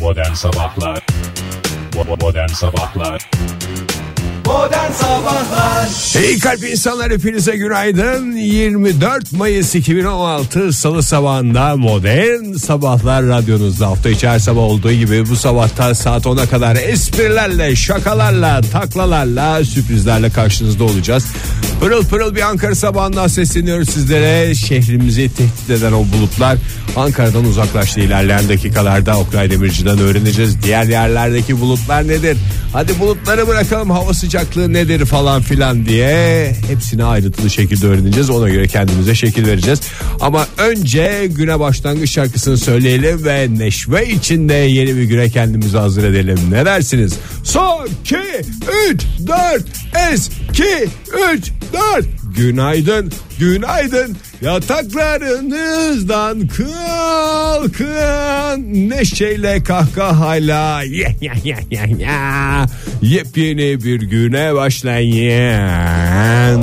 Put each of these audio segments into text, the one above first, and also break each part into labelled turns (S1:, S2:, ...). S1: Modern Sabahlar Bo- Modern Sabahlar
S2: İyi kalp insanlar hepinize günaydın. 24 Mayıs 2016 Salı sabahında modern sabahlar radyonuzda. Hafta içi her sabah olduğu gibi bu sabahta saat 10'a kadar esprilerle, şakalarla, taklalarla, sürprizlerle karşınızda olacağız. Pırıl pırıl bir Ankara sabahından sesleniyoruz sizlere. Şehrimizi tehdit eden o bulutlar Ankara'dan uzaklaştı. İlerleyen dakikalarda Oktay Demirci'den öğreneceğiz. Diğer yerlerdeki bulutlar nedir? Hadi bulutları bırakalım hava sıcaklığı nedir falan filan diye hepsini ayrıntılı şekilde öğreneceğiz. Ona göre kendimize şekil vereceğiz. Ama önce güne başlangıç şarkısını söyleyelim ve neşve içinde yeni bir güne kendimizi hazır edelim. Ne dersiniz? Son 2 3 4 eski 3 4 Günaydın, günaydın. Yataklarınızdan kalkın. Neşeyle kahkahayla. Ye, ye, ye, ye, ye. Yepyeni bir güne başlayın.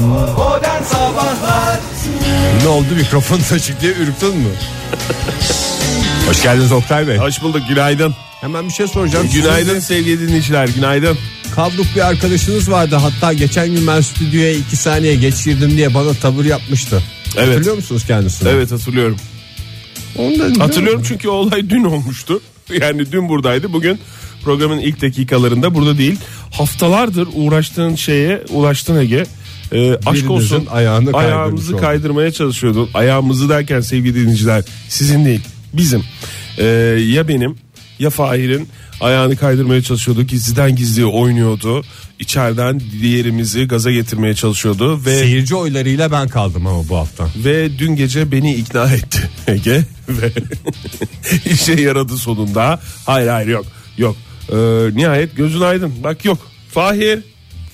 S2: Ne oldu mikrofon açık diye ürktün mü? Hoş geldiniz Oktay Bey.
S3: Hoş bulduk günaydın.
S2: Hemen bir şey soracağım.
S3: Günaydın
S2: Sizin
S3: sevgili dinleyiciler günaydın.
S2: de Kavruk bir arkadaşınız vardı. Hatta geçen gün ben stüdyoya iki saniye geç girdim diye bana tavır yapmıştı.
S3: Evet.
S2: Hatırlıyor musunuz kendisini?
S3: Evet hatırlıyorum.
S2: Ondan
S3: Hatırlıyorum çünkü o olay dün olmuştu. Yani dün buradaydı bugün programın ilk dakikalarında burada değil. Haftalardır uğraştığın şeye ulaştın Ege. Ee, aşk
S2: Birinizin
S3: olsun
S2: ayağını
S3: ayağımızı
S2: kaydırmış
S3: kaydırmaya çalışıyordun. Ayağımızı derken sevgili dinleyiciler sizin değil bizim. Ee, ya benim ya Fahir'in ayağını kaydırmaya çalışıyordu. Gizliden gizliye oynuyordu. İçeriden diğerimizi gaza getirmeye çalışıyordu. Ve
S2: Seyirci oylarıyla ben kaldım ama bu hafta.
S3: Ve dün gece beni ikna etti Ege ve işe yaradı sonunda. Hayır hayır yok yok. Ee, nihayet gözün aydın. Bak yok. Fahir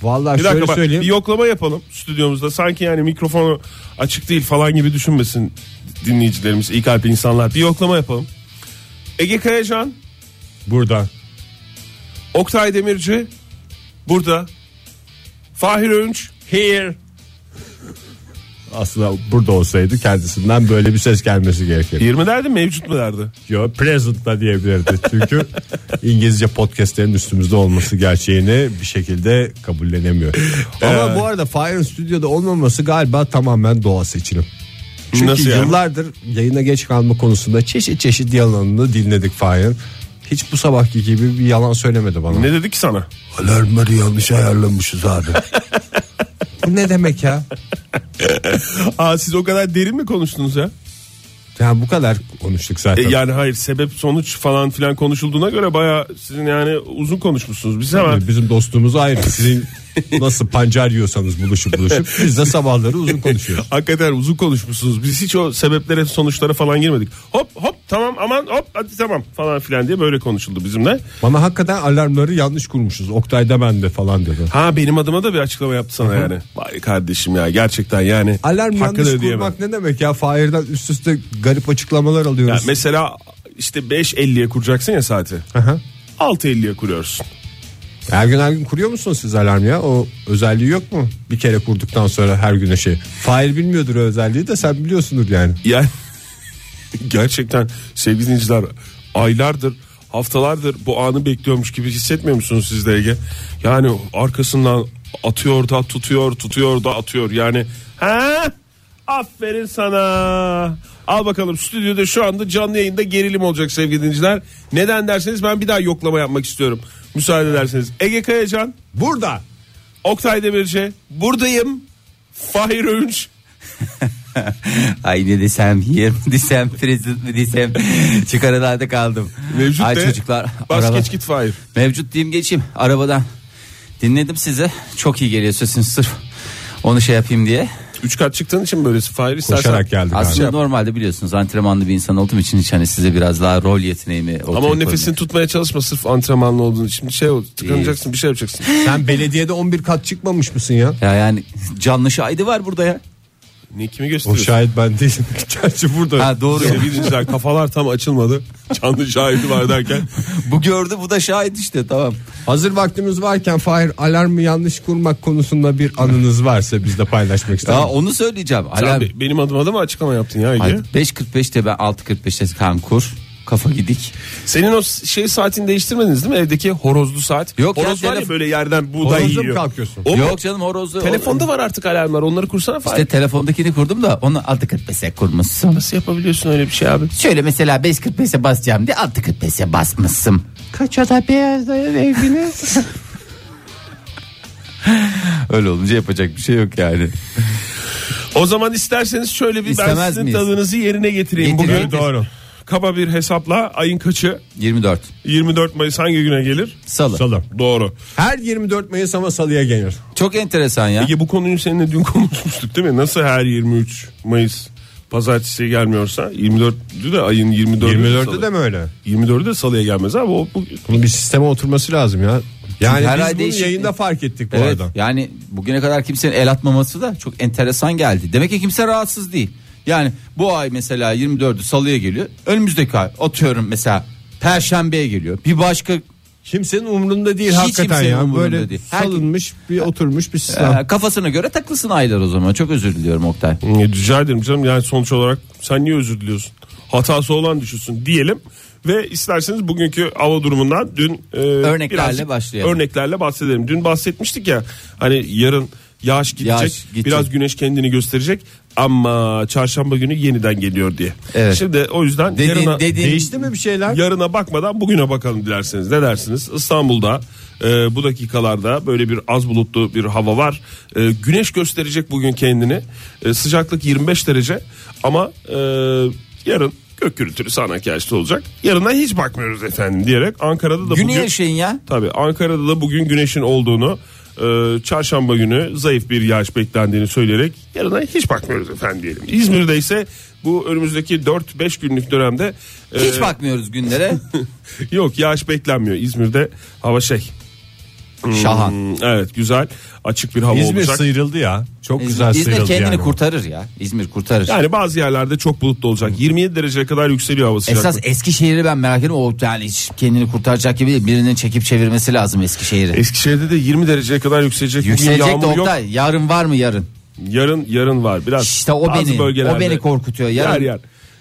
S2: Vallahi
S3: bir
S2: şöyle
S3: dakika bak
S2: söyleyeyim.
S3: bir yoklama yapalım stüdyomuzda. Sanki yani mikrofonu açık değil falan gibi düşünmesin dinleyicilerimiz, iyi kalpli insanlar. Bir yoklama yapalım. Ege Kayacan,
S2: Burada.
S3: Oktay Demirci burada. Fahir Önç here.
S2: Aslında burada olsaydı kendisinden böyle bir ses gelmesi gerekirdi.
S3: 20 derdi mevcut mu derdi?
S2: Yo, present da diyebilirdi. Çünkü İngilizce podcastlerin üstümüzde olması gerçeğini bir şekilde kabullenemiyor. Ee, Ama
S3: Evet.
S2: bu arada Fire'ın stüdyoda olmaması galiba tamamen doğa seçilim. Çünkü
S3: Nasıl yani?
S2: yıllardır yayına geç kalma konusunda çeşit çeşit yalanını dinledik Fire'ın. Hiç bu sabahki gibi bir yalan söylemedi bana.
S3: Ne dedi ki sana?
S2: Alarmları yanlış şey ayarlamışız abi. Bu ne demek ya?
S3: Aa, siz o kadar derin mi konuştunuz ya?
S2: Ya bu kadar konuştuk zaten.
S3: E, Yani hayır sebep sonuç falan filan konuşulduğuna göre baya sizin yani uzun konuşmuşsunuz. Biz hemen
S2: Hani Bizim dostluğumuz ayrı. Sizin nasıl pancar yiyorsanız buluşup buluşup biz de sabahları uzun konuşuyoruz.
S3: hakikaten uzun konuşmuşsunuz. Biz hiç o sebeplere sonuçlara falan girmedik. Hop hop tamam aman hop hadi tamam falan filan diye böyle konuşuldu bizimle.
S2: Bana hakikaten alarmları yanlış kurmuşuz. Oktay'da bende falan dedi.
S3: Ha benim adıma da bir açıklama yaptı sana yani. Vay kardeşim ya gerçekten yani.
S2: Alarm
S3: hakkını
S2: yanlış
S3: ödeyemem.
S2: kurmak ne demek ya? Fahir'den üst üste garip açıklamalar
S3: Ya
S2: alıyoruz.
S3: mesela işte 5.50'ye kuracaksın ya saati.
S2: Aha.
S3: 6.50'ye kuruyorsun.
S2: her gün her gün kuruyor musunuz siz alarm ya? O özelliği yok mu? Bir kere kurduktan sonra her güne şey. Fahir bilmiyordur o özelliği de sen biliyorsundur yani.
S3: Yani gerçekten sevgili dinleyiciler aylardır haftalardır bu anı bekliyormuş gibi hissetmiyor musunuz siz de Ege? Yani arkasından atıyor da tutuyor tutuyor da atıyor yani. Ha? Aferin sana. Al bakalım stüdyoda şu anda canlı yayında gerilim olacak sevgili dinleyiciler. Neden derseniz ben bir daha yoklama yapmak istiyorum. Müsaade ederseniz. Ege Kayacan,
S2: Burada
S3: Oktay Demirci, buradayım. Fahir Öğünç.
S4: Ay ne desem here mi desem present mi desem çıkarılarda kaldım.
S3: Mevcut
S4: Ay
S3: de.
S4: çocuklar
S3: Bas
S4: araba-
S3: geç git Fahir.
S4: Mevcut diyeyim geçeyim arabadan. Dinledim sizi. Çok iyi geliyor sesiniz sırf. Onu şey yapayım diye.
S3: Üç kat çıktığın için böylesi Fahir istersen.
S2: koşarak geldik. abi.
S4: Aslında normalde biliyorsunuz antrenmanlı bir insan olduğum için hiç hani size biraz daha rol yeteneğimi ortaya
S3: Ama o
S4: koymayayım.
S3: nefesini tutmaya çalışma sırf antrenmanlı olduğun için. Şey ol, tıkanacaksın bir şey yapacaksın.
S2: Sen belediyede 11 kat çıkmamış mısın ya?
S4: Ya yani canlı şahidi var burada ya.
S3: Ne kimi
S2: O
S3: gösteriyorsun?
S2: şahit ben değilim. Gerçi burada.
S4: Ha doğru.
S3: Sevgili dinleyiciler kafalar tam açılmadı. Canlı şahidi var derken.
S4: bu gördü bu da şahit işte tamam.
S2: Hazır vaktimiz varken Fahir alarmı yanlış kurmak konusunda bir anınız varsa bizle paylaşmak isterim.
S4: Ya onu söyleyeceğim.
S3: Sen
S4: Hala-
S3: be- benim adıma da mı açıklama yaptın ya Ege?
S4: Hayır, 5.45'te ben 6.45'te kan kur. Kafa gidik.
S3: Senin o şey saatini değiştirmediniz değil mi? Evdeki horozlu saat.
S4: Yok ya,
S3: Horoz var
S4: telef-
S3: ya böyle yerden buğday
S2: Horozla mı
S3: yiyor.
S2: kalkıyorsun?
S3: O
S4: Yok canım horozlu.
S3: Telefonda var artık alarmlar onları kursana falan.
S4: İşte telefondakini kurdum da onu 6.45'e kurmuşsun.
S3: Nasıl yapabiliyorsun öyle bir şey abi?
S4: Şöyle mesela 5.45'e basacağım diye 6.45'e basmışsın. Kaça da beyaz eviniz. Öyle olunca yapacak bir şey yok yani.
S3: O zaman isterseniz şöyle bir ben
S4: İstemez
S3: sizin
S4: miyiz?
S3: tadınızı yerine getireyim.
S4: Getir,
S3: Bugün
S4: getir.
S3: doğru. Kaba bir hesapla ayın kaçı
S4: 24.
S3: 24 Mayıs hangi güne gelir?
S4: Salı.
S2: Salı.
S3: Doğru.
S2: Her 24 Mayıs ama salıya gelir.
S4: Çok enteresan ya.
S3: Ege bu konuyu seninle dün konuşmuştuk değil mi? Nasıl her 23 Mayıs pazartesi gelmiyorsa 24'ü de ayın 24'ü
S2: 24'te de mi öyle?
S3: 24'ü de salıya gelmez abi. O, bu,
S2: Bunun bir sisteme oturması lazım ya. Yani
S4: Her
S2: biz
S4: ay
S2: bunu
S4: değişik-
S2: yayında fark ettik bu
S4: Evet
S2: arada.
S4: yani bugüne kadar kimsenin el atmaması da çok enteresan geldi. Demek ki kimse rahatsız değil. Yani bu ay mesela 24'ü salıya geliyor. Önümüzdeki ay atıyorum mesela perşembeye geliyor. Bir başka
S2: Kimsenin umrunda değil
S4: Hiç
S2: hakikaten
S4: kimsenin
S2: ya.
S4: umrunda
S2: Böyle
S4: değil. Herkes-
S2: salınmış bir oturmuş bir sistem.
S4: e, kafasına göre takılsın aylar o zaman. Çok özür diliyorum Oktay.
S3: E, rica ederim canım yani sonuç olarak sen niye özür diliyorsun? Hatası olan düşünsün diyelim. Ve isterseniz bugünkü hava durumundan dün e,
S4: Örneklerle
S3: birazcık
S4: başlayalım.
S3: Örneklerle bahsedelim. Dün bahsetmiştik ya hani yarın yağış gidecek,
S4: Yağış gidecek.
S3: biraz güneş kendini gösterecek ama çarşamba günü yeniden geliyor diye.
S4: Evet.
S3: Şimdi o yüzden
S4: Dediğin-
S3: yarına
S4: dediğin-
S2: Değişti mi bir şeyler?
S3: Yarına bakmadan bugüne bakalım dilerseniz. Ne dersiniz? İstanbul'da e, bu dakikalarda böyle bir az bulutlu bir hava var. E, güneş gösterecek bugün kendini. E, sıcaklık 25 derece ama e, yarın gök gürültülü sağanak yağışlı olacak. Yarına hiç bakmıyoruz efendim diyerek Ankara'da da
S4: Günü
S3: bugün...
S4: yaşayın ya.
S3: Tabii Ankara'da da bugün güneşin olduğunu e, çarşamba günü zayıf bir yağış beklendiğini söyleyerek yarına hiç bakmıyoruz efendim diyelim. İzmir'de ise bu önümüzdeki 4-5 günlük dönemde e,
S4: Hiç bakmıyoruz günlere.
S3: Yok yağış beklenmiyor. İzmir'de hava şey.
S4: Şahan.
S3: Hmm, Evet güzel açık bir hava
S2: İzmir
S3: olacak.
S2: sıyrıldı ya. Çok güzel
S4: İzmir, İzmir
S2: sıyrıldı
S4: kendini
S2: yani. o.
S4: kurtarır ya. İzmir kurtarır.
S3: Yani bazı yerlerde çok bulutlu olacak. 27 dereceye kadar yükseliyor hava sıcaklığı.
S4: Hmm. Esas Eskişehir'i ben merak ediyorum. O yani hiç kendini kurtaracak gibi değil. Birinin çekip çevirmesi lazım Eskişehir'i.
S3: Eskişehir'de de 20 dereceye kadar yükselecek. Bugün
S4: Yükselecek de
S3: yağmur yok.
S4: Oktay. Yarın var mı yarın?
S3: Yarın yarın var biraz.
S4: İşte o
S3: bazı
S4: beni-
S3: bölgelerde
S4: o beni korkutuyor. Yarın-
S3: yer yer.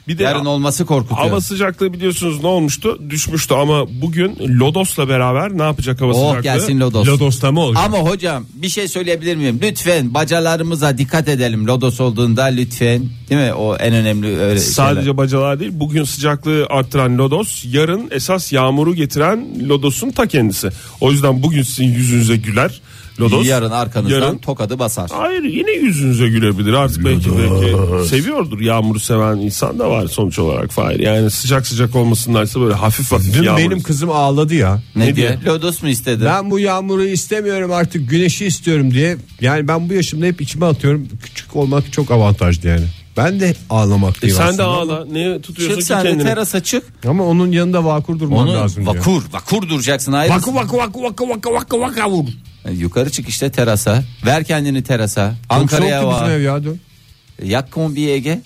S3: Bir de
S4: Yarın olması korkutuyor.
S3: hava sıcaklığı biliyorsunuz ne olmuştu? Düşmüştü ama bugün Lodos'la beraber ne yapacak hava
S4: Oh
S3: sıcaklığı?
S4: gelsin Lodos.
S2: Lodos'ta mı olacak?
S4: Ama hocam bir şey söyleyebilir miyim? Lütfen bacalarımıza dikkat edelim. Lodos olduğunda lütfen değil mi? O en önemli öyle
S3: Sadece
S4: şeyler.
S3: bacalar değil bugün sıcaklığı arttıran lodos yarın esas yağmuru getiren lodosun ta kendisi. O yüzden bugün sizin yüzünüze güler lodos.
S4: yarın arkanızdan
S3: yarın-
S4: tokadı basar.
S3: Hayır yine yüzünüze gülebilir artık belki, belki seviyordur yağmuru seven insan da var sonuç olarak Fahir. Yani sıcak sıcak olmasındansa böyle hafif hafif
S2: Dün
S3: yağmur.
S2: benim kızım ağladı ya.
S4: Ne,
S3: ne
S4: diyor?
S3: diyor?
S4: Lodos mu istedi?
S2: Ben bu yağmuru istemiyorum artık güneşi istiyorum diye. Yani ben bu yaşımda hep içime atıyorum. Küçük olmak çok avantajlı yani. Ben de ağlamaklıyım
S3: E sen de
S2: aslında.
S3: ağla. Ne tutuyorsun
S4: Çık
S3: ki
S4: sen de
S3: kendini?
S4: terasa çık.
S2: Ama onun yanında vakur durman
S4: Onu
S2: lazım diyor.
S4: vakur vakur duracaksın ayrı.
S2: Vaku vaku vaku vaku vaku vaku vaku vur.
S4: E, Yukarı çık işte terasa. Ver kendini terasa. Ankara'ya
S2: Çok soğuktu bizim ev
S4: var.
S2: ya dün.
S4: Yak kombiyi Ege.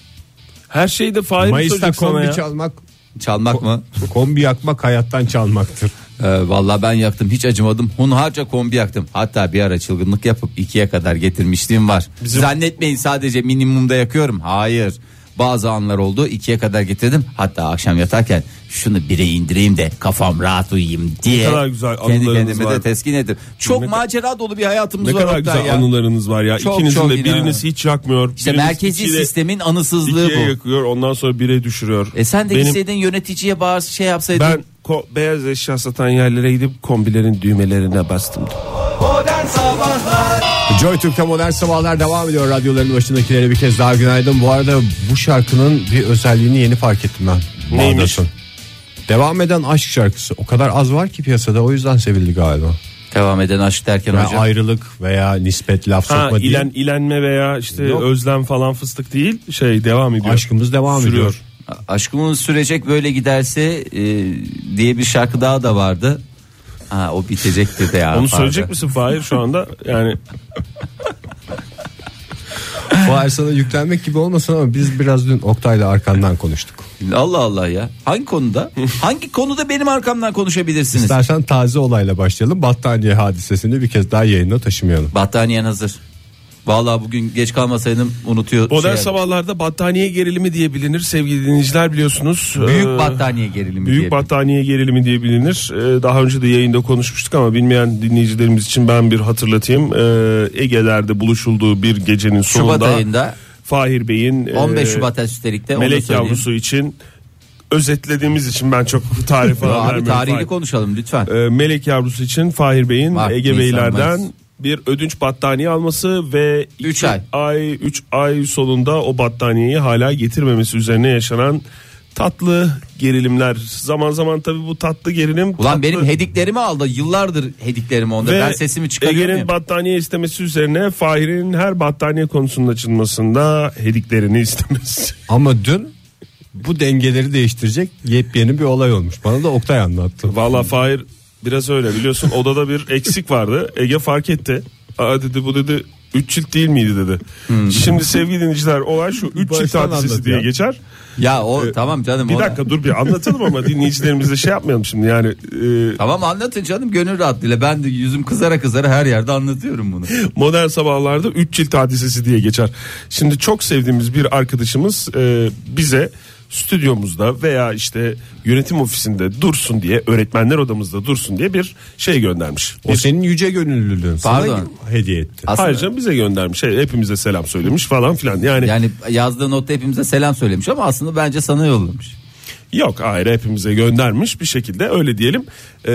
S3: Her şeyde Fahir
S2: Mayıs'ta
S3: söyleyecek sana
S2: kombi
S3: ya.
S2: çalmak,
S4: Çalmak mı?
S2: kombi yakmak hayattan çalmaktır.
S4: Ee, Valla ben yaktım hiç acımadım hunharca kombi yaktım hatta bir ara çılgınlık yapıp ikiye kadar getirmişliğim var zannetmeyin sadece minimumda yakıyorum hayır bazı anlar oldu ikiye kadar getirdim hatta akşam yatarken şunu bire indireyim de kafam rahat uyuyayım diye
S3: kadar güzel
S4: kendi
S3: anılarınız
S4: kendime
S3: var.
S4: de teskin ettim çok macera dolu bir hayatımız
S3: Ne
S4: var
S3: kadar
S4: Oktay
S3: güzel
S4: ya.
S3: anılarınız var ya.
S4: Çok,
S3: İkinizin
S4: çok
S3: de
S4: inanılmaz.
S3: biriniz hiç yakmıyor.
S4: İşte
S3: biriniz
S4: merkezi
S3: içiyle-
S4: sistemin anısızlığı
S3: İkiye
S4: bu
S3: yakıyor ondan sonra bire düşürüyor.
S4: e sen de
S3: Benim-
S4: gitseydin yöneticiye bağır şey yapsaydın
S3: Ben ko- beyaz eşya satan yerlere gidip kombilerin düğmelerine bastım.
S2: Joy Türk'te modern sabahlar devam ediyor. Radyoların başındakilere bir kez daha günaydın. Bu arada bu şarkının bir özelliğini yeni fark ettim ben.
S3: Neymiş?
S2: Bağdasın. Devam eden aşk şarkısı o kadar az var ki piyasada o yüzden sevildi galiba.
S4: devam eden aşk derken
S2: Yani
S4: hocam
S2: ayrılık veya nispet laf
S3: Ha,
S2: sokma değil.
S3: ilen, ilenme veya işte
S2: Yok.
S3: özlem falan fıstık değil şey devam ediyor.
S2: Aşkımız devam
S3: Sürüyor.
S2: ediyor.
S4: Aşkımız sürecek böyle giderse e, diye bir şarkı daha da vardı. Ha o bitecekti de ya.
S3: Onu
S4: pardon.
S3: söyleyecek misin Fahir şu anda? Yani
S2: Fahir sana yüklenmek gibi olmasın ama biz biraz dün Oktay'la arkandan konuştuk.
S4: Allah Allah ya. Hangi konuda? Hangi konuda benim arkamdan konuşabilirsiniz?
S2: İstersen taze olayla başlayalım. Battaniye hadisesini bir kez daha yayına taşımayalım.
S4: Battaniyen hazır. Vallahi bugün geç kalmasaydım unutuyor.
S3: Modern
S4: şey-
S3: sabahlarda battaniye gerilimi diye bilinir sevgili dinleyiciler biliyorsunuz.
S4: Büyük
S3: Ee,
S4: battaniye gerilimi
S3: Büyük
S4: diyelim.
S3: battaniye gerilimi diye bilinir. Ee, daha önce de yayında konuşmuştuk ama bilmeyen dinleyicilerimiz için ben bir hatırlatayım. Ee, Ege'lerde buluşulduğu bir gecenin sonunda
S4: Şubat ayında
S3: Fahir Bey'in e,
S4: 15 Şubat'a üstelik de onu
S3: Melek
S4: söyleyeyim.
S3: Yavrusu için özetlediğimiz için ben çok tarif falan
S4: Abi
S3: vermiyorum.
S4: tarihli
S3: Fahir.
S4: konuşalım lütfen.
S3: Ee, Melek Yavrusu için Fahir Bey'in
S4: Mart,
S3: Ege
S4: Nisan,
S3: Beylerden
S4: Mayıs.
S3: bir ödünç battaniye alması ve
S4: Üç
S3: 3
S4: ay.
S3: ay 3 ay sonunda o battaniyeyi hala getirmemesi üzerine yaşanan tatlı gerilimler. Zaman zaman tabii bu tatlı gerilim
S4: Ulan
S3: tatlı
S4: benim hediklerimi aldı. Yıllardır hediklerim onda.
S3: ve
S4: ben sesimi çıkarıyor
S3: Ege'nin
S4: muyum?
S3: battaniye istemesi üzerine Fahir'in her battaniye konusunun açılmasında hediklerini istemesi.
S5: Ama dün bu dengeleri değiştirecek yepyeni bir olay olmuş. Bana da Oktay anlattı.
S3: Valla Fahir biraz öyle biliyorsun odada bir eksik vardı. Ege fark etti. Aa dedi bu dedi 3 cilt değil miydi dedi. Şimdi sevgili dinleyiciler olay şu 3 cilt
S5: Baştan
S3: hadisesi
S5: anlat
S3: diye
S5: ya.
S3: geçer.
S4: Ya o tamam canım.
S3: Ee, Bir
S4: o-
S3: dakika dur bir anlatalım ama dinleyicilerimize şey yapmayalım şimdi yani. e,
S4: Tamam anlatın canım gönül rahatlığıyla. Ben de yüzüm kızara kızara her yerde anlatıyorum bunu.
S3: Modern sabahlarda 3 cilt hadisesi diye geçer. Şimdi çok sevdiğimiz bir arkadaşımız e, bize stüdyomuzda veya işte yönetim ofisinde dursun diye öğretmenler odamızda dursun diye bir şey göndermiş.
S5: O senin yüce gönüllülüğün. Sana
S4: Pardon.
S5: hediye etti.
S4: Aslında
S3: Ayrıca bize göndermiş. Şey, hepimize selam söylemiş falan filan. Yani,
S4: yani yazdığı notta hepimize selam söylemiş ama aslında bence sana yollamış.
S3: yok ayrı hepimize göndermiş bir şekilde öyle diyelim. Ee,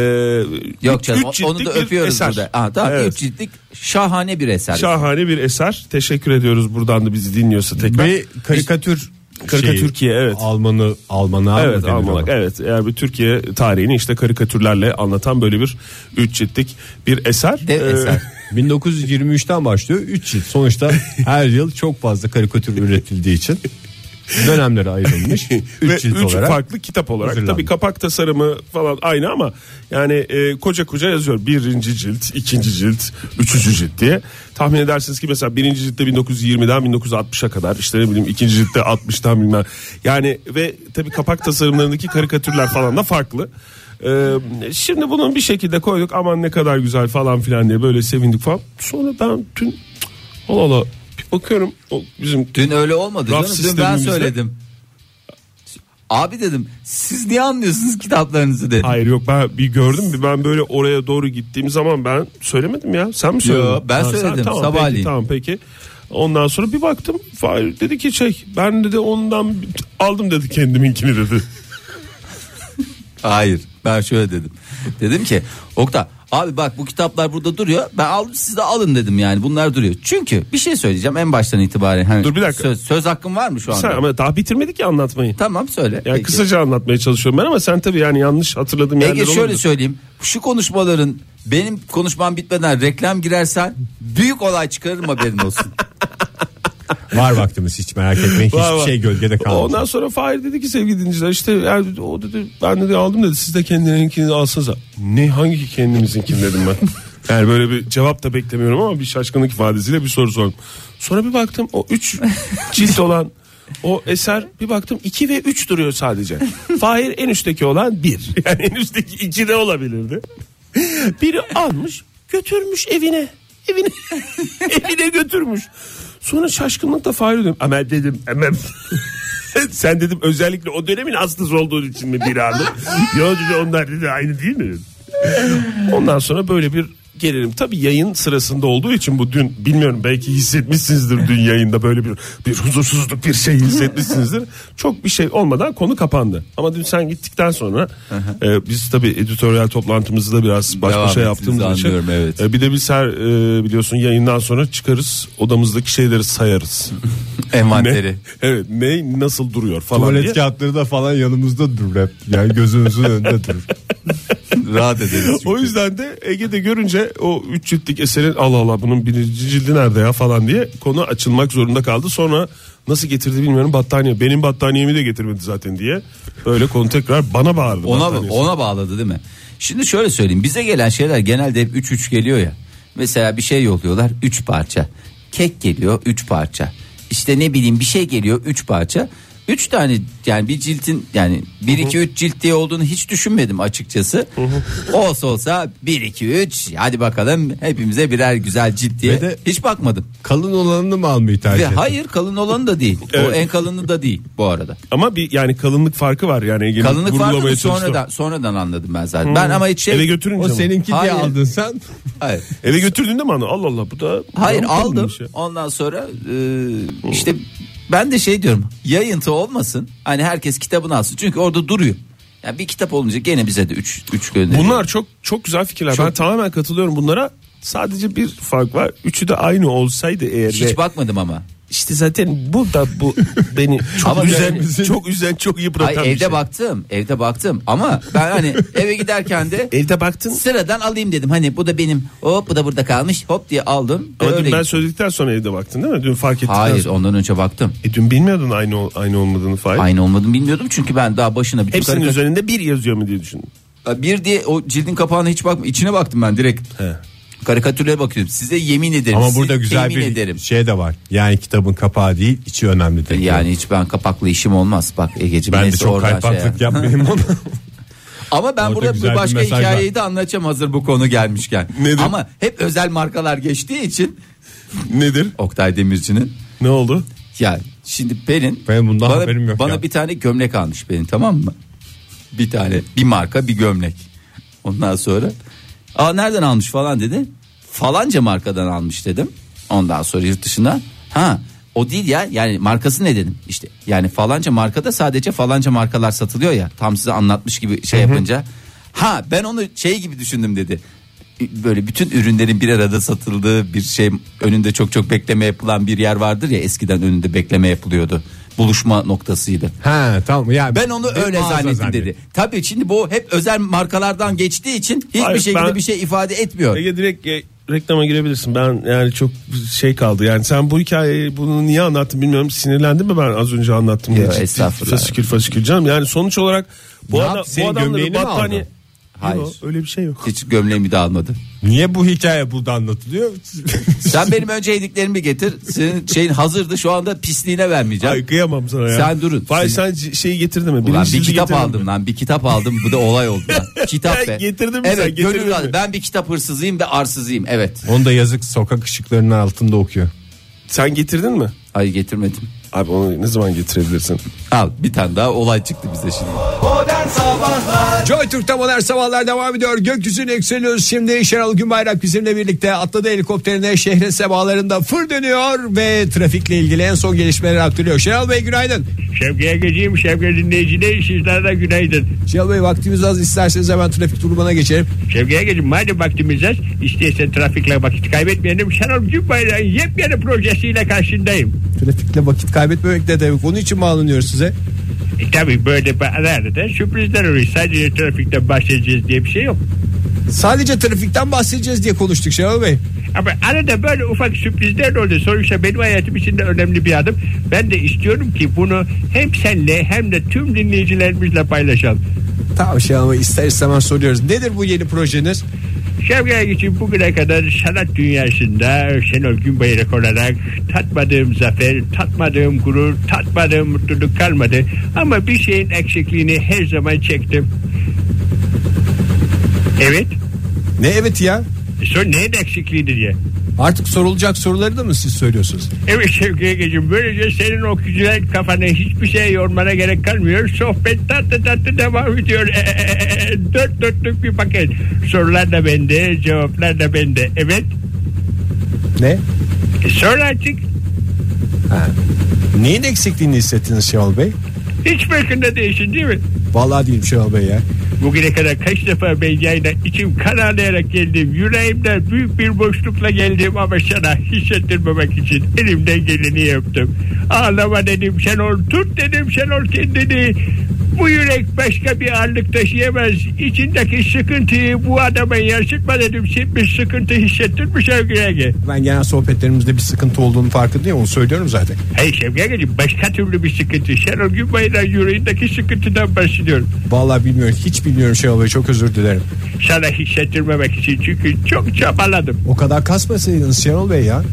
S4: Yok
S3: üç-
S4: canım
S3: üç
S4: o- onu
S3: ciltlik
S4: da
S3: bir
S4: öpüyoruz
S3: eser.
S4: burada. Ha, tamam
S3: Evet.
S4: üç ciltlik şahane bir eser.
S3: Şahane bir eser. Teşekkür ediyoruz buradan da bizi dinliyorsa tekrar.
S5: Ve karikatür
S3: Karikatür Şey, Türkiye, evet.
S5: Almanı Almanı
S3: Evet
S5: mı denir
S3: Almanak
S5: ona?
S3: evet eğer bir Türkiye tarihini işte karikatürlerle anlatan böyle bir üç ciltlik bir eser.
S4: Dev
S3: Ee,
S4: eser.
S5: 1923'ten başlıyor 3 yıl. Sonuçta her yıl çok fazla karikatür üretildiği için dönemlere ayrılmış.
S3: Ve
S5: 3 cilt
S3: üç
S5: olarak.
S3: farklı kitap olarak.
S5: hazırlandı.
S3: Tabii kapak tasarımı falan aynı ama yani e, koca koca yazıyor. Birinci cilt, ikinci cilt, üçüncü cilt diye. Tahmin edersiniz ki mesela birinci ciltte 1920'den 1960'a kadar işte ne bileyim ikinci ciltte 60'tan bilmem. Yani ve tabii kapak tasarımlarındaki karikatürler falan da farklı. Ee, şimdi bunun bir şekilde koyduk aman ne kadar güzel falan filan diye böyle sevindik falan. Sonra ben dün Allah Allah bir bakıyorum o bizim
S4: Dün öyle olmadı
S3: Raf
S4: canım. Dün ben
S3: sistemimizde-
S4: söyledim. Abi dedim siz niye anlıyorsunuz kitaplarınızı dedim.
S3: Hayır yok ben bir gördüm bir ben böyle oraya doğru gittiğim zaman ben söylemedim ya sen mi söyledin?
S4: Yo, ben
S3: Ha, sen-
S4: söyledim,
S3: tamam,
S4: sabahleyin.
S3: Peki, tamam peki. Ondan sonra bir baktım Fahir dedi ki şey ben dedi ondan aldım dedi kendiminkini dedi.
S4: Hayır ben şöyle dedim. Dedim ki Okta abi bak bu kitaplar burada duruyor. Ben aldım siz de alın dedim yani bunlar duruyor. Çünkü bir şey söyleyeceğim en baştan itibaren. Hani
S3: Dur bir dakika.
S4: Söz, söz hakkım var mı şu anda?
S3: sen ama daha bitirmedik ya anlatmayı.
S4: Tamam söyle.
S3: Yani
S4: Peki.
S3: kısaca anlatmaya çalışıyorum ben ama sen tabii yani yanlış hatırladığım yerler
S4: Ege şöyle
S3: olabilir.
S4: söyleyeyim. Şu konuşmaların benim konuşmam bitmeden reklam girersen büyük olay çıkarırım haberin olsun.
S5: Var vaktimiz hiç merak etmeyin. Hiçbir
S3: Var, var.
S5: şey gölgede kalmaz.
S3: Ondan sonra Fahir dedi ki sevgili dinleyiciler işte yani dedi, o dedi ben dedi aldım dedi siz de kendininkini alsanız. Ne hangi kendimizinkini dedim ben. Yani böyle bir cevap da beklemiyorum ama bir şaşkınlık ifadesiyle bir soru sordum. Sonra bir baktım o 3 cilt olan o eser bir baktım 2 ve 3 duruyor sadece. Fahir en üstteki olan 1. Yani en üstteki 2 de olabilirdi. Biri almış götürmüş evine. Evine, evine götürmüş. Sonra şaşkınlıkla Fahir dedim. Ama dedim emem. Sen dedim özellikle o dönemin hastası olduğun için mi bir aldı? Yo dedi onlar dedi aynı değil mi? Ondan sonra böyle bir gelelim. Tabii yayın sırasında olduğu için bu dün bilmiyorum belki hissetmişsinizdir dün yayında böyle bir bir huzursuzluk bir şey hissetmişsinizdir. Çok bir şey olmadan konu kapandı. Ama dün sen gittikten sonra e, biz tabii editoryal toplantımızı da biraz baş
S4: Devam
S3: başa
S4: ettiğinizi
S3: yaptığımız için.
S4: anlıyorum, evet.
S3: E, bir de biz her e, biliyorsun yayından sonra çıkarız odamızdaki şeyleri sayarız.
S4: Envanteri.
S3: evet ne nasıl duruyor falan
S5: Tuvalet
S3: diye.
S5: kağıtları da falan yanımızda durur hep. Yani gözümüzün önünde durur.
S4: Rahat ederiz. çünkü.
S3: O yüzden de Ege'de görünce o üç ciltlik eserin Allah Allah bunun birinci cildi nerede ya falan diye konu açılmak zorunda kaldı. Sonra nasıl getirdi bilmiyorum battaniye benim battaniyemi de getirmedi zaten diye böyle konu tekrar bana bağırdı.
S4: Ona
S3: battaniyesi.
S4: ona bağladı değil mi? Şimdi şöyle söyleyeyim. Bize gelen şeyler genelde hep 3 3 geliyor ya. Mesela bir şey yolluyorlar 3 parça. Kek geliyor 3 parça. İşte ne bileyim bir şey geliyor 3 parça. Üç tane yani bir ciltin yani bir iki üç cilt diye olduğunu hiç düşünmedim açıkçası. olsa olsa bir iki üç hadi bakalım hepimize birer güzel cilt diye
S2: Ve de-
S4: hiç bakmadım.
S2: Kalın olanını mı almayı tercih
S4: Ve
S2: ettin?
S4: hayır kalın olanı da değil. O en kalını da değil bu arada.
S3: Ama bir yani kalınlık farkı var yani Ege'nin
S4: Kalınlık
S3: vurgulamaya
S4: vardı da
S3: çalıştığı.
S4: sonradan, sonradan anladım ben zaten. Ben ama hiç şey...
S3: Eve götürünce
S2: O
S3: mi?
S2: seninki
S4: Hayır.
S2: diye aldın sen.
S4: Hayır.
S3: Eve götürdüğünde mi anladın? Allah Allah bu da bu
S4: Hayır
S3: da mı
S4: aldım.
S3: kalınmış ya?
S4: Ondan sonra e, işte ben de şey diyorum. Yayıntı olmasın. Hani herkes kitabını alsın. Çünkü orada duruyor. Yani bir kitap olunca gene bize de 3 3 gönderiyor.
S3: Bunlar çok çok güzel fikirler. Ben tamamen katılıyorum bunlara. Sadece bir fark var. Üçü de aynı olsaydı eğer.
S4: hiç
S3: ve-
S4: bakmadım ama.
S3: İşte zaten burada bu beni
S4: Ama
S3: çok
S4: yani-
S3: üzen, çok üzen, çok yıpratan
S4: Ay
S3: bir
S4: evde
S3: şey.
S4: baktım. Evde baktım ama ben hani eve giderken de
S3: Evde baktın.
S4: sıradan alayım dedim. Hani bu da benim. Hop bu da burada kalmış. Hop diye aldım. ve
S3: Ama
S4: öyle
S3: dün ben
S4: gittim.
S3: söyledikten sonra evde baktın değil mi? Dün fark ettikten
S4: Hayır
S3: sonra.
S4: ondan önce baktım.
S3: E dün bilmiyordun aynı ol- aynı olmadığını Fahir.
S4: Aynı olmadığını bilmiyordum çünkü ben daha başına bütün
S3: Hepsinin
S4: karikatür-
S3: üzerinde bir yazıyor mu diye düşündüm.
S4: Bir diye o cildin kapağına hiç bakma. içine baktım ben direkt. Karikatürlere bakıyorum. Size yemin ederim.
S2: Ama
S4: size
S2: burada güzel
S4: temin
S2: bir
S4: ederim.
S2: şey de var. Yani kitabın kapağı değil içi önemli değil.
S4: Yani hiç ben kapaklı işim olmaz. Bak Egeciğim
S2: ben de
S4: neyse
S2: çok
S4: oradan şey
S2: kaypaklık
S4: yap.
S2: yapmayayım onu.
S4: Ama ben
S2: Orada
S4: burada
S2: güzel
S4: bir
S2: bir
S4: başka
S2: mesaj
S4: hikayeyi de anlatacağım hazır bu konu gelmişken.
S3: Nedir?
S4: Ama hep özel markalar geçtiği için
S3: Nedir?
S4: Oktay Demirci'nin
S3: Ne oldu?
S4: ya şimdi Pelin
S2: Benim bundan
S4: bana,
S2: haberim yok
S4: bana
S2: ya.
S4: bir tane gömlek almış Pelin tamam mı? Bir tane bir marka bir gömlek. Ondan sonra aa nereden almış falan dedi. Falanca markadan almış dedim. Ondan sonra yurt dışına ha o değil ya yani markası ne dedim işte yani falanca markada sadece falanca markalar satılıyor ya tam size anlatmış gibi şey yapınca ha ben onu şey gibi düşündüm dedi böyle bütün ürünlerin bir arada satıldığı bir şey önünde çok çok bekleme yapılan bir yer vardır ya eskiden önünde bekleme yapılıyordu buluşma noktasıydı
S2: ha tamam ya
S4: ben onu
S2: bir
S4: öyle
S2: mağaza
S4: zannettim, dedi. Tabii şimdi bu hep özel markalardan geçtiği için hiçbir
S3: Hayır,
S4: şekilde
S3: ben-
S4: bir şey ifade etmiyor.
S3: Ege direkt e, reklama girebilirsin. Ben yani çok şey kaldı. Yani sen bu hikayeyi bunu niye anlattın bilmiyorum. Sinirlendin mi ben az önce anlattım. diye.
S4: Yok,
S3: Ciddi
S4: estağfurullah.
S3: Fasikül fasikül canım. Yani sonuç olarak bu,
S2: Ne
S3: adam,
S2: yap-
S3: bu
S2: senin gömleğini
S3: adamları
S2: mi
S3: battaniye...
S2: aldın?
S4: Hayır.
S3: Yok, öyle bir şey yok.
S4: Hiç gömleğimi de almadı.
S2: Niye bu hikaye burada anlatılıyor?
S4: Sen benim önce yediklerimi getir. Senin şeyin hazırdı. Şu anda pisliğine vermeyeceğim.
S3: Ay kıyamam sana ya.
S4: Sen durun.
S3: Fahir
S4: Sizin-
S3: sen c- şeyi getirdin mi?
S4: Ulan bir
S3: Bilinçsizi
S4: kitap
S3: getirdin
S4: aldım
S3: mi?
S4: lan. Bir kitap aldım. Bu da olay oldu lan. Kitap be.
S3: Getirdin mi sen,
S4: evet,
S3: getirdin
S4: gönül aldı.
S3: mi?
S4: Ben bir kitap hırsızıyım ve arsızıyım. Evet.
S2: onu da yazık sokak ışıklarının altında okuyor.
S3: Sen getirdin mi?
S4: Ay getirmedim.
S3: Abi onu ne zaman getirebilirsin?
S4: Al bir tane daha olay çıktı bize şimdi.
S2: Joy Türk'te modern sabahlar devam ediyor. Gökyüzüne yükseliyoruz. Şimdi Şenol Günbayrak bizimle birlikte atladı helikopterine şehrin sebalarında fır dönüyor ve trafikle ilgili en son gelişmeleri aktarıyor. Şenol Bey günaydın.
S6: Şevki Egeciğim, Şevki dinleyicileri sizlere de günaydın.
S2: Şenol Bey vaktimiz az isterseniz hemen trafik durumuna geçelim.
S6: Şevki Egeciğim madem vaktimiz az, istersen trafikle vakit kaybetmeyelim. Şenol Gümbayrak'ın yepyeni projesiyle karşındayım.
S2: Trafikle vakit kaybetmemek de demek. Onun için bağlanıyoruz size.
S6: E, tabii böyle bir ara arada sürprizler oluyor. Sadece trafikten bahsedeceğiz diye bir şey yok.
S2: Sadece trafikten bahsedeceğiz diye konuştuk Şenol Bey.
S6: Ama arada böyle ufak sürprizler de oldu. Sonuçta benim hayatım için de önemli bir adım. Ben de istiyorum ki bunu hem senle hem de tüm dinleyicilerimizle paylaşalım.
S2: Tamam Şenol Bey ister istemez soruyoruz. Nedir bu yeni projeniz?
S6: Şevkaya için bugüne kadar sanat dünyasında Şenol Günbayrak olarak tatmadığım zafer, tatmadığım gurur, tatmadığım mutluluk kalmadı. Ama bir şeyin eksikliğini her zaman çektim. Evet.
S2: Ne evet ya?
S6: Sonra neyin eksikliğiydi diye.
S2: Artık sorulacak soruları da mı siz söylüyorsunuz?
S6: Evet Şevki Egeciğim böylece senin o güzel kafana hiçbir şey yormana gerek kalmıyor. Sohbet tatlı tatlı devam ediyor. E, Eee, e, dört dörtlük bir paket. Sorular da bende, cevaplar da bende. Evet.
S2: Ne?
S6: E, Söyle artık.
S2: Neyin eksikliğini hissettiniz Şenol Bey?
S6: Hiç farkında değilsin değil mi?
S2: Vallahi değilim Şenol Bey ya.
S6: Bugüne kadar kaç defa ben yayına içim kararlayarak geldim. Yüreğimden büyük bir boşlukla geldim ama sana hissettirmemek için elimden geleni yaptım. Ağlama dedim Şenol, tut dedim Şenol kendini. Bu yürek başka bir ağırlık taşıyamaz. İçindeki sıkıntıyı bu adama yansıtma dedim. Sen bir sıkıntı hissettirmiş Şevki Ege.
S2: Ben genel sohbetlerimizde bir sıkıntı olduğunu farkındayım onu söylüyorum zaten.
S6: Hayır Şevki Ege'ciğim başka türlü bir sıkıntı. Şenol Gümbay'dan yüreğindeki sıkıntıdan bahsediyorum.
S2: Vallahi bilmiyorum hiç bilmiyorum Şenol Bey çok özür dilerim.
S6: Sana hissettirmemek için çünkü çok çabaladım.
S2: O kadar kasmasaydınız Şenol Bey ya.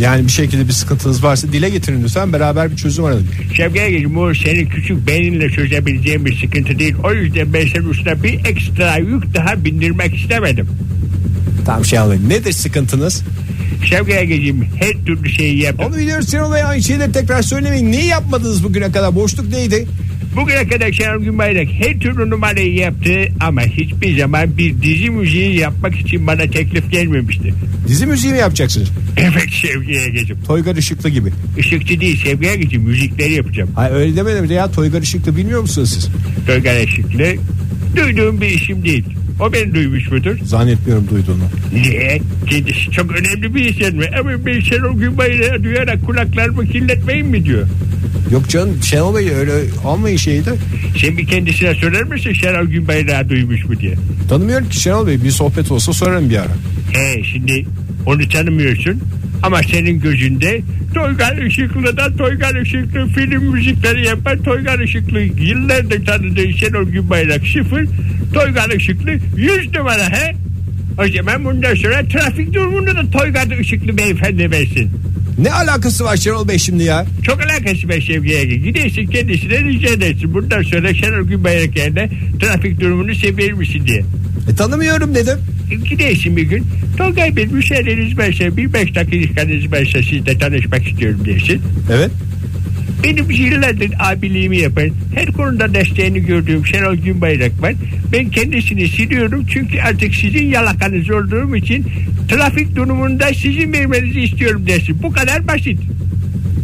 S2: Yani bir şekilde bir sıkıntınız varsa dile getirin lütfen beraber bir çözüm arayalım.
S6: Şevki Ergeciğim, bu senin küçük beyninle çözebileceğin bir sıkıntı değil. O yüzden ben senin üstüne bir ekstra yük daha bindirmek istemedim.
S2: Tamam şey alayım. Nedir sıkıntınız?
S6: Şevki Ergeciğim, her türlü şeyi yaptım.
S2: Onu biliyoruz Sinan Bey aynı şeyleri tekrar söylemeyin. Neyi yapmadınız bugüne kadar? Boşluk neydi?
S6: Bugüne kadar Şenol Günbayrak her türlü numarayı yaptı ama hiçbir zaman bir dizi müziği yapmak için bana teklif gelmemişti.
S2: Dizi müziği mi yapacaksınız?
S6: Evet Şevki Ergeciğim.
S2: Toygar Işıklı gibi.
S6: Işıkçı değil Şevki Ergeciğim müzikleri yapacağım.
S2: Hayır öyle demedim de ya Toygar Işıklı bilmiyor musunuz siz?
S6: Toygar Işıklı duyduğum bir işim değil. O beni duymuş mudur?
S2: Zannetmiyorum duyduğunu.
S6: Niye? Kendisi çok önemli bir iş mi? Ama ben Şenol Günbayrak'ı duyarak kulaklarımı kirletmeyin mi diyor.
S2: Yok canım Şenol Bey öyle almayın şeyi de.
S6: Sen bir kendisine sorar mısın Şenol Günbayrak'ı duymuş mu diye.
S2: Tanımıyorum ki Şenol Bey bir sohbet olsa sorarım bir ara.
S6: He şimdi onu tanımıyorsun ama senin gözünde Toygar Işıklı'dan Toygar Işıklı film müzikleri yapan Toygar Işıklı yıllardır tanıdığın Şenol Günbayrak sıfır Toygar Işıklı yüz numara he. O zaman bundan sonra trafik durumunu da Toygar Işıklı beyefendi versin.
S2: Ne alakası var Şenol Bey şimdi ya?
S6: Çok alakası var Şevki'ye. Gidersin kendisine rica edersin. Bundan sonra Şenol Günbayrak yerine trafik durumunu sevilir misin diye. E,
S2: E, tanımıyorum dedim.
S6: Gidersin bir gün. Tolgay Bey müsaadeniz varsa bir beş dakikanız varsa sizle tanışmak istiyorum dersin.
S2: Evet.
S6: Benim yıllardır abiliğimi yapan her konuda desteğini gördüğüm Şenol Günbayrak var. Ben kendisini siliyorum çünkü artık sizin yalakanız olduğum için trafik durumunda sizin vermenizi istiyorum dersin. Bu kadar basit.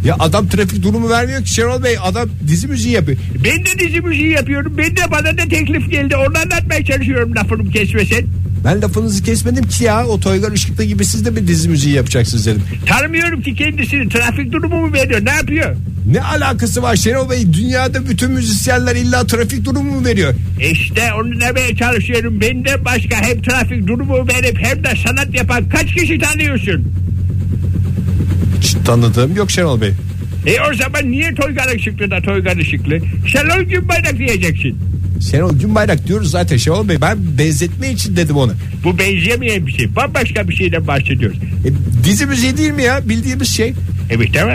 S2: Ya adam trafik durumu vermiyor ki Şenol Bey adam dizi müziği yapıyor.
S6: Ben de dizi müziği yapıyorum. Ben de bana da teklif geldi. Onu anlatmaya çalışıyorum lafını kesmesen.
S2: Ben lafınızı kesmedim ki ya o Toygar Işıklı gibi siz de bir dizi müziği yapacaksınız dedim.
S6: Tanımıyorum ki kendisini. Trafik durumu mu veriyor? Ne yapıyor?
S2: Ne alakası var Şenol Bey dünyada bütün müzisyenler illa trafik durumu mu veriyor?
S6: İşte onu demeye çalışıyorum. Ben de başka hem trafik durumu verip hem de sanat yapan kaç kişi tanıyorsun?
S2: Hiç tanıdığım yok Şenol Bey.
S6: E o zaman niye Toygar Işıklı da Toygar Işıklı? Şenol Günbayrak diyeceksin.
S2: Şenol Günbayrak diyoruz zaten Şenol Bey ben benzetme için dedim onu.
S6: Bu benzemeyen bir şey. Bambaşka bir şeyden bahsediyoruz.
S2: E, dizi müziği değil mi ya bildiğimiz şey?
S6: Evet ama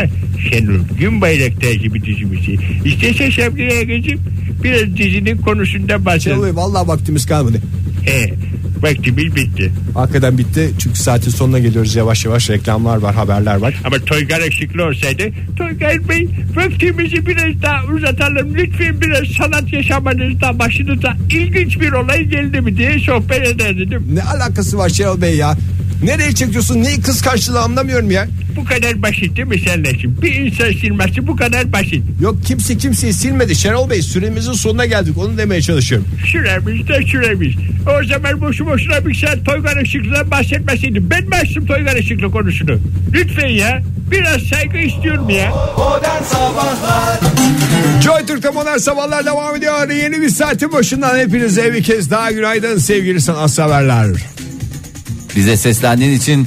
S6: Şenol Günbayrak der gibi dizimizi. İstese Şevki Yengeciğim biraz dizinin konusundan
S2: Şenol
S6: bahsedelim.
S2: Bey vallahi vaktimiz kalmadı.
S6: E, vaktimiz bitti.
S2: Hakikaten bitti çünkü saatin sonuna geliyoruz yavaş yavaş reklamlar var haberler var.
S6: Ama Toygar Işıklı olsaydı Toygar Bey vaktimizi biraz daha uzatalım lütfen biraz sanat yaşamanızda başınıza ilginç bir olay geldi mi diye sohbet ederdim.
S2: Ne alakası var Şenol Bey ya? Nereye çekiyorsun neyi kıskançlığı anlamıyorum ya.
S6: Bu kadar basit değil mi Selçuk? Bir insan silmesi bu kadar basit.
S2: Yok kimse kimseyi silmedi Şenol Bey süremizin sonuna geldik onu demeye çalışıyorum.
S6: Süremiz de süremiz. O zaman boşu boşuna bir saat Toygar Işıklı'dan bahsetmeseydim. Ben mi açtım Toygar Işıklı konusunu? Lütfen ya. Biraz saygı istiyorum ya.
S2: Joy Türk'te modern sabahlar devam ediyor. Yeni bir saatin başından hepinize bir kez daha günaydın sevgili sanat severler.
S4: Bize seslendiğin için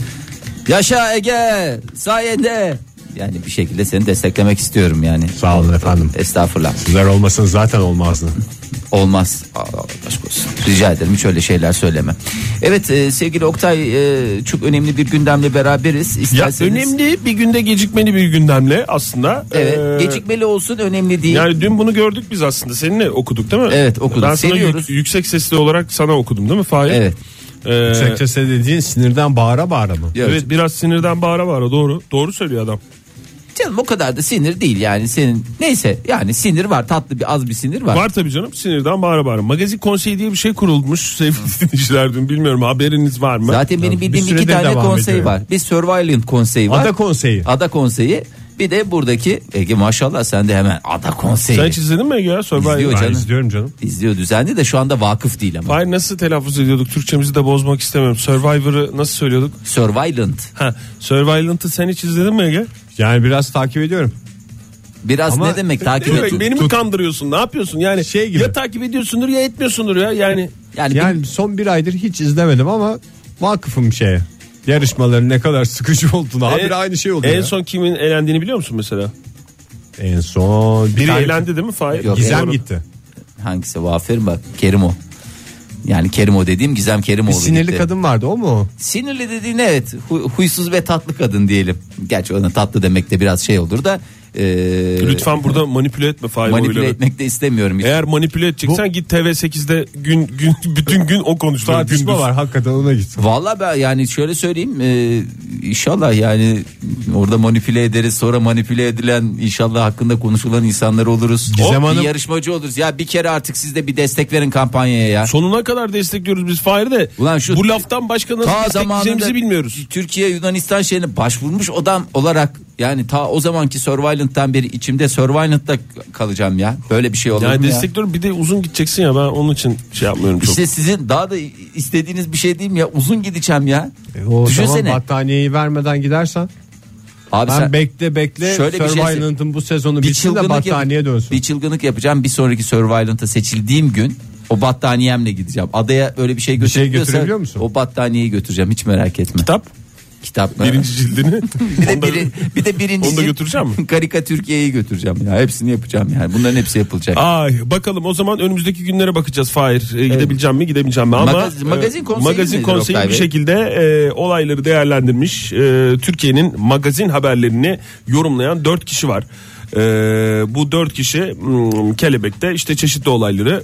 S4: yaşa Ege sayende yani bir şekilde seni desteklemek istiyorum yani.
S5: Sağ olun efendim.
S4: Estağfurullah.
S5: Sizler olmasın zaten olmazdı.
S4: Olmaz. Aa, aşk olsun. Rica ederim hiç öyle şeyler söyleme. Evet e, sevgili Oktay e, çok önemli bir gündemle beraberiz.
S3: Ya
S4: İsterseniz,
S3: önemli bir günde gecikmeli bir gündemle aslında.
S4: Evet,
S5: e,
S3: Ee,
S4: gecikmeli olsun önemli değil.
S3: Yani dün bunu gördük biz aslında. Seninle okuduk değil mi?
S4: Evet, okuduk.
S3: Ben sana
S4: Seviyoruz.
S3: yük- yüksek sesli olarak sana okudum değil mi Fahir?
S4: Evet.
S3: Ee,
S5: Yüksek sesle dediğin sinirden bağıra bağıra mı?
S4: Ya,
S3: evet biraz sinirden bağıra bağıra doğru. Doğru söylüyor adam.
S4: Canım o kadar da sinir değil yani senin. Neyse yani sinir var tatlı bir az bir sinir var.
S3: Var tabii canım sinirden bağıra bağıra. Magazin konseyi diye bir şey kurulmuş sevgili dinleyiciler dün bilmiyorum haberiniz var mı?
S4: Zaten benim bildiğim iki
S5: süredir
S4: tane
S5: devam
S4: konsey
S5: ediyor.
S4: var. Bir Survivalent konseyi var.
S5: Ada konseyi.
S4: Ada konseyi. Bir de buradaki Ege maşallah sen de hemen Ada konseyi.
S3: Sen hiç izledin mi Ege ya?
S4: İzliyor
S3: Survivor?
S4: canım.
S5: Ben izliyorum canım.
S4: İzliyor düzenli de şu anda vakıf değil ama.
S3: Hayır nasıl telaffuz ediyorduk? Türkçemizi de bozmak istemiyorum. Survivor'ı nasıl söylüyorduk?
S4: Survivalent.
S3: Ha, Survivalent'ı sen hiç izledin mi Ege?
S5: Yani biraz takip ediyorum.
S4: Biraz
S5: Ama-
S4: ne demek takip
S3: Ne demek?
S4: et.
S3: Beni mi kandırıyorsun? Ne yapıyorsun? Yani
S5: Şey gibi.
S3: ya takip ediyorsundur ya etmiyorsundur ya. Yani
S4: Yani, bir-
S5: Yani son bir aydır hiç izlemedim ama vakıfım şeye. Yarışmaların ne kadar sıkıcı olduğunu. Abi
S3: En-
S5: aynı şey oldu
S3: e, En
S5: ya.
S3: son kimin eğlendiğini biliyor musun mesela?
S5: en son bir
S3: Biri
S5: tane-
S3: eğlendi değil mi Fahir?
S4: Yok,
S5: Gizem
S4: Doğru.
S5: gitti.
S4: hangisi? Aferin bak Kerim o. Yani Kerim o dediğim Gizem Kerimoğlu.
S2: Sinirli
S4: gitti.
S2: kadın vardı o mu?
S4: Sinirli dediğin evet hu- huysuz ve tatlı kadın diyelim. Gerçi ona tatlı demek de biraz şey olur da. e,
S3: Lütfen burada manipüle etme Fahir
S4: manipüle
S3: oyları.
S4: etmek de istemiyorum. Hiç.
S3: Eğer manipüle edeceksen git TV8'de gün gün bütün gün o konuşuyor.
S2: Tartışma var hakikaten ona git.
S4: Valla ben yani şöyle söyleyeyim e, inşallah yani orada manipüle ederiz sonra manipüle edilen inşallah hakkında konuşulan insanlar oluruz.
S2: Gizem
S4: O,
S2: Hanım-
S4: Bir yarışmacı oluruz ya bir kere artık siz de bir destek verin kampanyaya ya.
S3: Sonuna kadar destekliyoruz biz Fahir de.
S4: Ulan şu-
S3: bu laftan başka nasıl
S4: Ta
S3: destekleyeceğimizi
S4: zamanında
S3: bilmiyoruz.
S4: Türkiye Yunanistan şeyine başvurmuş adam olarak yani ta o zamanki Survivalent'tan beri içimde Survivalent'ta kalacağım ya. Böyle bir şey olur
S3: Yani
S4: mu ya?
S3: destekliyorum bir de uzun gideceksin ya ben onun için şey yapmıyorum çok.
S4: İşte sizin daha da istediğiniz bir şey değil mi ya? Uzun gideceğim ya.
S5: E,
S2: E, O
S4: Düşünsene.
S2: zaman battaniyeyi vermeden gidersen
S4: Abi
S2: ben
S4: sen-
S2: bekle bekle
S4: Şöyle bir şey-
S2: Survivalent'ın bu sezonu bitsin de
S4: yap-
S2: battaniye dönsün.
S4: Bir çılgınlık yapacağım. Bir sonraki Survivalent'a seçildiğim gün o battaniyemle gideceğim. Adaya böyle bir şey
S2: şey
S4: götürebiliyorsa
S2: götürebiliyor musun?
S4: O battaniyeyi götüreceğim hiç merak etme.
S3: Kitap
S4: Kitap mı?
S3: birinci cildini.
S4: bir de,
S3: Onda-
S4: biri- bir de birinci
S3: Onu da götüreceğim mi?
S4: Karikatürkiye'yi götüreceğim ya. Hepsini yapacağım yani. Bunların hepsi yapılacak.
S3: Ay bakalım o zaman önümüzdeki günlere bakacağız Fahir. Ee, gidebileceğim mi gidemeyeceğim mi ama
S4: Magazin- magazin konseyi
S3: magazin
S4: nedir
S3: konseyi
S4: Oktay
S3: bir
S4: Bey?
S3: şekilde e, olayları değerlendirmiş. E, Türkiye'nin magazin haberlerini yorumlayan dört kişi var. E, bu dört kişi hmm, Kelebek'te işte çeşitli olayları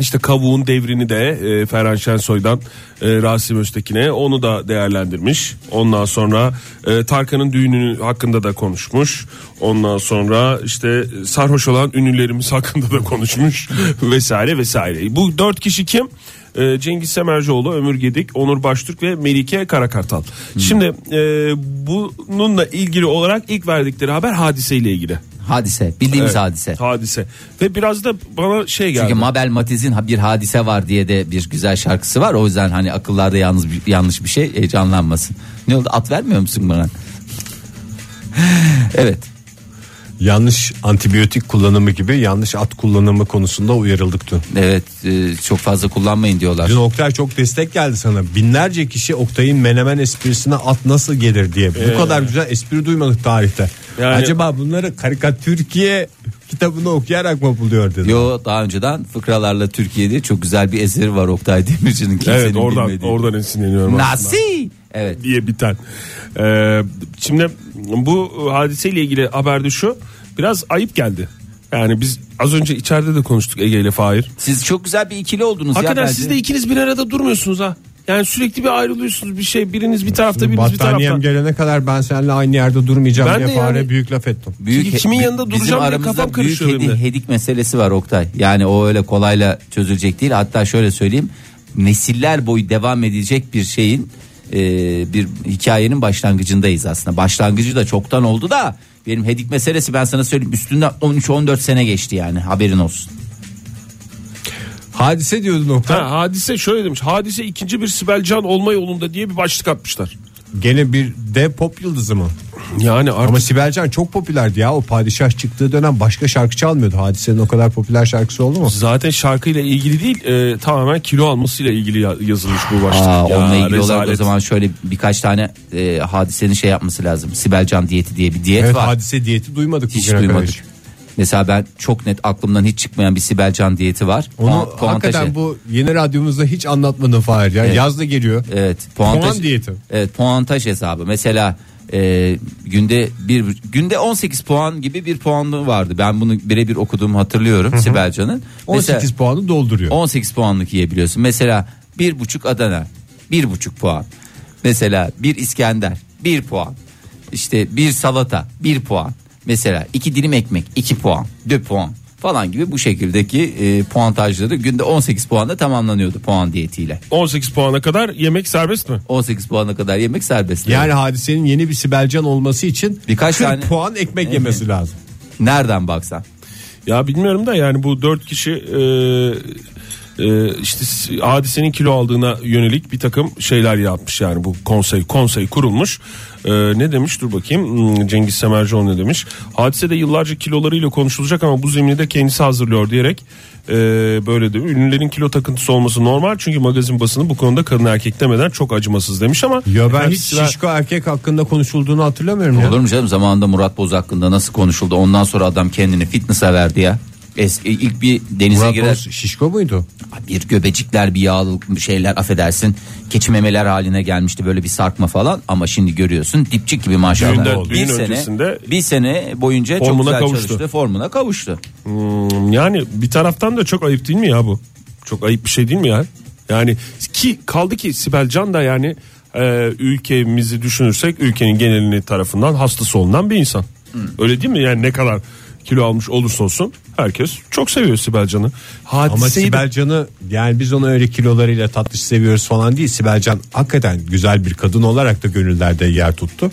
S3: işte kavuğun devrini de e, Ferhan Şensoy'dan e, Rasim Öztekin'e onu da değerlendirmiş. Ondan sonra e, Tarkan'ın düğünü hakkında da konuşmuş. Ondan sonra işte e, sarhoş olan ünlülerimiz hakkında da konuşmuş vesaire vesaire. Bu dört kişi kim? E, Cengiz Semercioğlu, Ömür Gedik, Onur Baştürk ve Melike Karakartal.
S4: Hmm.
S3: Şimdi e, bununla ilgili olarak ilk verdikleri haber hadiseyle ilgili.
S4: Hadise. Bildiğimiz
S3: Evet,
S4: hadise.
S3: Hadise. Ve biraz da bana şey geldi.
S4: Çünkü Mabel Matiz'in ha- bir hadise var diye de bir güzel şarkısı var. O yüzden hani akıllarda yalnız bir- yanlış bir şey heyecanlanmasın. Ne oldu? At vermiyor musun bana? evet.
S2: Yanlış antibiyotik kullanımı gibi yanlış at kullanımı konusunda uyarıldık dün.
S4: Evet e, çok fazla kullanmayın diyorlar.
S2: Dün Oktay çok destek geldi sana. Binlerce kişi Oktay'ın menemen esprisine at nasıl gelir diye. Bu kadar güzel espri duymadık tarihte.
S3: Ee. Yani-
S2: Acaba bunları karikatür Türkiye kitabını okuyarak mı buluyor dedi.
S4: Yo daha önceden fıkralarla Türkiye'de çok güzel bir eseri var Oktay Demirci'nin kimsenin
S3: Evet oradan
S4: bilmediği.
S3: oradan esinleniyorum. aslında.
S4: Nasıl? Evet.
S3: diye biten. Ee, şimdi bu hadiseyle ilgili haberde şu biraz ayıp geldi. Yani biz az önce içeride de konuştuk Ege ile Fahir.
S4: Siz çok güzel bir ikili oldunuz
S3: Hakikaten
S4: ya bence.
S3: siz de ikiniz bir arada durmuyorsunuz ha. Yani sürekli bir ayrılıyorsunuz bir şey biriniz bir tarafta biriniz bir tarafta.
S2: Battaniyem gelene kadar ben seninle aynı yerde durmayacağım
S3: Ben de
S2: diye fare
S3: yani-
S2: büyük laf ettim.
S3: Çünkü kimin yanında
S4: bizim
S3: duracağım diye
S4: aramızda
S3: kafam
S4: büyük
S3: karışıyor
S4: hedi-
S3: benim de.
S4: hedik meselesi var Oktay. Yani o öyle kolayla çözülecek değil. Hatta şöyle söyleyeyim. Nesiller boyu devam edecek bir şeyin e, bir hikayenin başlangıcındayız aslında. Başlangıcı da çoktan oldu da benim hedik meselesi ben sana söyleyeyim üstünden 13-14 sene geçti yani haberin olsun.
S2: Hadise diyordu nokta.
S3: Ha, hadise şöyle demiş. Hadise ikinci bir Sibel Can olma yolunda diye bir başlık atmışlar.
S2: Gene bir de pop yıldızı mı?
S3: Yani artık
S2: Ama Sibel Can çok popülerdi ya. O padişah çıktığı dönem başka şarkı çalmıyordu. Hadisenin o kadar popüler şarkısı oldu mu?
S3: Zaten şarkıyla ilgili değil e, tamamen kilo almasıyla ilgili ya- yazılmış bu başlık.
S4: Aa,
S3: Ya,
S4: onunla ilgili olarak o
S3: rezalet.
S4: zaman şöyle birkaç tane e, hadisenin şey yapması lazım. Sibelcan diyeti diye bir diyet
S2: Evet,
S4: var.
S2: hadise diyeti duymadık
S4: Hiç
S2: bugüne kadar
S4: duymadık. Mesela ben çok net aklımdan hiç çıkmayan bir Sibel Can diyeti var.
S2: Onu
S4: Puan- puan
S2: hakikaten
S4: taşı.
S2: bu yeni radyomuzda hiç anlatmadın Fahir ya. Yaz da geliyor.
S4: Evet, puan,
S2: Puan
S4: taş-
S2: diyeti.
S4: Evet, puantaj hesabı. Mesela e, günde bir günde 18 puan gibi bir puanlığı vardı. Ben bunu birebir okuduğumu hatırlıyorum Sibel Can'ın.
S2: 18
S4: Mesela-
S2: puanı dolduruyor.
S4: 18 puanlık yiyebiliyorsun. Mesela bir buçuk Adana bir buçuk puan. Mesela bir İskender bir puan. İşte bir salata bir puan. Mesela iki dilim ekmek iki puan. 2 puan falan gibi bu şekildeki e, puantajları günde 18 puanla tamamlanıyordu puan diyetiyle.
S3: 18 puana kadar yemek serbest mi?
S4: 18 puana kadar yemek serbest.
S2: Yani hadisenin yeni bir Sibelcan olması için
S4: Birkaç
S2: 40
S4: tane-
S2: puan ekmek
S4: Evet.
S2: yemesi lazım.
S4: Nereden baksan.
S3: Ya bilmiyorum da yani bu dört kişi e, e, işte s- hadisenin kilo aldığına yönelik bir takım şeyler yapmış yani bu konsey konsey kurulmuş. E, ne demiş dur bakayım Hmm, Cengiz Semercioğlu ne demiş. Hadise de yıllarca kilolarıyla konuşulacak ama bu zemini de kendisi hazırlıyor diyerek e, böyle demiş. Ünlülerin kilo takıntısı olması normal çünkü magazin basını bu konuda kadın erkek demeden çok acımasız demiş ama.
S2: Ya ben
S3: Efendim,
S2: hiç
S3: Sibel-
S2: şişko erkek hakkında konuşulduğunu hatırlamıyorum ya.
S4: Olur mu canım zamanında Murat Boz hakkında nasıl konuşuldu ondan sonra adam kendini fitness'a verdi ya. Eski ilk bir denize
S2: Murat
S4: girer.
S2: Boz şişko muydu?
S4: bir göbecikler bir yağlı şeyler affedersin keçi memeler haline gelmişti böyle bir sarkma falan ama şimdi görüyorsun dipçik gibi maşallah.
S3: Düğünden-
S4: bir
S3: düğün
S4: sene
S3: öncesinde
S4: bir sene boyunca çok
S3: formuna
S4: güzel
S3: kavuştu.
S4: çalıştı formuna kavuştu.
S3: Hmm, yani bir taraftan da çok ayıp değil mi ya bu? Çok ayıp bir şey değil mi ya? Yani ki kaldı ki Sibel Can da yani e, ülkemizi düşünürsek ülkenin genelini tarafından hastası olunan bir insan. Öyle değil mi? Yani ne kadar kilo almış olursa olsun herkes çok seviyor Sibel Can'ı.
S2: Ama
S3: Hadiseyi de-
S2: Sibel Can'ı yani biz onu öyle kilolarıyla tatlış seviyoruz falan değil. Sibel Can hakikaten güzel bir kadın olarak da gönüllerde yer tuttu.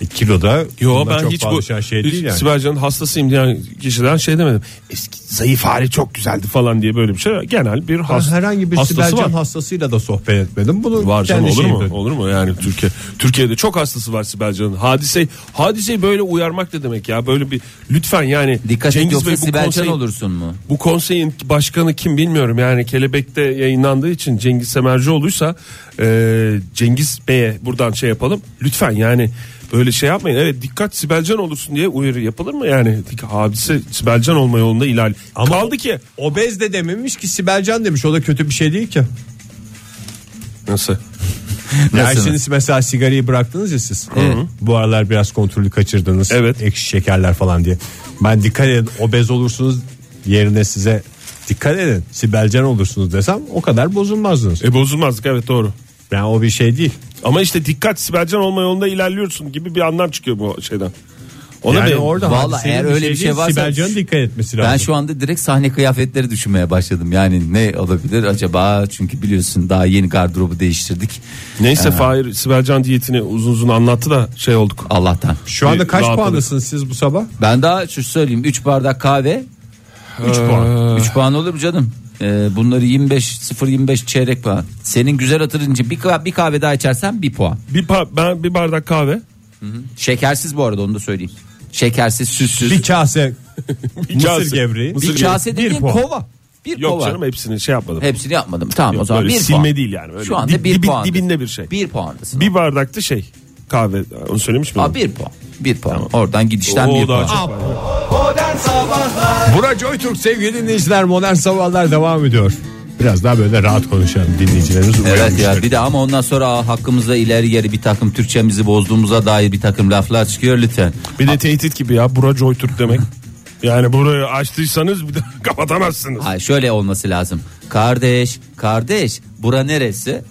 S2: E, kiloda
S3: Yo
S2: bundan
S3: ben
S2: çok
S3: hiç bu
S2: bağdaşan şey
S3: hiç
S2: değil yani.
S3: Sibel Can'ın hastasıyım diyen kişiden şey demedim. Eski zayıf hali çok güzeldi falan diye böyle bir şey. Genel bir
S2: Ben
S3: hast,
S2: herhangi bir
S3: hastası
S2: Sibel Can
S3: var.
S2: hastasıyla da sohbet etmedim. Bunu
S3: Var canım
S2: kendi
S3: olur mu?
S2: şeyimde-
S3: Olur mu yani Türkiye Türkiye'de çok hastası var Sibel Can'ın. Hadise hadiseyi böyle uyarmak ne demek ya? Böyle bir lütfen yani
S4: Dikkat et yoksa
S3: bu
S4: Sibel Can
S3: konseyin-
S4: olursun mu?
S3: Bu konseyin başkanı kim bilmiyorum yani Kelebek'te yayınlandığı için Cengiz Semercioğlu'ysa e, Cengiz Bey'e buradan şey yapalım. Lütfen yani böyle şey yapmayın. Evet dikkat Sibel Can olursun diye uyarı yapılır mı yani? Hadise Sibel Can olma yolunda ilerliyor.
S2: Ama-
S3: Kaldı ki
S2: Obez de dememiş ki Sibel Can demiş. O da kötü bir şey değil ki.
S3: nasıl?
S2: Yani
S4: Nasıl?
S2: şimdi mesela sigarayı bıraktınız ya siz. Bu aralar biraz kontrolü kaçırdınız.
S3: Evet.
S2: Ekşi şekerler falan diye. Ben dikkat edin obez olursunuz yerine size dikkat edin Sibelcan olursunuz desem o kadar bozulmazdınız.
S3: E bozulmazlık evet doğru.
S2: Yani o bir şey değil.
S3: Ama işte dikkat Sibel Can olma yolunda ilerliyorsun gibi bir anlam çıkıyor bu şeyden. Ona
S2: Yani
S3: ben-
S2: orada
S4: Vallahi
S2: hadisenin
S4: eğer öyle bir şey
S2: değil,
S4: varsa-
S2: Sibelcan'ın dikkat etmesi lazım.
S4: Ben şu anda direkt sahne kıyafetleri düşünmeye başladım. Yani ne olabilir acaba? Çünkü biliyorsun daha yeni gardırobu değiştirdik.
S3: Neyse Fahir Sibel Can diyetini uzun uzun anlattı da şey olduk.
S4: Allah'tan.
S2: Şu anda
S3: Bir
S2: kaç
S3: rahatladık.
S2: puandasınız siz bu sabah?
S4: Ben daha şu söyleyeyim 3 bardak kahve
S2: 3 puan.
S4: 3 puan olur mu canım? Ee, bunları 25 0 25 çeyrek puan. Senin güzel hatırın için bir, kah- bir kahve daha içersen 1 puan.
S3: Bir pa- ben bir bardak kahve.
S4: Şekersiz bu arada onu da söyleyeyim. Şekersiz, süssüz.
S2: Bir kase
S3: kase.
S2: mısır gevreği.
S3: Mısır
S4: bir kase dediğin
S2: puan.
S4: kova. Bir
S3: Yok
S4: kova.
S3: canım hepsini şey yapmadım.
S4: Hepsini yapmadım. Tamam
S3: Yok,
S4: o zaman
S3: böyle
S4: bir
S3: silme
S4: puan.
S3: değil yani, öyle
S4: Şu anda
S3: dip-
S4: bir
S3: dibi-
S4: puan.
S3: dibinde bir şey.
S4: Bir puandasın.
S3: Bir bardaktı şey kahve onu söylemiş miyim?
S4: Aa, bir puan. Bir puan. Oradan gidişten
S3: O
S4: bir
S3: daha
S4: puan.
S3: çok.
S2: Bura Joytürk sevgili dinleyiciler modern sabahlar devam ediyor. Biraz daha böyle rahat konuşalım dinleyicilerimiz.
S4: Evet
S2: uyanmıştır.
S4: ya bir de ama ondan sonra aa, hakkımızda ileri geri bir takım Türkçemizi bozduğumuza dair bir takım laflar çıkıyor lütfen.
S3: Bir de tehdit gibi ya bura Joytürk demek. Yani burayı açtıysanız bir daha kapatamazsınız.
S4: Ay şöyle olması lazım. Kardeş, kardeş bura neresi?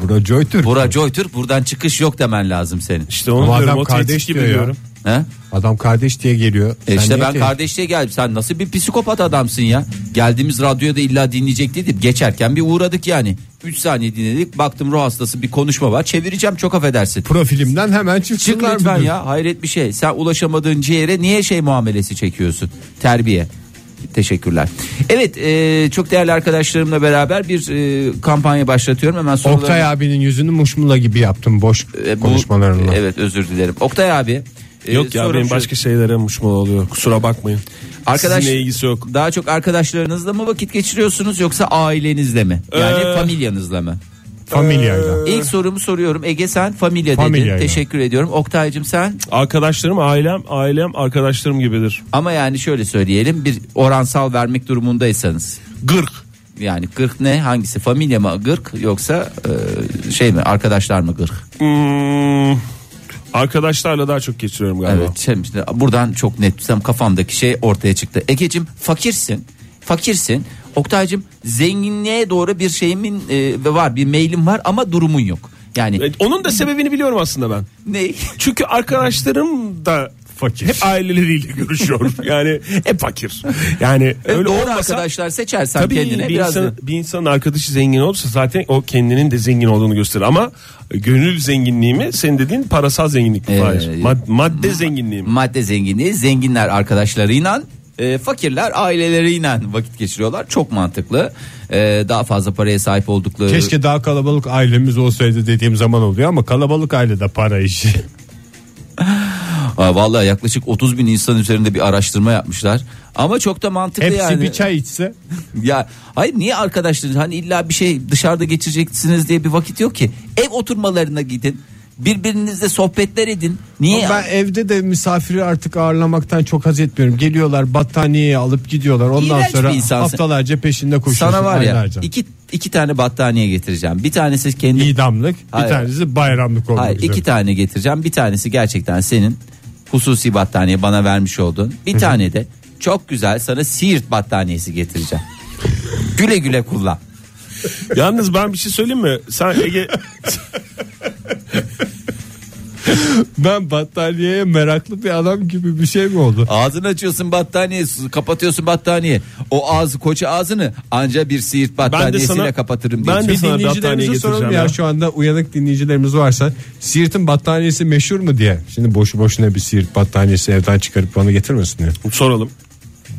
S2: Bura Joytürk.
S4: Bura Joytürk buradan çıkış yok demen lazım senin.
S3: İşte onu
S2: Ama
S3: diyorum
S2: adam
S3: o tehdit
S2: kardeş
S3: gibi
S2: diyor ya.
S3: diyorum.
S4: He?
S2: Adam kardeş diye geliyor.
S4: E
S2: Sen
S4: işte
S2: niye
S4: ben
S2: ki?
S4: kardeş diye geldim. Sen nasıl bir psikopat adamsın ya? Geldiğimiz radyoda illa dinleyecek dedik. Geçerken bir uğradık yani. 3 saniye dinledik. Baktım ruh hastası bir konuşma var. Çevireceğim çok affedersin.
S2: profilimden hemen
S4: Çık
S2: çıksınlar
S4: lütfen
S2: mı diyor?
S4: ya. Hayret bir şey. Sen ulaşamadığın ciğere niye şey muamelesi çekiyorsun? Terbiye. Teşekkürler. Evet e, çok değerli arkadaşlarımla beraber bir e, kampanya başlatıyorum. Hemen sorularımı-
S2: Oktay abinin yüzünü muşmula gibi yaptım boş
S4: E, bu-
S2: konuşmalarımla.
S4: Evet özür dilerim. Oktay abi. e,
S3: Yok ya
S4: sorum
S3: benim
S4: şu.
S3: başka şeylere muşmul oluyor. Kusura bakmayın.
S4: Arkadaş-
S3: Sizinle ilgisi yok.
S4: Daha çok arkadaşlarınızla mı vakit geçiriyorsunuz yoksa ailenizle mi? Yani
S3: Ee, e-
S4: familyanızla mı?
S2: Familyayla.
S4: İlk sorumu soruyorum. Ege sen familya dedin.
S2: Familyayla.
S4: Teşekkür ediyorum. Oktay'cım sen
S3: Arkadaşlarım ailem ailem arkadaşlarım gibidir.
S4: ama yani şöyle söyleyelim bir oransal vermek durumundaysanız.
S3: Gırk.
S4: Yani gırk ne? Hangisi? Familya mı gırk yoksa e, şey mi? Arkadaşlar mı gırk?
S3: Hmm, arkadaşlarla daha çok geçiriyorum galiba.
S4: Evet. şey, işte buradan çok net tutsam kafamdaki şey ortaya çıktı. Egecim fakirsin. Fakirsin. Oktay'cım zenginliğe doğru bir şeyimin e, var bir meylim var ama durumun yok. Yani
S3: E, Onun da sebebini biliyorum aslında ben.
S4: ne? E,
S3: Çünkü arkadaşlarım da fakir. Hep aileleriyle görüşüyor. yani hep fakir. Yani öyle
S4: E, Doğru
S3: olmasa
S4: arkadaşlar seçersen
S3: tabii
S4: kendine
S3: bir,
S4: biraz da-
S3: insan, bir insanın arkadaşı zengin olursa zaten o kendinin de zengin olduğunu gösterir. Ama gönül zenginliğimi senin dediğin parasal zenginlik.
S4: Ee,
S3: Hayır. Mad- madde zenginliğim.
S4: madde zenginliği zenginler arkadaşlarıyla e, fakirler aileleriyle vakit geçiriyorlar. Çok mantıklı. E, daha fazla paraya sahip oldukları.
S2: Keşke daha kalabalık ailemiz olsaydı dediğim zaman oluyor ama kalabalık ailede para işi.
S4: Aa, vallahi yaklaşık 30 bin insan üzerinde bir araştırma yapmışlar. Ama çok da mantıklı
S2: Hepsi
S4: yani.
S2: bir çay içse.
S4: Ya hayır niye arkadaşlarınız hani illa bir şey dışarıda geçireceksiniz diye bir vakit yok ki. Ev oturmalarına gidin. Birbirinizle sohbetler edin. Niye?
S2: Ama Ben evde de misafiri artık ağırlamaktan çok haz etmiyorum. Geliyorlar battaniyeyi alıp gidiyorlar. Ondan
S4: İğrenç
S2: sonra
S4: bir insansın.
S2: haftalarca peşinde koşuyorsun.
S4: Sana var ya
S2: aylarca.
S4: iki, iki tane battaniye getireceğim. Bir tanesi kendi
S2: İdamlık
S4: Hayır.
S2: bir tanesi bayramlık olmak
S4: Hayır
S2: üzere.
S4: iki tane getireceğim. Bir tanesi gerçekten senin hususi battaniye bana vermiş oldun. Bir tane de çok güzel sana Siirt battaniyesi getireceğim. güle güle kullan.
S3: Yalnız ben bir şey söyleyeyim mi? Sen Ege
S2: Ben battaniyeye meraklı bir adam gibi bir şey mi oldu?
S4: Ağzını açıyorsun battaniye, su- kapatıyorsun battaniye. O ağzı koca ağzını anca bir Siirt battaniyesiyle
S3: sana-
S4: kapatırım diye.
S3: Ben de
S2: Bir
S3: sana battaniye
S2: dinleyicilerimize soralım
S3: getireceğim
S2: ya.
S3: ya.
S2: şu anda uyanık dinleyicilerimiz varsa Siirt'in battaniyesi meşhur mu diye. Şimdi boşu boşuna bir Siirt battaniyesi evden çıkarıp bana getirmesin diye.
S3: soralım.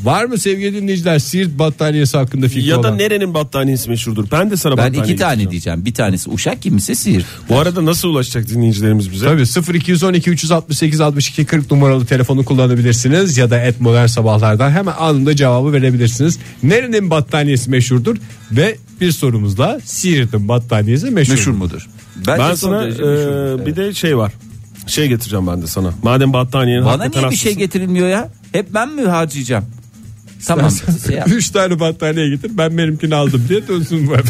S2: Var mı sevgili dinleyiciler Siirt battaniyesi hakkında fikri
S3: Ya da
S2: olan?
S3: nerenin battaniyesi meşhurdur? Ben de sana
S4: ben
S3: battaniye
S4: iki tane
S3: getireceğim.
S4: diyeceğim. Bir tanesi Uşak kimisi Siirt.
S3: Bu arada nasıl ulaşacak dinleyicilerimiz bize?
S2: Tabii 0212 368 62 40 numaralı telefonu kullanabilirsiniz ya da et modern sabahlardan hemen anında cevabı verebilirsiniz. Nerenin battaniyesi meşhurdur ve bir sorumuzla Siirt'in battaniyesi meşhur.
S4: Meşhur mudur? Bence
S3: Şey Ben
S4: son
S3: sana
S4: derece
S3: e,
S4: meşhurdur,
S3: bir
S4: evet.
S3: de şey var. Şey getireceğim ben de sana. Madem battaniyenin
S4: Bana
S3: hakikaten
S4: niye bir şey
S3: hastasın.
S4: getirilmiyor ya? Hep ben mi harcayacağım? Tamam. şey yap.
S2: 3 tane battaniye getir ben benimkini aldım diye dönsün bu eve.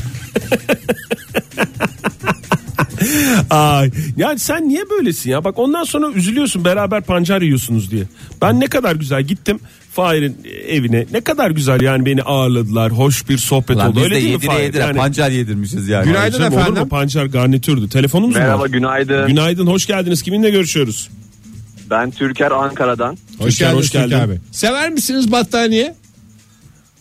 S3: Ay, yani sen niye böylesin ya? Bak ondan sonra üzülüyorsun beraber pancar yiyorsunuz diye. Ben ne kadar güzel gittim Fahir'in evine. Ne kadar güzel yani beni ağırladılar. Hoş bir sohbet
S4: Ulan
S3: oldu.
S4: biz
S3: Öyle
S4: de
S3: değil mi
S4: yedire
S3: Fahir?
S4: yedire
S3: Yani,
S4: pancar yedirmişiz yani.
S2: Günaydın
S3: Canım, olur mu?
S2: efendim.
S3: Pancar garnitürdü. Telefonumuz mu
S7: Merhaba
S3: var?
S7: günaydın.
S3: Günaydın hoş geldiniz. Kiminle görüşüyoruz?
S7: Ben Türker Ankara'dan.
S2: Hoş
S3: Türker,
S2: geldiniz
S3: hoş geldin.
S2: Türker abi. Sever misiniz battaniye?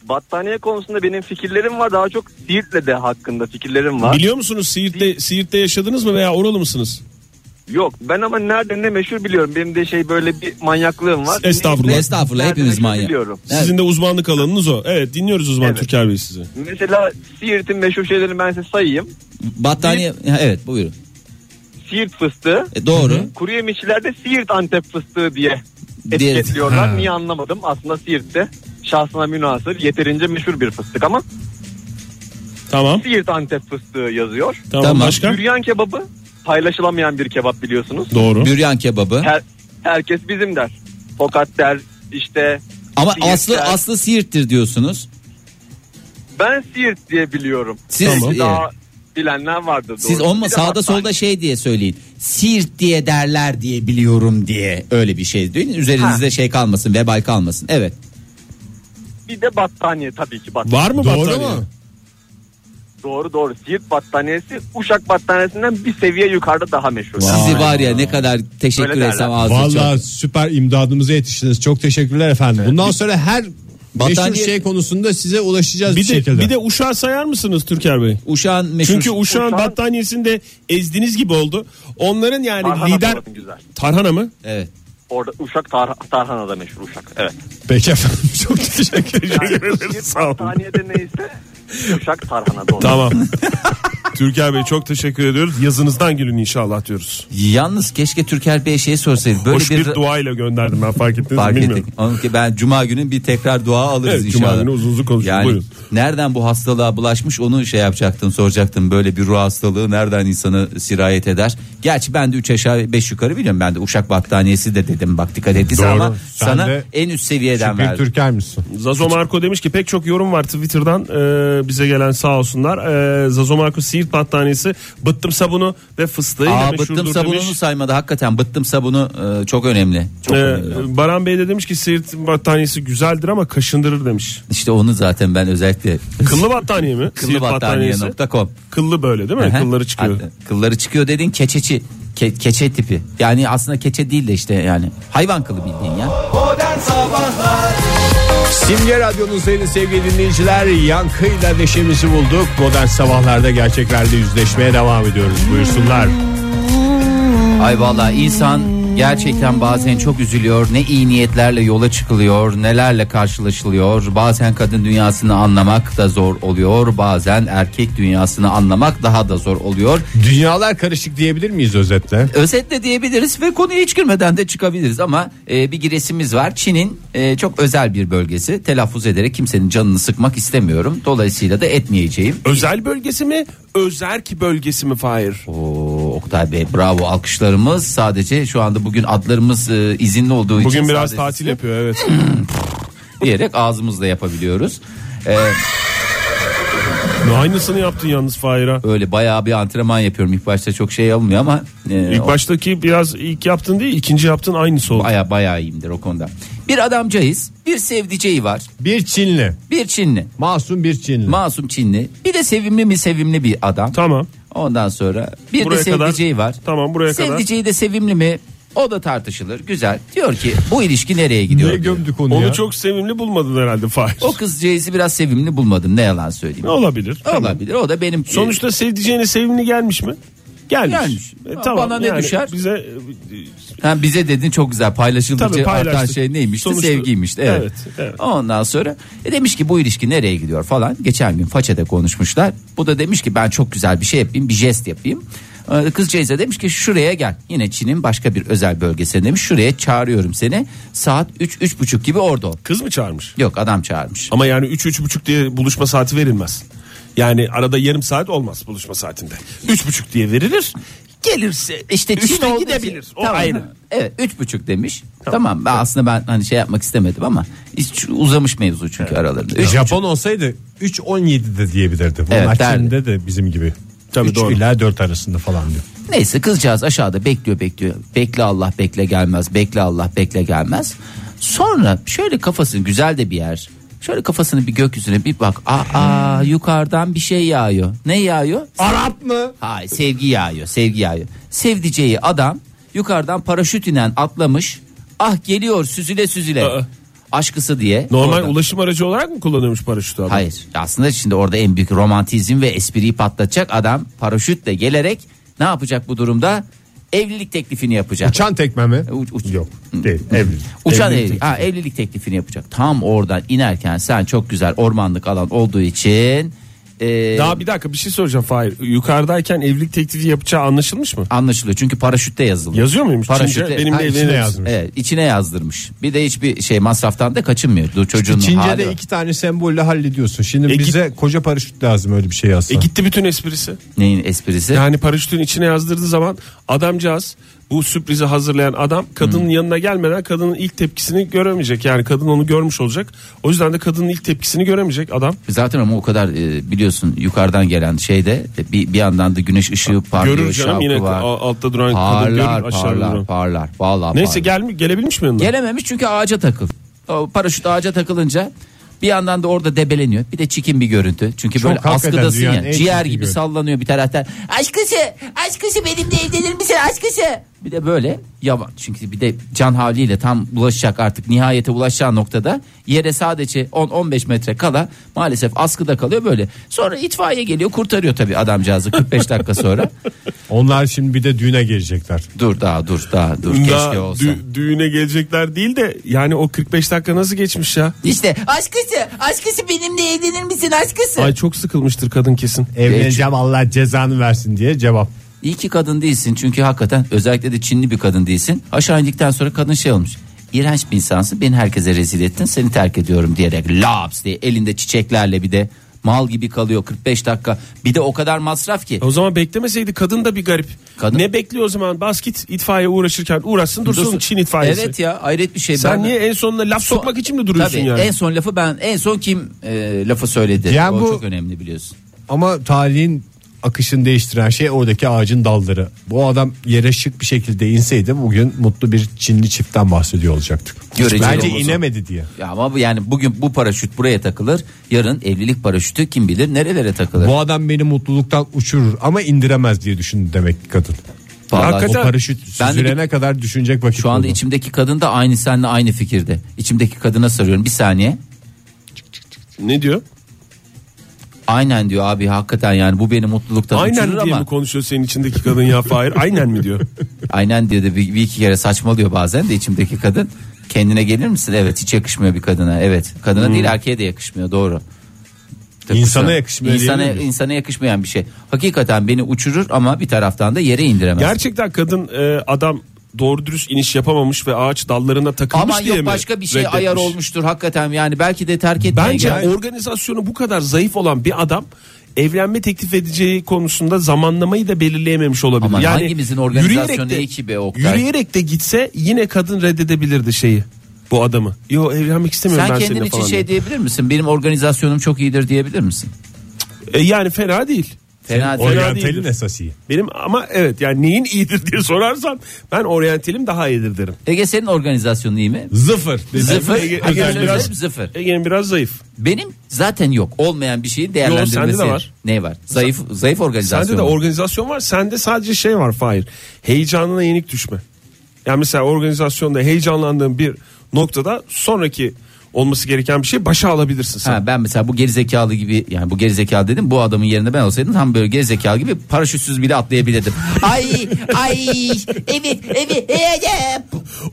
S7: Battaniye konusunda benim fikirlerim var. Daha çok Siirt'le de hakkında fikirlerim var.
S3: Biliyor musunuz Siirt'te, Siirt'te yaşadınız mı veya oralı mısınız?
S7: Yok ben ama nerede ne meşhur biliyorum. Benim de şey böyle bir manyaklığım var.
S3: Estağfurullah.
S4: Estağfurullah
S7: Nerede
S4: hepimiz
S7: meşhur
S4: manyak.
S7: biliyorum.
S4: Evet.
S3: Sizin de uzmanlık alanınız o. Evet dinliyoruz uzman
S7: Evet.
S3: Türker Bey sizi.
S7: Mesela Siirt'in meşhur şeylerini ben size sayayım.
S4: Battaniye Ha, evet buyurun.
S7: Siirt fıstığı.
S4: E, doğru.
S7: Kuru yemişçilerde Siirt Antep fıstığı diye
S4: Diye-
S7: etiketliyorlar. Niye anlamadım. Aslında Siirt'te şahsına münasır yeterince meşhur bir fıstık ama
S3: Tamam.
S7: Siirt Antep fıstığı yazıyor.
S3: Tamam,
S4: Tamam.
S3: başka?
S7: Büryan kebabı paylaşılamayan bir kebap biliyorsunuz.
S3: Doğru.
S4: Büryan kebabı.
S7: Her, herkes bizim der. Tokat der işte.
S4: Ama
S7: Siirt
S4: aslı
S7: der.
S4: aslı Siirt'tir diyorsunuz.
S7: Ben Siirt diye biliyorum.
S4: Siz
S7: Siz
S4: e,
S7: Daha bilenler vardır. Doğru.
S4: siz olma
S7: Bir de
S4: sağda
S7: hatta-
S4: solda şey diye söyleyin. Siirt diye derler diye biliyorum diye öyle bir şey değil mi? Üzerinizde şey kalmasın, vebal kalmasın. Evet.
S7: Bir de battaniye tabii ki battaniye.
S3: Var mı
S2: Doğru
S3: battaniye?
S2: mu?
S7: Doğru doğru. Siirt battaniyesi Uşak battaniyesinden bir seviye yukarıda daha meşhur.
S4: Sizi var ya ne kadar teşekkür
S7: Öyle derler.
S4: etsem ağzı çok.
S2: Vallahi süper imdadımıza yetiştiniz. Çok teşekkürler efendim. Bundan sonra her meşhur
S4: Battaniye-
S2: şey konusunda size ulaşacağız bir,
S3: Bir de,
S2: şekilde.
S3: bir de uşağı sayar mısınız Türker Bey?
S4: Uşağın meşhur.
S3: Çünkü uşağın
S7: Uşağın-
S3: battaniyesinde ezdiğiniz gibi oldu. Onların yani
S7: Tarhana
S3: lider...
S7: kebabın güzel.
S3: Tarhana mı?
S4: Evet.
S7: Orada Uşak tar- Tarhana da meşhur Uşak. Evet.
S2: Peki efendim çok teşekkür ederim.
S7: Yani
S3: Sağ olun.
S7: battaniyede neyse Uşak Tarhana doğru.
S3: Tamam. Türker Bey çok teşekkür ediyoruz. Yazınızdan gülün inşallah diyoruz.
S4: Yalnız keşke Türker Bey'e şey sorsaydı. Böyle
S3: Hoş bir, duayla gönderdim ben fark ettiniz mi
S4: Fark
S3: bilmiyorum.
S4: ettik. Onun ki ben cuma günü bir tekrar dua alırız
S3: Evet,
S4: inşallah.
S3: Cuma günü uzun uzun konuşuruz.
S4: Yani
S3: Buyurun.
S4: nereden bu hastalığa bulaşmış onu şey yapacaktım soracaktım. Böyle bir ruh hastalığı nereden insanı sirayet eder? Gerçi ben de 3 aşağı 5 yukarı biliyorum. Ben de uşak battaniyesi de dedim bak dikkat ettiysen
S2: Doğru.
S4: ama
S2: Sen
S4: sana
S2: de
S4: en üst seviyeden
S2: Şükrü
S4: verdim.
S2: Türker misin?
S3: Zazo Marco demiş ki pek çok yorum var Twitter'dan e, bize gelen sağ olsunlar. E, Zazo Marco Siirt battaniyesi bıttım sabunu ve fıstığıyla
S4: Aa
S3: meşhurdur
S4: bıttım sabununu
S3: demiş.
S4: saymadı. Hakikaten bıttım sabunu e, çok önemli. Çok
S3: E,
S4: önemli.
S3: Baran Bey de demiş ki Siirt battaniyesi güzeldir ama kaşındırır demiş.
S4: İşte onu zaten ben özellikle
S3: Kıllı battaniye mi? Siirt battaniyesi.
S4: kıllıbattaniye.com
S3: Kıllı böyle değil mi?
S4: Aha.
S3: Hani Kılları çıkıyor.
S4: Ha, Kılları çıkıyor dedin keçeci. Ke- keçe tipi. Yani aslında keçe değil de işte yani hayvan kılı bildiğin ya.
S2: Simge Radyo'nuzdaydı sevgili dinleyiciler. Yankıyla neşemizi bulduk. Modern sabahlarda gerçeklerle yüzleşmeye devam ediyoruz. Buyursunlar.
S4: Ay valla insan gerçekten bazen çok üzülüyor. Ne iyi niyetlerle yola çıkılıyor, nelerle karşılaşılıyor. Bazen kadın dünyasını anlamak da zor oluyor. Bazen erkek dünyasını anlamak daha da zor oluyor.
S2: Dünyalar karışık diyebilir miyiz özetle?
S4: özetle diyebiliriz ve konuya hiç girmeden de çıkabiliriz ama e, bir giresimiz var. Çin'in e, çok özel bir bölgesi. Telaffuz ederek kimsenin canını sıkmak istemiyorum. Dolayısıyla da etmeyeceğim.
S3: Özel bölgesi mi? Özerk bölgesi mi Fahir?
S4: Oo, Oktay Bey bravo alkışlarımız sadece şu anda bugün adlarımız e, izinli olduğu için
S3: Bugün biraz
S4: sadece
S3: tatil yapıyor evet.
S4: diyerek ağzımızla yapabiliyoruz. Ee,
S3: Aynısını yaptın yalnız Fahir'a.
S4: öyle bayağı bir antrenman yapıyorum ilk başta çok şey olmuyor ama e,
S3: İlk baştaki biraz ilk yaptın değil ikinci yaptın aynısı oldu.
S4: Baya bayağı iyiyimdir o konuda. Bir adamcağız, bir sevdiceği var,
S2: Bir Çinli.
S4: bir Çinli,
S2: Masum bir Çinli.
S4: masum Çinli, bir de sevimli mi sevimli bir adam.
S3: Tamam.
S4: Ondan sonra bir
S3: Buraya
S4: de
S3: kadar-
S4: sevdiceği var.
S3: Tamam, buraya kadar.
S4: Sevdiceği de sevimli mi? O da tartışılır. Güzel. Diyor ki bu ilişki nereye gidiyor?
S2: Ne
S4: diyor.
S2: gömdük onu, ya.
S3: Onu çok sevimli bulmadın herhalde Fahir.
S4: O kızcağızı biraz sevimli bulmadım ne yalan söyleyeyim.
S3: Ne olabilir?
S4: Olabilir. O da benim e,
S3: Sonuçta sevdiceğine sevimli gelmiş mi? Gelmiş.
S4: Gelmiş.
S3: E,
S4: Bana ne düşer?
S3: Bize e,
S4: Ha, bize dedin çok güzel
S3: Tabii,
S4: paylaşıldıkça
S3: paylaştık.
S4: artan şey neymişti
S3: Sonuçta-
S4: sevgiymişti. Evet.
S3: Evet, evet.
S4: Ondan sonra e, demiş ki bu ilişki nereye gidiyor falan. Geçen gün façede konuşmuşlar. Bu da demiş ki ben çok güzel bir şey yapayım bir jest yapayım. Ee, Kızcağız da demiş ki şuraya gel. Yine Çin'in başka bir özel bölgesine demiş. Şuraya çağırıyorum seni. Saat 3 üç buçuk gibi orada ol.
S3: kız mı çağırmış?
S4: Yok adam çağırmış.
S3: Ama yani 3 üç buçuk diye buluşma saati verilmez. Yani arada yarım saat olmaz buluşma saatinde. Üç buçuk diye verilir.
S4: gelirse işte Çin'e
S3: olduğu
S4: gidebilir.
S3: için. O ayrı.
S4: Evet üç buçuk demiş. Tamam. ben aslında ben hani şey yapmak istemedim ama hiç uzamış mevzu çünkü aralarında. Üç
S2: Japon olsaydı 3.17'de diyebilirdi. Bunlar
S4: Evet, derdi.
S2: Çin'de de bizim gibi.
S3: Tabii
S2: 3
S3: doğru.
S2: ila 4 arasında falan diyor.
S4: Neyse kızcağız aşağıda bekliyor bekliyor. Bekle Allah bekle gelmez. Bekle Allah bekle gelmez. Sonra şöyle kafasını güzel de bir yer. Şöyle kafasını bir gökyüzüne bir bak. Aa yukarıdan bir şey yağıyor. Ne yağıyor?
S2: Arap mı?
S4: Hayır sevgi yağıyor sevgi yağıyor. Sevdiceği adam yukarıdan paraşüt inen atlamış. Ah geliyor süzüle süzüle.
S3: Aa.
S4: Aşkısı diye.
S3: Normal
S4: Orada-
S3: ulaşım aracı olarak mı kullanıyormuş paraşütü adam?
S4: Hayır aslında şimdi orada en büyük romantizm ve espriyi patlatacak adam paraşütle gelerek ne yapacak bu durumda? Evlilik teklifini yapacak.
S2: Çan tekme mi?
S4: Uç- uç-
S2: Yok değil evlilik.
S4: Uçan
S2: Evlilik
S4: evlilik, ha, evlilik teklifini yapacak. Tam oradan inerken sen çok güzel ormanlık alan olduğu için e,
S3: Daha bir dakika bir şey soracağım Fahir. Yukarıdayken evlilik teklifi yapacağı anlaşılmış mı?
S4: anlaşılıyor. Çünkü paraşütte yazılı.
S3: Yazıyor muymuş?
S4: Paraşütle-
S3: Çince, benimle
S4: Ha,
S3: evlenir
S2: içine
S3: misin?
S2: yazmış.
S4: Evet, içine yazdırmış. Bir de hiçbir şey masraftan da kaçınmıyor. Du çocuğun hali.
S2: Çince'de iki tane sembolle hallediyorsun. Şimdi
S3: E,
S2: bize koca paraşüt lazım öyle bir şey yazsa.
S3: E gitti bütün esprisi.
S4: Neyin esprisi?
S3: Yani paraşütün içine yazdırdığı zaman adamcağız bu sürprizi hazırlayan adam kadının
S4: Hmm.
S3: yanına gelmeden kadının ilk tepkisini göremeyecek. Yani kadın onu görmüş olacak. O yüzden de kadının ilk tepkisini göremeyecek adam.
S4: Zaten ama o kadar e, biliyorsun yukarıdan gelen şeyde e, bir, bir yandan da güneş ışığı parlıyor.
S3: Görür canım
S4: şavku
S3: yine
S4: var.
S3: a- altta duran kadın görür
S4: parlar
S3: aşağıda
S4: parlar
S3: duran.
S4: parlar. Vallahi
S3: Neyse
S4: parlar.
S3: gel, gelebilmiş mi yanına?
S4: Gelememiş çünkü ağaca takıl. O paraşüt ağaca takılınca bir yandan da orada debeleniyor. Bir de çikin bir görüntü. Çünkü
S2: Çok
S4: böyle
S2: hakikaten
S4: askıdasın
S2: dünyanın
S4: ya.
S2: en
S4: Ciğer
S2: çirkin
S4: gibi
S2: görüntü.
S4: sallanıyor bir taraftan. Aşkısı, aşkısı benimle evlenir misin aşkısı? Bir de böyle yavan. Çünkü bir de can havliyle tam ulaşacak artık nihayete ulaşacağı noktada yere sadece 10-15 metre kala maalesef askıda kalıyor böyle. Sonra itfaiye geliyor kurtarıyor tabii adamcağızı 45 dakika sonra.
S2: Onlar şimdi bir de düğüne gelecekler.
S4: Dur daha dur daha dur
S3: Daha
S4: keşke olsa.
S3: dü- düğüne gelecekler değil de yani o 45 dakika nasıl geçmiş ya?
S4: İşte aşkısı, aşkısı benimle evlenir misin aşkısı?
S3: Ay çok sıkılmıştır kadın kesin.
S4: E-
S2: Evleneceğim Allah cezanı versin diye cevap.
S4: İyi ki kadın değilsin çünkü hakikaten özellikle de Çinli bir kadın değilsin. Aşağı indikten sonra kadın şey olmuş. İğrenç bir insansın beni herkese rezil ettin seni terk ediyorum diyerek laps diye elinde çiçeklerle bir de mal gibi kalıyor 45 dakika. Bir de o kadar masraf ki.
S3: O zaman beklemeseydi kadın da bir garip.
S4: Kadın-
S3: Ne bekliyor o zaman? Bas git itfaiye uğraşırken uğraşsın dursun, Çin itfaiyesi.
S4: Evet ya hayret bir şey.
S3: Sen
S4: Ben-
S3: niye en sonuna laf
S4: Son-
S3: sokmak için mi duruyorsun
S4: Tabii,
S3: yani?
S4: En son lafı ben en son kim e, lafı söyledi.
S2: Yani
S4: o
S2: bu-
S4: çok önemli biliyorsun.
S2: Ama tarihin akışını değiştiren şey oradaki ağacın dalları. Bu adam yere şık bir şekilde inseydi bugün mutlu bir Çinli çiftten bahsediyor olacaktık. Hiç
S4: Göreceli
S2: Bence
S4: olmaz o.
S2: inemedi diye.
S4: Ya ama bu, yani bugün bu paraşüt buraya takılır. Yarın evlilik paraşütü kim bilir nerelere takılır.
S2: Bu adam beni mutluluktan uçurur ama indiremez diye düşündü demek ki kadın.
S4: Vallahi-
S2: O
S3: Hakikaten-
S2: paraşüt
S4: Ben de
S2: süzülene kadar düşünecek vakit
S4: Şu anda
S2: buldu.
S4: içimdeki kadın da aynı seninle aynı fikirde. İçimdeki kadına soruyorum bir saniye.
S3: Ne diyor?
S4: Aynen diyor abi hakikaten yani bu beni mutluluktan
S3: Aynen
S4: uçurur
S3: diye
S4: ama.
S3: mi konuşuyor senin içindeki kadın ya Fahir? Aynen mi diyor?
S4: Aynen diyor da bir, bir iki kere saçmalıyor bazen de içimdeki kadın. Kendine gelir misin? Evet hiç yakışmıyor bir kadına. Evet kadına değil erkeğe de yakışmıyor doğru. Tabii
S2: İnsana
S4: kusura-
S2: yakışmıyor
S4: İnsana,
S2: diyebilir miyiz?
S4: insana yakışmayan bir şey. Hakikaten beni uçurur ama bir taraftan da yere indiremez.
S3: Gerçekten kadın e, adam doğru dürüst iniş yapamamış ve ağaç dallarına takılmış
S4: Aman
S3: diye
S4: yok
S3: mi
S4: başka bir şey
S3: reddetmiş?
S4: ayar olmuştur hakikaten yani belki de terk etmeye
S3: Bence
S4: gerek-
S3: organizasyonu bu kadar zayıf olan bir adam evlenme teklif edeceği konusunda zamanlamayı da belirleyememiş olabilir.
S4: Aman
S3: yani
S4: hangimizin organizasyonu
S3: yürüyerek de-
S4: iyi ki be Oktay?
S3: Yürüyerek de gitse yine kadın reddedebilirdi şeyi bu adamı. Yo evlenmek istemiyorum
S4: Sen
S3: ben
S4: kendin
S3: seninle
S4: için
S3: falan.
S4: şey
S3: diye.
S4: diyebilir misin? Benim organizasyonum çok iyidir diyebilir misin?
S3: E, yani fena değil.
S4: Fena değil.
S2: Oryantalin esas iyi.
S3: Benim ama evet yani neyin iyidir diye sorarsan ben oryantalim daha iyidir derim.
S4: Ege senin organizasyonun iyi mi?
S2: Zıfır.
S4: Zıfır.
S3: Ege-
S4: Hakikaten
S3: Ege'nin biraz-
S4: söyleyeyim, zıfır.
S3: Ege'nin biraz zayıf.
S4: Benim zaten yok. Olmayan bir şeyi değerlendirmesi.
S3: sende de var.
S4: Ne var? Zayıf zayıf organizasyon.
S3: Sende de
S4: var.
S3: organizasyon var. Sende sadece şey var Fahir. Heyecanına yenik düşme. Yani mesela organizasyonda heyecanlandığın bir noktada sonraki olması gereken bir şey başa alabilirsin sen.
S4: Ha, ben mesela bu gerizekalı gibi yani bu gerizekalı dedim bu adamın yerinde ben olsaydım tam böyle gerizekalı gibi paraşütsüz bile atlayabilirdim. ay ay evet evet evet.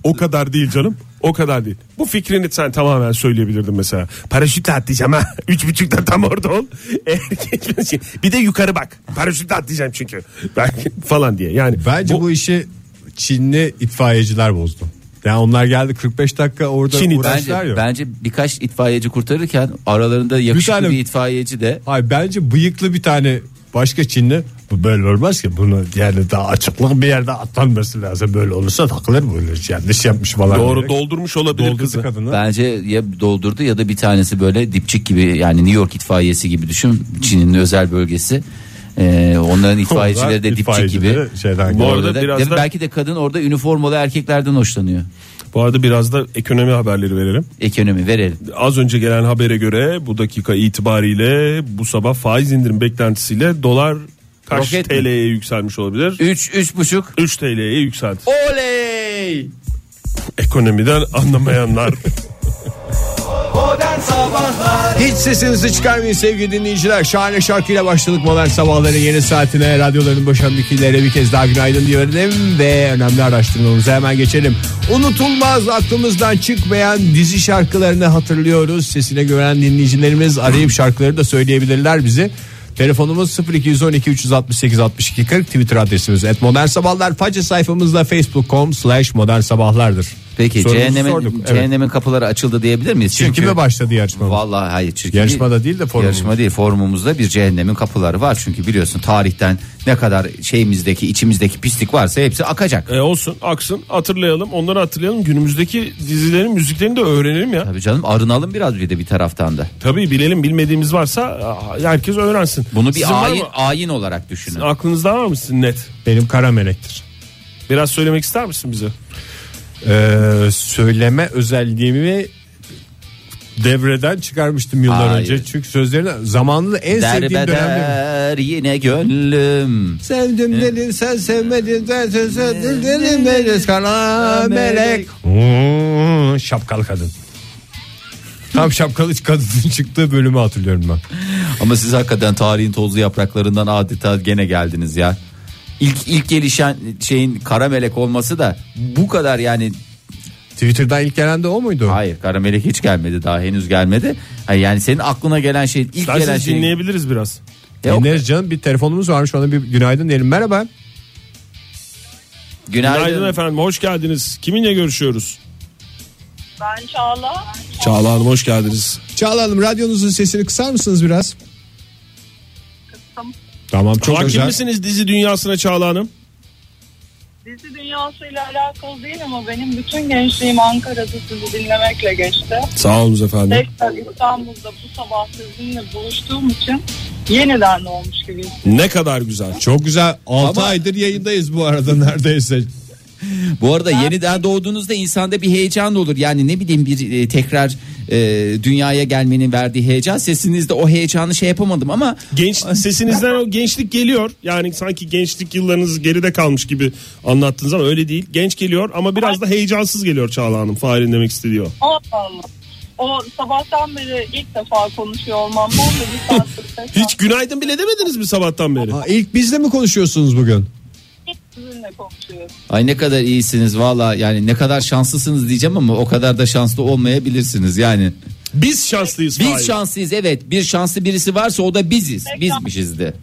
S3: O kadar değil canım. O kadar değil. Bu fikrini sen tamamen söyleyebilirdin mesela. Paraşütle atlayacağım ha. Üç buçukta tam orada ol. Eğer geçmezse- bir de yukarı bak. Paraşütle atlayacağım çünkü. Ben, falan diye. Yani
S2: Bence bu, işi Çinli itfaiyeciler bozdu. Yani onlar geldi 45 dakika orada
S3: Çin
S2: uğraştılar
S4: Bence,
S2: ya.
S4: bence birkaç itfaiyeci kurtarırken aralarında yakışıklı
S2: tane-
S4: bir itfaiyeci de
S2: Hayır bence bıyıklı bir tane başka Çinli bu böyle olmaz ki bunu yani daha açıklık bir yerde atlanması lazım böyle olursa takılır mı olur yanlış yapmış falan.
S3: doğru
S2: diyerek
S3: doldurmuş olabilir
S2: doldurdu
S3: kızı.
S2: kadını.
S4: Bence ya doldurdu ya da bir tanesi böyle dipçik gibi yani New York itfaiyesi gibi düşün. Çin'in özel bölgesi. Ee, onların itfaiyecileri de dipçik gibi.
S2: itfaiyecileri Şeyden
S3: Bu
S2: geldi.
S3: arada
S4: Orada da-
S3: biraz
S4: de-
S3: da-
S4: belki de kadın orada üniformalı erkeklerden hoşlanıyor.
S3: Bu arada biraz da ekonomi haberleri verelim.
S4: Ekonomi verelim.
S3: Az önce gelen habere göre bu dakika itibariyle bu sabah faiz indirim beklentisiyle dolar kaç
S4: Roket mi?
S3: TL'ye yükselmiş olabilir?
S4: 3 üç buçuk.
S3: 3 TL'ye yükseldi.
S4: Oley!
S3: Ekonomiden anlamayanlar.
S2: Hiç sesinizi çıkarmayın sevgili dinleyiciler. Şahane şarkıyla başladık modern sabahların yeni saatine. Radyoların başındakilere bir kez daha günaydın diyelim ve önemli araştırmamıza hemen geçelim. Unutulmaz aklımızdan çıkmayan dizi şarkılarını hatırlıyoruz. Sesine güvenen dinleyicilerimiz arayıp şarkıları da söyleyebilirler bize. Telefonumuz 0212 368 62 40 Twitter adresimiz et modern sabahlar faça sayfamızda facebook.com slash modern sabahlardır.
S4: Peki
S2: Sorumuzu
S4: cehennemin,
S2: sorduk, evet.
S4: cehennemin kapıları açıldı diyebilir miyiz?
S2: Çirkin mi başladı yarışma?
S4: Vallahi hayır çirkin.
S2: Yarışmada değil de forumumuz.
S4: Yarışma değil forumumuzda bir cehennemin kapıları var. Çünkü biliyorsun tarihten ne kadar şeyimizdeki içimizdeki pislik varsa hepsi akacak.
S3: E olsun aksın hatırlayalım onları hatırlayalım günümüzdeki dizilerin müziklerini de öğrenelim ya.
S4: Tabii canım arınalım biraz bir de bir taraftan da.
S3: Tabii bilelim bilmediğimiz varsa a- herkes öğrensin.
S4: Bunu bir
S3: Sizin var
S4: ayin,
S3: mı?
S4: ayin olarak düşünün.
S3: Aklınızda var mı sizin net?
S2: Benim kara melektir.
S3: Biraz söylemek ister misin bize?
S2: Ee, söyleme özelliğimi devreden çıkarmıştım yıllar
S4: Hayır.
S2: önce. Çünkü sözlerini zamanında en sevdiğim dönemde.
S4: Derbeder yine gönlüm.
S2: Sevdim dedin sen sevmedin sen sevdin dedin dedin kara melek. Hmm, Şapkalı kadın. Tam şapkalı kadının çıktığı bölümü hatırlıyorum ben.
S4: Ama siz hakikaten tarihin tozlu yapraklarından adeta gene geldiniz ya. İlk ilk gelişen şeyin kara melek olması da bu kadar yani
S2: Twitter'dan ilk gelen de o muydu?
S4: hayır kara melek hiç gelmedi daha henüz gelmedi. Ha, Yani senin aklına gelen şey ilk gelen
S3: İsterseniz
S4: şey.
S3: dinleyebiliriz biraz.
S4: Yok.
S2: Dinleriz canım bir telefonumuz varmış ona bir günaydın diyelim. Merhaba.
S4: Günaydın.
S3: Günaydın, efendim hoş geldiniz. Kiminle görüşüyoruz?
S8: Ben Çağla.
S3: Çağla Hanım hoş geldiniz.
S2: Çağla Hanım radyonuzun sesini kısar mısınız biraz? Tamam çok
S3: Hakim
S2: güzel.
S3: misiniz dizi dünyasına Çağla Hanım?
S8: Dizi dünyasıyla alakalı değil ama benim bütün gençliğim Ankara'da sizi dinlemekle geçti.
S3: Sağ olun efendim.
S8: Tekrar İstanbul'da bu sabah sizinle buluştuğum için yeniden olmuş gibi. hissediyorum.
S3: Ne kadar güzel.
S2: Çok güzel. 6 aydır yayındayız bu arada neredeyse.
S4: Bu arada yeniden doğduğunuzda insanda bir heyecan olur. Yani ne bileyim bir e, tekrar e, dünyaya gelmenin verdiği heyecan. Sesinizde o heyecanı şey yapamadım ama
S3: Genç sesinizden o gençlik geliyor. Yani sanki gençlik yıllarınız geride kalmış gibi anlattınız ama öyle değil. Genç geliyor ama biraz da heyecansız geliyor Çağla Hanım. Fahir'in demek istediği o.
S8: Allah Allah. O sabahtan beri ilk defa konuşuyor olmamdan da bir saattir
S3: Hiç günaydın bile demediniz mi sabahtan beri?
S2: Ha, ilk bizle mi konuşuyorsunuz bugün?
S8: hiç sizinle konuşuyoruz.
S4: ay ne kadar iyisiniz valla yani ne kadar şanslısınız diyeceğim ama o kadar da şanslı olmayabilirsiniz yani.
S3: Biz şanslıyız
S4: Biz
S3: Fahir.
S4: şanslıyız evet bir şanslı birisi varsa o da biziz bizmişiz de.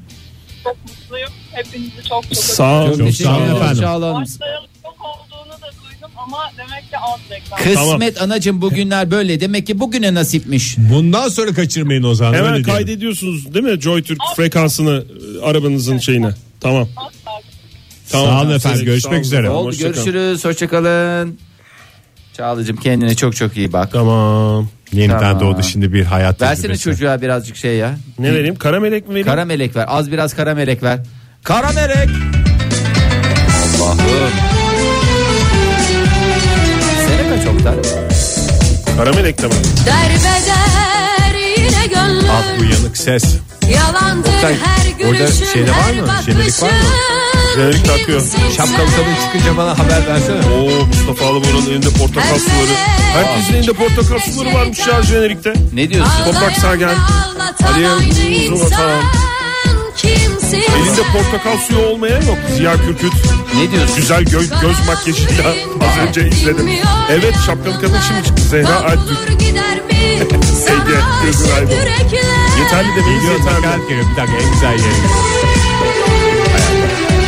S8: Çok mutluyum. Hepinizi çok çok
S3: Sağ olun.
S2: Çok sağ olun efendim.
S4: Çağla Hanım.
S8: Başlayalım çok olduğunu da duydum ama demek ki az reklam.
S4: Kısmet anacım bugünler böyle demek ki bugüne nasipmiş.
S2: Bundan sonra kaçırmayın o zaman.
S3: Hemen
S2: öyle diyelim.
S3: kaydediyorsunuz değil mi JoyTürk frekansını e, arabanızın şeyine. Tamam.
S8: Asla
S3: tamam.
S2: Sağ olun efendim,
S3: Siz-
S2: görüşmek
S3: sağ olun.
S2: üzere.
S3: Tamam,
S4: Oldu
S3: hoşça kalın.
S4: görüşürüz hoşçakalın. Çağlıcığım kendine çok çok iyi bak.
S3: Tamam.
S2: Yeniden
S4: Tamam.
S2: doğdu şimdi bir hayat
S4: Versene
S2: tecrübesi.
S4: çocuğa birazcık şey ya.
S3: Ne vereyim? Kara melek mi vereyim?
S4: Kara melek ver. Az biraz kara melek ver. Kara melek. Allah'ım. Sene kaç Oktay?
S3: Kara melek tamam.
S9: Derbeder yine gönlüm
S2: Bu yanık ses.
S9: Yalandır
S2: Oktay,
S9: her gülüşüm
S2: orada şeyde var mı?
S9: her
S2: Jenerik var mı?
S9: bakışım.
S3: Jenerik takıyor.
S9: Kimsin
S2: Şapkalı
S9: sen?
S2: kadın çıkınca bana haber versene.
S3: Oo Mustafa Alıbora'nın elinde portakal suları. Herkesin elinde portakal suları varmış ya jenerikte.
S4: Ne diyorsun?
S3: Toprak Sergen,
S9: Ağlatan
S3: Aliye
S9: aynı
S3: Uzun Vatan.
S9: insan. Kimsin
S3: Elinde
S9: sen?
S3: portakal suyu olmayan yok. Ziya Kürküt.
S4: Ne diyorsun?
S3: Güzel gö- göz makyajıyla az önce izledim. Evet şapkalı kadın şimdi çıktı. Zehra Alptürk.
S9: Olur gider mi?
S3: Ege,
S9: Sana
S3: Gözü
S9: aşık
S3: Aydın.
S9: yürekler.
S3: Yeterli demeyiz yeterli.
S2: Gel gel bir dakika en güzel yeri.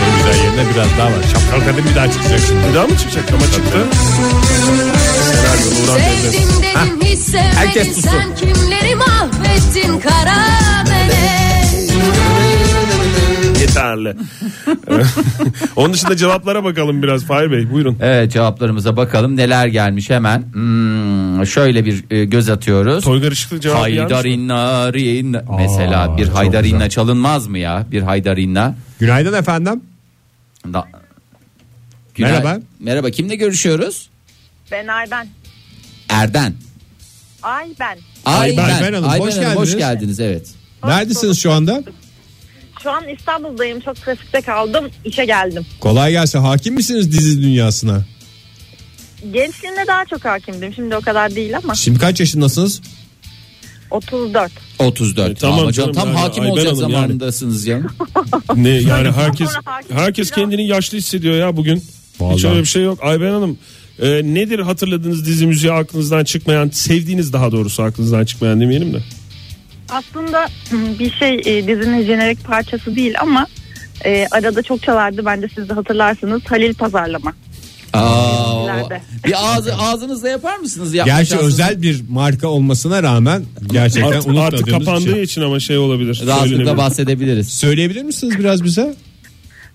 S2: En güzel yerine biraz daha var. Şapkalı kadın bir daha çıkacak şimdi.
S3: Bir daha mı çıkacak? Ama çıktı. Senaryo Nurhan Devlet.
S9: Sevdim dedim hiç sevmedim
S3: şey
S4: Herkes sussun.
S9: Sen kimleri mahvettin kara melek
S3: Yeterli. Onun dışında cevaplara bakalım biraz Fahir Bey. Buyurun.
S4: Evet cevaplarımıza bakalım neler gelmiş hemen. Hmm, şöyle bir e, göz atıyoruz.
S3: Toygar Işıklı cevap
S4: Haydar
S3: Haydarin.
S4: inna rinna. Mesela bir haydar inna çalınmaz mı ya? Bir haydar inna.
S2: Günaydın efendim.
S4: Da-
S2: Merhaba.
S4: Merhaba kimle görüşüyoruz?
S10: Ben Ayben.
S4: Erden.
S10: Ay ben.
S4: Ay,
S2: Ayben Hanım, hoş
S4: hoş
S2: geldiniz.
S4: geldiniz evet.
S2: Neredesiniz şu anda?
S10: Şu an İstanbul'dayım. Çok trafikte kaldım. İşe geldim.
S2: Kolay gelsin. Hakim misiniz dizi dünyasına?
S10: Gençliğimde daha çok hakimdim. Şimdi o kadar değil ama.
S2: Şimdi kaç yaşındasınız?
S10: 34.
S4: 34.
S3: E, tamam
S4: Ama canım,
S3: canım,
S4: tam
S3: yani
S4: hakim
S3: Ayben
S4: olacak
S3: Hanım yani.
S4: zamanındasınız ya.
S3: Ne yani herkes
S10: Sonra hakim
S3: herkes
S10: biraz-
S3: kendini yaşlı hissediyor ya bugün. Hiç
S2: Vallahi.
S3: öyle bir şey yok. Ayben Hanım e, nedir hatırladığınız dizi müziği aklınızdan çıkmayan sevdiğiniz daha doğrusu aklınızdan çıkmayan demeyelim de.
S10: Aslında hı, bir şey e, dizinin jenerik parçası değil ama e, arada çok çalardı. Ben de siz de hatırlarsınız. Halil Pazarlama.
S4: Aa, o-
S10: Nerede?
S4: bir ağzı, ağzınızla yapar mısınız? Yapma
S2: Gerçi
S4: şansınız-
S2: özel bir marka olmasına rağmen gerçekten
S3: Artık,
S2: unutmadığımız
S3: artık
S2: bir
S3: kapandığı
S2: şey.
S3: için ama şey olabilir.
S4: Rahatlıkla
S3: söylenebilir.
S4: bahsedebiliriz.
S2: Söyleyebilir misiniz biraz bize?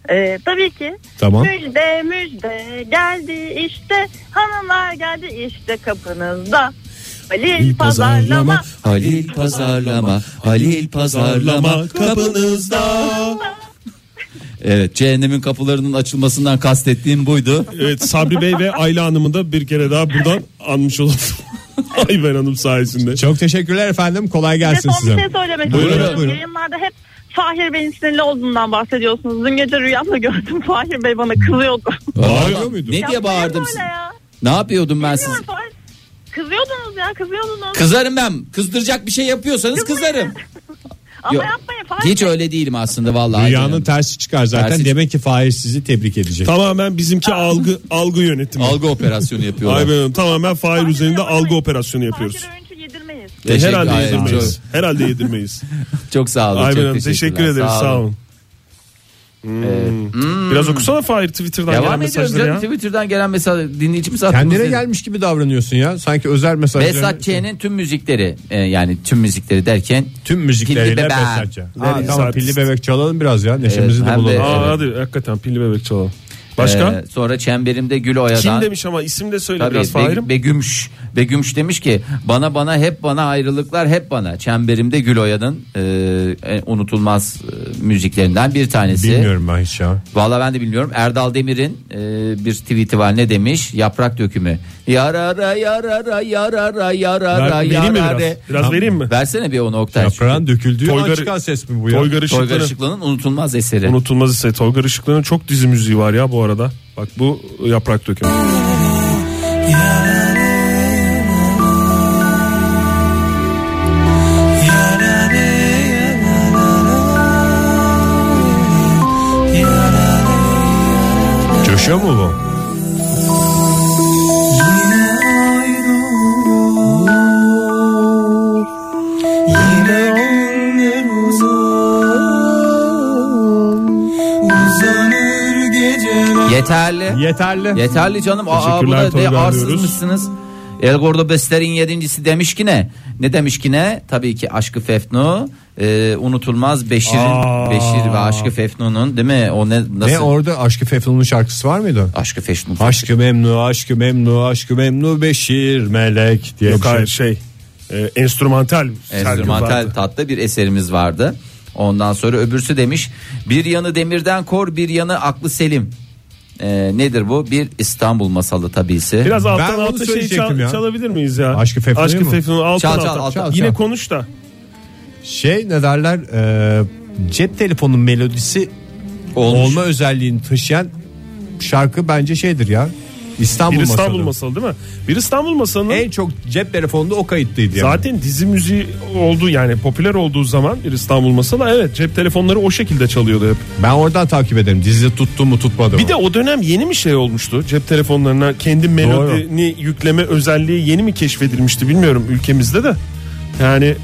S10: E, tabii ki.
S2: Tamam.
S10: Müjde müjde geldi işte. Hanımlar geldi işte kapınızda. Halil Pazarlama.
S4: Halil pazarlama, Halil pazarlama kapınızda. Evet cehennemin kapılarının açılmasından kastettiğim buydu.
S3: Evet Sabri Bey ve Ayla Hanım'ı da bir kere daha buradan anmış olalım. Ayben Hanım sayesinde.
S2: Çok teşekkürler efendim. Kolay
S10: Ve
S2: gelsin
S10: son
S2: size.
S10: bir şey söylemek
S2: Buyurun,
S10: istiyorum.
S2: buyurun.
S10: Yayınlarda hep Fahir Bey'in sinirli olduğundan bahsediyorsunuz. Dün gece rüyamda gördüm Fahir Bey bana kızıyordu.
S2: Bağırıyor muydu?
S4: Ne diye
S10: Yapmayın
S4: bağırdım?
S10: böyle ya.
S4: Ne yapıyordum ben siz?
S10: Bilmiyorum Fahir. Kızıyordunuz ya kızıyordunuz.
S4: Kızarım ben. Kızdıracak bir şey yapıyorsanız kızarım.
S10: Ama
S4: Yok.
S10: yapmayın Fahir
S4: Hiç öyle değilim aslında vallahi.
S2: Rüyanın tersi çıkar zaten.
S4: Tersi-
S2: Demek ki Fahir sizi tebrik edecek.
S3: Tamamen bizimki algı algı yönetimi.
S4: algı operasyonu yapıyorlar.
S3: Ayben Hanım tamamen Fahir
S10: Fahir
S3: üzerinde
S10: yapamayız.
S3: algı operasyonu
S10: Bey.
S3: yapıyoruz.
S10: Fahir öğüntü yedirmeyiz.
S4: Teşekkür-
S3: Herhalde
S4: Aynen,
S3: yedirmeyiz. Herhalde yedirmeyiz.
S4: Çok sağ olun.
S3: Ayben
S4: çok
S3: Hanım teşekkür
S4: teşekkürler.
S3: ederiz. Sağ olun. Hmm. Biraz okusana Fahir Twitter'dan gelen
S4: Devam ediyoruz
S3: mesajları
S4: canım.
S3: ya.
S4: Twitter'dan gelen mesaj dinleyicimiz aklımızda.
S2: Kendine gelmiş gibi davranıyorsun ya. Sanki özel mesajları.
S4: Behzat Ç'nin tüm müzikleri e, yani tüm müzikleri derken
S2: Tüm
S4: Pilli
S2: müzikleriyle
S4: Bebek.
S2: Behzat Ç. Aa,
S3: Ladies
S2: Tamam
S3: Artist.
S2: pilli bebek çalalım biraz ya. Neşemizi
S4: Evet,
S2: de
S4: hem de-
S2: bulalım.
S3: Aa,
S4: Evet.
S3: Hadi hakikaten pilli bebek çalalım.
S4: e,
S3: Başka?
S4: sonra çemberimde gül
S3: Kim
S4: oyadan
S3: demiş ama isim de söyle
S4: Tabii,
S3: şey biraz
S4: Be-
S3: Fahir'im.
S4: Begümüş Begümüş demiş ki bana bana hep bana ayrılıklar hep bana çemberimde gül oyadan e, e, unutulmaz e, müziklerinden bir tanesi.
S2: Bilmiyorum ben hiç ya.
S4: Valla ben de bilmiyorum. Erdal Demir'in e, bir tweet'i var ne demiş? Yaprak dökümü. Yarara yarara yarara yarara
S3: Ver, vereyim mi
S4: yarara.
S3: biraz? Biraz vereyim mi?
S4: Versene bir onu Oktay.
S2: Yaprağın döküldüğü
S3: Toygar-
S2: an çıkan ses mi bu ya?
S3: Toygar
S4: Toygar
S3: Işıklı'nın
S4: Işıklı'nın unutulmaz eseri.
S3: unutulmaz ise Toygar Işıklı'nın çok dizi müziği var ya bu arada. Bak bu yaprak dökümü.
S2: Coşuyor mu bu?
S11: Uzanır geceler
S4: Yeterli.
S2: Yeterli.
S4: Yeterli canım. Aa bu
S3: Teşekkürler
S4: da de
S3: Tolga diyoruz.
S4: arsızmışsınız. El Gordo Bester'in yedincisi demiş ki ne? Ne demiş ki ne? Tabii ki Aşkı Fefnu. e, unutulmaz Beşir'in Beşir ve Aşkı Fefnu'nun değil mi? O ne nasıl?
S2: Ne orada Aşkı Fefnun'un şarkısı var mıydı?
S4: Aşkı Fefnu.
S2: Aşkı memnu, aşkı memnu, aşkı memnu Beşir Melek diye.
S3: Yok
S2: bir şey.
S3: hayır şey. e, enstrümantal.
S4: enstrümantal tatlı bir eserimiz vardı. Ondan sonra öbürsü demiş bir yanı demirden kor bir yanı aklı selim. Ee, nedir bu? Bir İstanbul masalı tabisi.
S3: Biraz alttan
S2: bunu
S3: alta şey
S2: söyleyecektim
S3: çal-
S2: ya.
S3: çalabilir miyiz ya?
S2: Aşkı Fefnu'yu
S3: Aşkı
S2: mu?
S3: Fefnu'yu alttan
S4: Çal, çal,
S3: alta.
S4: alttan.
S3: Yine
S2: Çal.
S3: konuş da.
S2: Şey ne derler? e, cep telefonunun melodisi
S4: Olmuş.
S2: olma özelliğini taşıyan şarkı bence şeydir ya. İstanbul,
S3: Bir İstanbul
S2: masalı.
S3: masalı değil mi? Bir İstanbul masalının
S2: En çok cep telefonunda o kayıtlıydı yani.
S3: Zaten dizi müziği olduğu yani popüler olduğu zaman bir İstanbul masalı evet cep telefonları o şekilde çalıyordu hep.
S2: Ben oradan takip ederim. Dizide tuttu mu tutmadı mı?
S3: Bir de o dönem yeni bir şey olmuştu. Cep telefonlarına kendi melodini yükleme özelliği yeni mi keşfedilmişti bilmiyorum ülkemizde de. Yani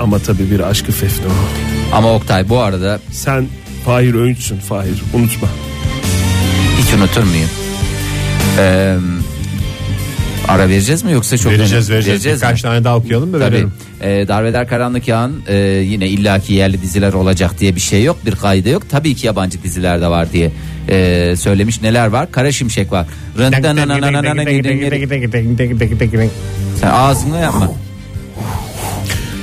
S3: ama tabii bir aşkı fefne. o.
S4: Ama Oktay bu arada
S3: Sen Fahir Öğüt'sün Fahir unutma.
S4: hiç unutur muyum? Ee, ara vereceğiz mi yoksa çok
S2: vereceğiz
S4: önemli-
S2: vereceğiz.
S4: mi?
S2: Birkaç şey tane daha okuyalım da
S4: Tabii.
S2: verelim.
S4: Ee, Darveder Karanlık Yağan e, yine illaki yerli diziler olacak diye bir şey yok. Bir kaydı yok. Tabii ki yabancı diziler de var diye e, söylemiş. Neler var? Kara Şimşek var. Sen ağzını yapma.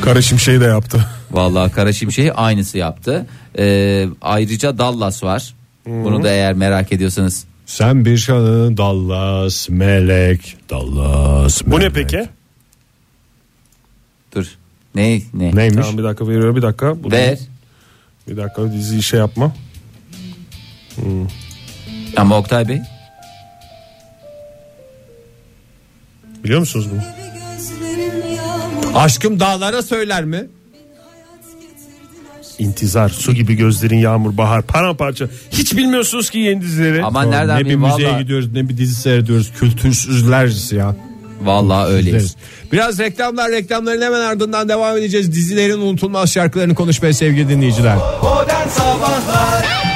S3: Kara
S2: şey
S3: Şimşek'i de yaptı.
S4: Vallahi Kara Şimşek'i aynısı yaptı. Ee, ayrıca Dallas var. Bunu da eğer merak ediyorsanız.
S2: Sen bir şanın Dallas melek Dallas
S3: Bu
S2: melek.
S3: ne peki?
S4: Dur. Ne? Ne?
S2: Neymiş?
S3: Tamam bir dakika veriyorum bir dakika. Bu
S4: Ver.
S3: Bir dakika diziyi şey yapma.
S4: Ama Oktay Bey.
S3: Biliyor musunuz bunu?
S2: Aşkım dağlara söyler mi?
S3: İntizar, su gibi gözlerin yağmur, bahar, paramparça. Hiç bilmiyorsunuz ki yeni dizileri.
S4: Aman nereden
S2: ne bir
S4: bileyim
S2: müzeye
S4: valla.
S2: gidiyoruz ne bir dizi seyrediyoruz. Kültürsüzleriz ya.
S4: Valla öyleyiz.
S2: Biraz reklamlar reklamların hemen ardından devam edeceğiz. Dizilerin unutulmaz şarkılarını konuşmaya sevgili dinleyiciler.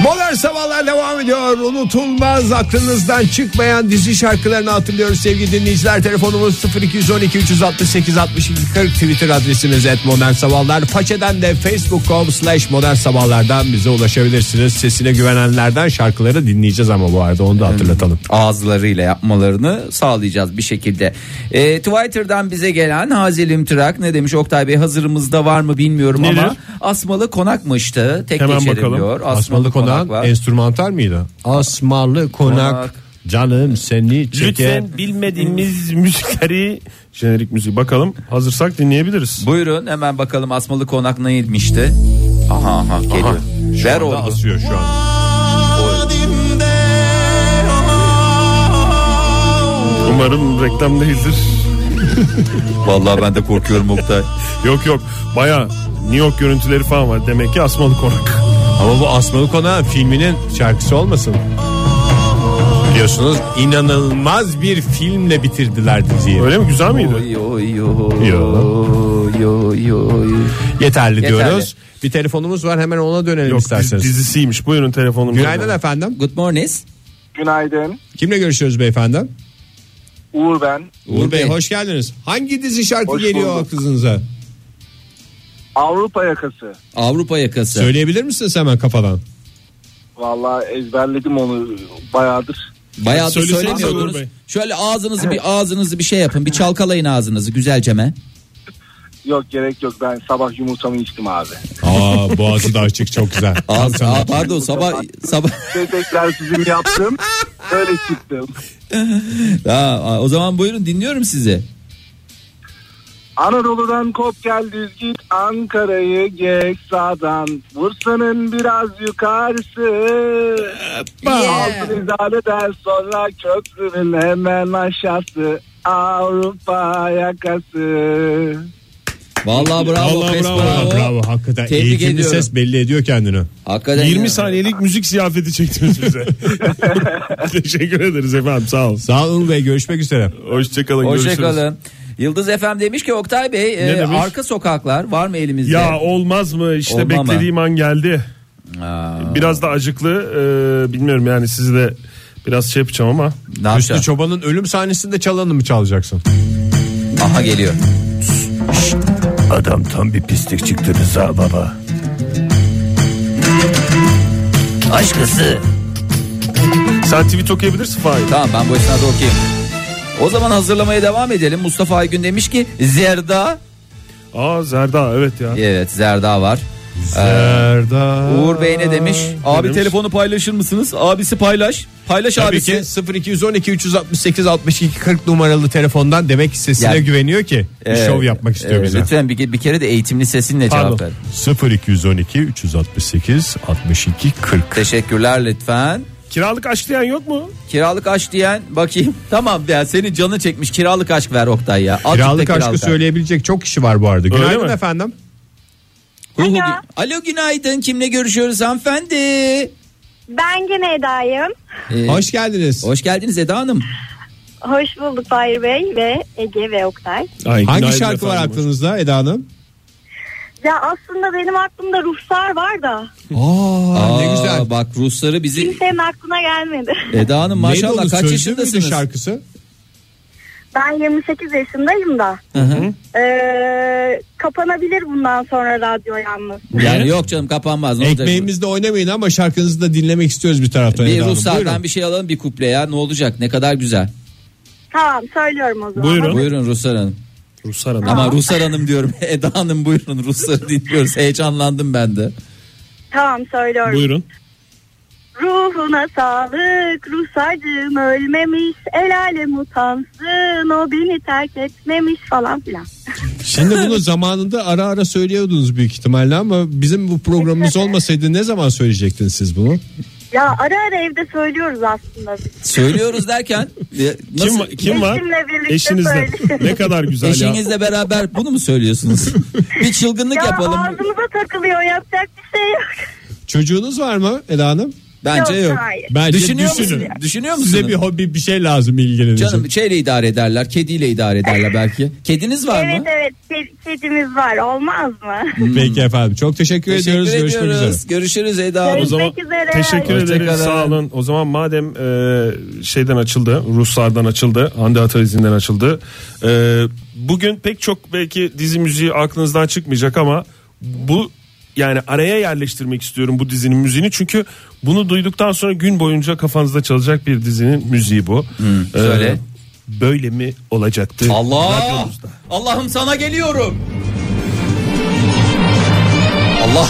S2: Modern Sabahlar devam ediyor. Unutulmaz aklınızdan çıkmayan dizi şarkılarını hatırlıyoruz sevgili dinleyiciler. Telefonumuz 0212 368 62 40 Twitter adresimiz et Modern Sabahlar. Façeden de facebook.com slash Modern Sabahlar'dan bize ulaşabilirsiniz. Sesine güvenenlerden şarkıları dinleyeceğiz ama bu arada onu da hatırlatalım.
S4: ağızlarıyla yapmalarını sağlayacağız bir şekilde. Ee, Twitter'dan bize gelen Hazelim Trak ne demiş Oktay Bey hazırımızda var mı bilmiyorum
S3: Nedir?
S4: ama asmalı konakmıştı. Tek
S3: Hemen
S4: geçelim
S3: bakalım.
S4: diyor. şey Asmalı,
S2: Asmalı
S4: konak,
S2: Konak,
S4: var.
S2: enstrümantal mıydı? Asmalı Konak,
S4: Konak.
S2: canım seni çeker.
S3: Lütfen bilmediğimiz müzikleri jenerik müziği bakalım. Hazırsak dinleyebiliriz.
S4: Buyurun hemen bakalım asmalı konak neymişti. Aha aha geliyor. Ver oldu.
S2: Asıyor şu an.
S3: Umarım reklam değildir.
S4: Vallahi ben de korkuyorum Oktay.
S3: Yok yok baya New York görüntüleri falan var. Demek ki Asmalı Konak.
S2: Ama bu Asmalı Konak filminin şarkısı olmasın? Biliyorsunuz inanılmaz bir filmle bitirdiler diziyi.
S3: Öyle mi güzel miydi?
S4: yo yo yo
S2: Yo.
S4: yo yo.
S2: Yeterli,
S4: Yeterli.
S2: diyoruz. Bir telefonumuz var hemen ona dönelim
S3: Yok diz-
S2: isterseniz.
S3: dizisiymiş. Buyurun telefonumuzu.
S2: Günaydın efendim.
S4: Good morning.
S7: Günaydın.
S2: Kimle görüşüyoruz beyefendi?
S7: Uğur ben.
S2: Uğur Bey hoş geldiniz. Hangi dizi şarkı
S7: Hoş
S2: geliyor
S7: bulduk.
S2: aklınıza?
S7: Avrupa yakası.
S4: Avrupa yakası.
S2: Söyleyebilir misiniz hemen kafadan?
S7: Vallahi ezberledim onu bayağıdır.
S4: Bayağı da
S3: Söylesenize
S4: söylemiyordunuz.
S3: Uğur Bey.
S4: Şöyle ağzınızı bir ağzınızı bir şey yapın. Bir çalkalayın ağzınızı güzelceme.
S7: Yok gerek yok ben sabah yumurtamı içtim abi.
S2: Aa boğazı da açık çok güzel.
S4: Aa, aa, pardon sabah sabah
S7: Bebekler sizin yaptım. Öyle çıktım.
S4: Aa, o zaman buyurun dinliyorum sizi.
S7: Anadolu'dan kop gel düz git Ankara'yı geç sağdan Bursa'nın biraz yukarısı Altı Rizale'den sonra köprünün hemen aşağısı Avrupa yakası
S4: Vallahi bravo.
S2: Vallahi
S4: pes
S2: bravo,
S4: bravo.
S2: bravo. Hakikaten
S4: Tebrik
S2: eğitimli
S4: ediyorum.
S2: ses belli ediyor kendini.
S4: Hakikaten
S3: 20
S4: ya.
S3: saniyelik müzik ziyafeti çektiniz bize. Teşekkür ederiz efendim sağ olun.
S2: Sağ olun Bey görüşmek üzere.
S3: Hoşçakalın. Hoşçakalın.
S4: Hoşçakalın. Yıldız Efem demiş ki Oktay Bey e,
S3: demiş?
S4: arka sokaklar var mı elimizde?
S3: Ya olmaz mı işte
S4: Olma mı?
S3: beklediğim an geldi.
S4: Aa,
S3: Biraz da acıklı e, bilmiyorum Ee, yani sizi de Biraz şey yapacağım ama
S4: Ne
S2: Hüsnü
S4: yapacaksın?
S2: Çoban'ın ölüm sahnesinde çalanı mı çalacaksın?
S4: Aha geliyor.
S11: Adam tam bir pislik çıktı Rıza baba. Aşkısı.
S3: sen tweet okuyabilirsin Fahir.
S4: Tamam ben bu esnada okuyayım. O zaman hazırlamaya devam edelim. Mustafa Aygün demiş ki Zerda.
S3: Aa Zerda evet ya.
S4: Evet Zerda var.
S2: Erda.
S4: Uğur Bey ne demiş? Abi
S3: demiş?
S4: telefonu paylaşır mısınız? Abisi paylaş. Paylaş
S2: Tabii
S4: abisi.
S2: ki 0212 368 62 40 numaralı telefondan demek ki sesine
S4: Yani-
S2: güveniyor ki bir
S4: Evet,
S2: şov yapmak istiyor
S4: evet,
S2: bize.
S4: Lütfen bir, bir kere de eğitimli sesinle cevap ver.
S2: 0212 368 62 40
S4: Teşekkürler lütfen.
S3: Kiralık aşk diyen yok mu?
S4: Kiralık aşk diyen bakayım. Tamam ya senin canı çekmiş kiralık aşk ver Oktay ya. Azıcık da
S2: Kiralık aşkı
S4: aşk.
S2: söyleyebilecek çok kişi var bu arada. Günaydın
S3: mi?
S2: efendim.
S4: Ruhu-
S10: Alo.
S4: Alo günaydın kimle görüşüyoruz hanımefendi?
S10: Ben gene Eda'yım.
S4: Ee,
S2: Hoş geldiniz.
S4: hoş geldiniz Eda Hanım.
S10: Hoş bulduk Fahir Bey ve Ege ve Oktay.
S2: Hangi
S3: Ay, günaydın
S2: şarkı var
S3: efendim.
S2: aklınızda Eda Hanım?
S10: Ya aslında benim aklımda ruhsar var da
S2: Aa,
S4: Aa,
S2: ne güzel.
S4: Bak ruhları bizi
S10: kimsenin aklına gelmedi.
S4: Eda Hanım
S2: Neydi onun
S4: maşallah kaç
S2: sözü
S4: yaşındasınız?
S2: müydü şarkısı?
S10: Ben 28 yaşındayım da.
S4: Hı hı.
S10: Ee, kapanabilir bundan sonra radyo yalnız.
S4: Yani yok canım kapanmaz. Ne olacak?
S2: Ekmeğimizde oynamayın ama şarkınızı da dinlemek istiyoruz bir taraftan
S4: bir
S2: Eda Hanım.
S4: ruhsardan
S2: Buyurun.
S4: bir şey alalım bir kuple ya ne olacak ne kadar güzel.
S10: Tamam söylüyorum o zaman.
S3: Buyurun.
S4: Buyurun Ruhsar Hanım.
S3: Ruhsar Hanım.
S4: Ama Ruhsar Hanım diyorum Eda Hanım buyurun Ruhsar'ı dinliyoruz heyecanlandım ben de.
S10: Tamam söylüyorum.
S3: Buyurun.
S10: Ruhuna sağlık ruhsacığım ölmemiş el alem utansın o beni terk etmemiş falan filan.
S2: Şimdi bunu zamanında ara ara söylüyordunuz büyük ihtimalle ama bizim bu programımız olmasaydı ne zaman söyleyecektiniz siz bunu?
S10: Ya ara ara evde söylüyoruz aslında biz.
S4: Söylüyoruz derken e,
S3: Kim,
S4: nasıl?
S3: va- kim var?
S10: Eşimle birlikte
S3: Eşinizle.
S10: söylüyorum.
S3: ne kadar güzel ya.
S4: Eşinizle beraber bunu mu söylüyorsunuz? bir çılgınlık
S10: Ya
S4: yapalım.
S10: ağzımıza takılıyor yapacak bir şey yok.
S2: Çocuğunuz var mı Eda Hanım?
S4: Bence yok.
S10: hayır.
S2: Bence
S4: Düşünüyor
S2: düşünün.
S4: musun? Düşünüyor musun?
S2: Size bir hobi bir şey lazım ilgilenecek.
S4: Canım şeyle idare ederler. Kediyle idare ederler belki. Kediniz var
S10: Evet
S4: mı?
S10: evet Ked- kedimiz var olmaz mı?
S2: Peki efendim çok teşekkür,
S4: Hmm. Teşekkür
S2: ediyoruz. Görüşmek üzere.
S4: ediyoruz. Görüşürüz Eda Hanım.
S3: O zaman
S10: Görüşmek üzere.
S3: teşekkür
S4: Hoşça
S3: ederiz
S4: kalın.
S3: sağ olun. O zaman madem e, şeyden açıldı, Ruslardan açıldı, Hande Atalizi'nden açıldı. E, bugün pek çok belki dizi müziği aklınızdan çıkmayacak ama bu yani araya yerleştirmek istiyorum bu dizinin müziğini çünkü bunu duyduktan sonra gün boyunca kafanızda çalacak bir dizinin müziği bu. E,
S4: söyle.
S3: böyle mi olacaktı?
S4: Allah! Allah'ım sana geliyorum. Allah!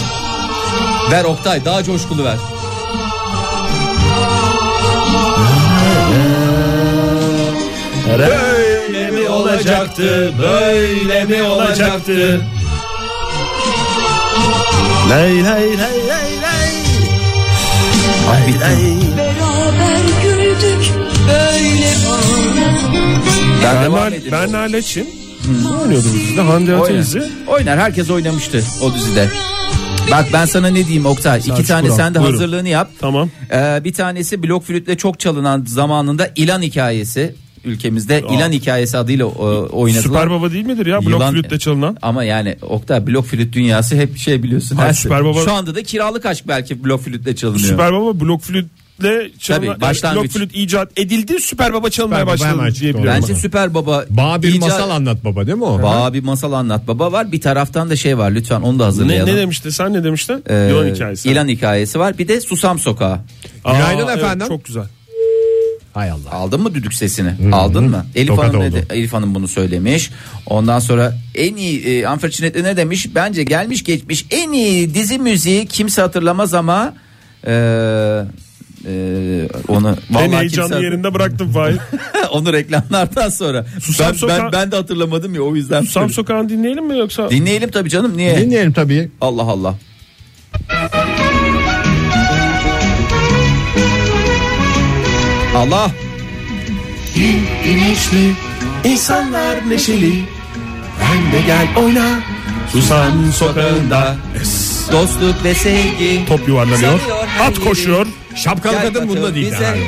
S4: Ver Oktay daha coşkulu ver.
S3: Böyle mi olacaktı? Böyle mi olacaktı? Lay lay lay lay lay.
S9: Beraber güldük böyle
S4: Ben
S3: Ben
S4: devam
S3: Nar-
S4: edeyim.
S3: ben Nalet'im. Ne oynuyordu bu dizide? Hande Ataizi.
S4: Oynar. Oynar. Herkes oynamıştı o dizide. Bak ben sana ne diyeyim Oktay. iki tane
S3: Burak,
S4: sen de
S3: buyurun.
S4: hazırlığını yap.
S3: Tamam.
S4: Ee, bir tanesi blok flütle çok çalınan zamanında ilan hikayesi. Ülkemizde ilan hikayesi adıyla e, oynadılan.
S3: Süper Baba değil midir ya? Blok
S4: Yılan-
S3: flütle çalınan.
S4: Ama yani Oktay blok flüt dünyası hep şey biliyorsun.
S3: Hayır,
S4: her-
S3: Süper Baba-
S4: Şu anda da kiralık aşk belki blok flütle çalınıyor.
S3: Süper Baba blok flütle çalınan.
S4: Tabii, başlangıç.
S3: blok flüt icat edildi. Süper Baba çalmaya
S2: Süper Baba
S3: başladı
S2: hemen çıktı
S3: diye biliyorum.
S4: Bence Süper Baba.
S2: Bana bir
S4: icat-
S2: masal anlat baba değil mi o?
S4: Bana bir masal anlat baba var. Bir taraftan da şey var lütfen onu da
S3: Ne,
S4: hazırlayalım.
S3: ne demiştin? Sen ne demiştin?
S4: Ee,
S3: Yılan hikayesi.
S4: İlan hikayesi var. Bir de Susam Sokağı.
S3: Aa,
S2: Günaydın
S3: evet,
S2: efendim.
S3: çok güzel.
S2: Hay Allah.
S4: Aldın mı düdük sesini? Aldın mı? Elif
S2: Tokat
S4: Hanım ne
S2: oldu.
S4: de- Elif Hanım bunu söylemiş. Ondan sonra en iyi e, Unfortunately ne demiş? Bence gelmiş geçmiş en iyi dizi müziği kimse hatırlamaz ama e, e, onu
S3: En
S4: vallahi
S3: heyecanlı
S4: kimse
S3: yerinde bıraktım Fahir.
S4: onu reklamlardan sonra
S3: Susam
S4: ben,
S3: Sokağı-
S4: ben, ben de hatırlamadım ya o yüzden
S3: Sam
S4: söyledim.
S3: Sokağı'nı dinleyelim mi yoksa?
S4: Dinleyelim tabii canım niye?
S2: Dinleyelim tabii.
S4: Allah Allah. Allah
S3: İnsanlar neşeli. Ben de gel oyna. Susam Sokağı'nda.
S4: dostluk ve sevgi
S3: Top yuvarlanıyor.
S4: Sarıyor her
S3: At
S4: yeri.
S3: koşuyor.
S2: Şapkalı
S4: Gel
S2: kadın bunda
S4: bakalım
S2: değil.
S4: bize.
S2: herhalde.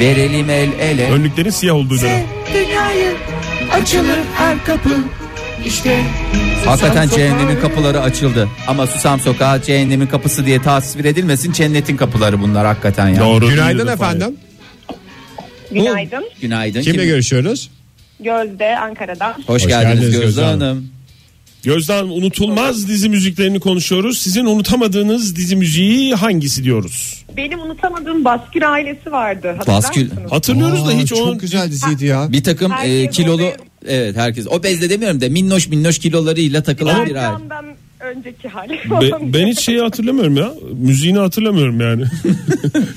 S4: verelim el ele.
S3: Önlüklerin siyah olduğu dönem.
S4: Hakikaten cehennemin kapıları açıldı. Ama Susam Sokağı cehennemin kapısı diye tasvir edilmesin. Cennetin kapıları bunlar hakikaten ya.
S3: Doğru.
S2: Günaydın
S3: Dinledim Fahir.
S2: efendim.
S8: Günaydın.
S4: Günaydın.
S2: Kimle
S4: Kim-
S2: görüşüyoruz?
S8: Gözde Ankara'dan.
S4: Hoş,
S2: Hoş
S4: geldiniz,
S2: geldiniz
S4: Gözde
S2: Gözde
S4: Hanım.
S2: Hanım.
S3: Gözde Hanım unutulmaz dizi müziklerini konuşuyoruz. Sizin unutamadığınız dizi müziği hangisi diyoruz?
S8: Benim unutamadığım Baskül ailesi vardı. Hatırlar
S4: Baskül.
S8: mısınız?
S3: Hatırlıyoruz da hiç
S2: çok
S3: onun
S2: güzel diziydi ya.
S4: Bir takım
S8: Herkes
S4: e, kilolu
S8: obez.
S4: evet herkes obezle demiyorum da minnoş minnoş kilolarıyla takılan bir aile.
S8: Ercan'dan önceki hali.
S3: Be- ben hiç şeyi hatırlamıyorum ya. Müziğini hatırlamıyorum yani.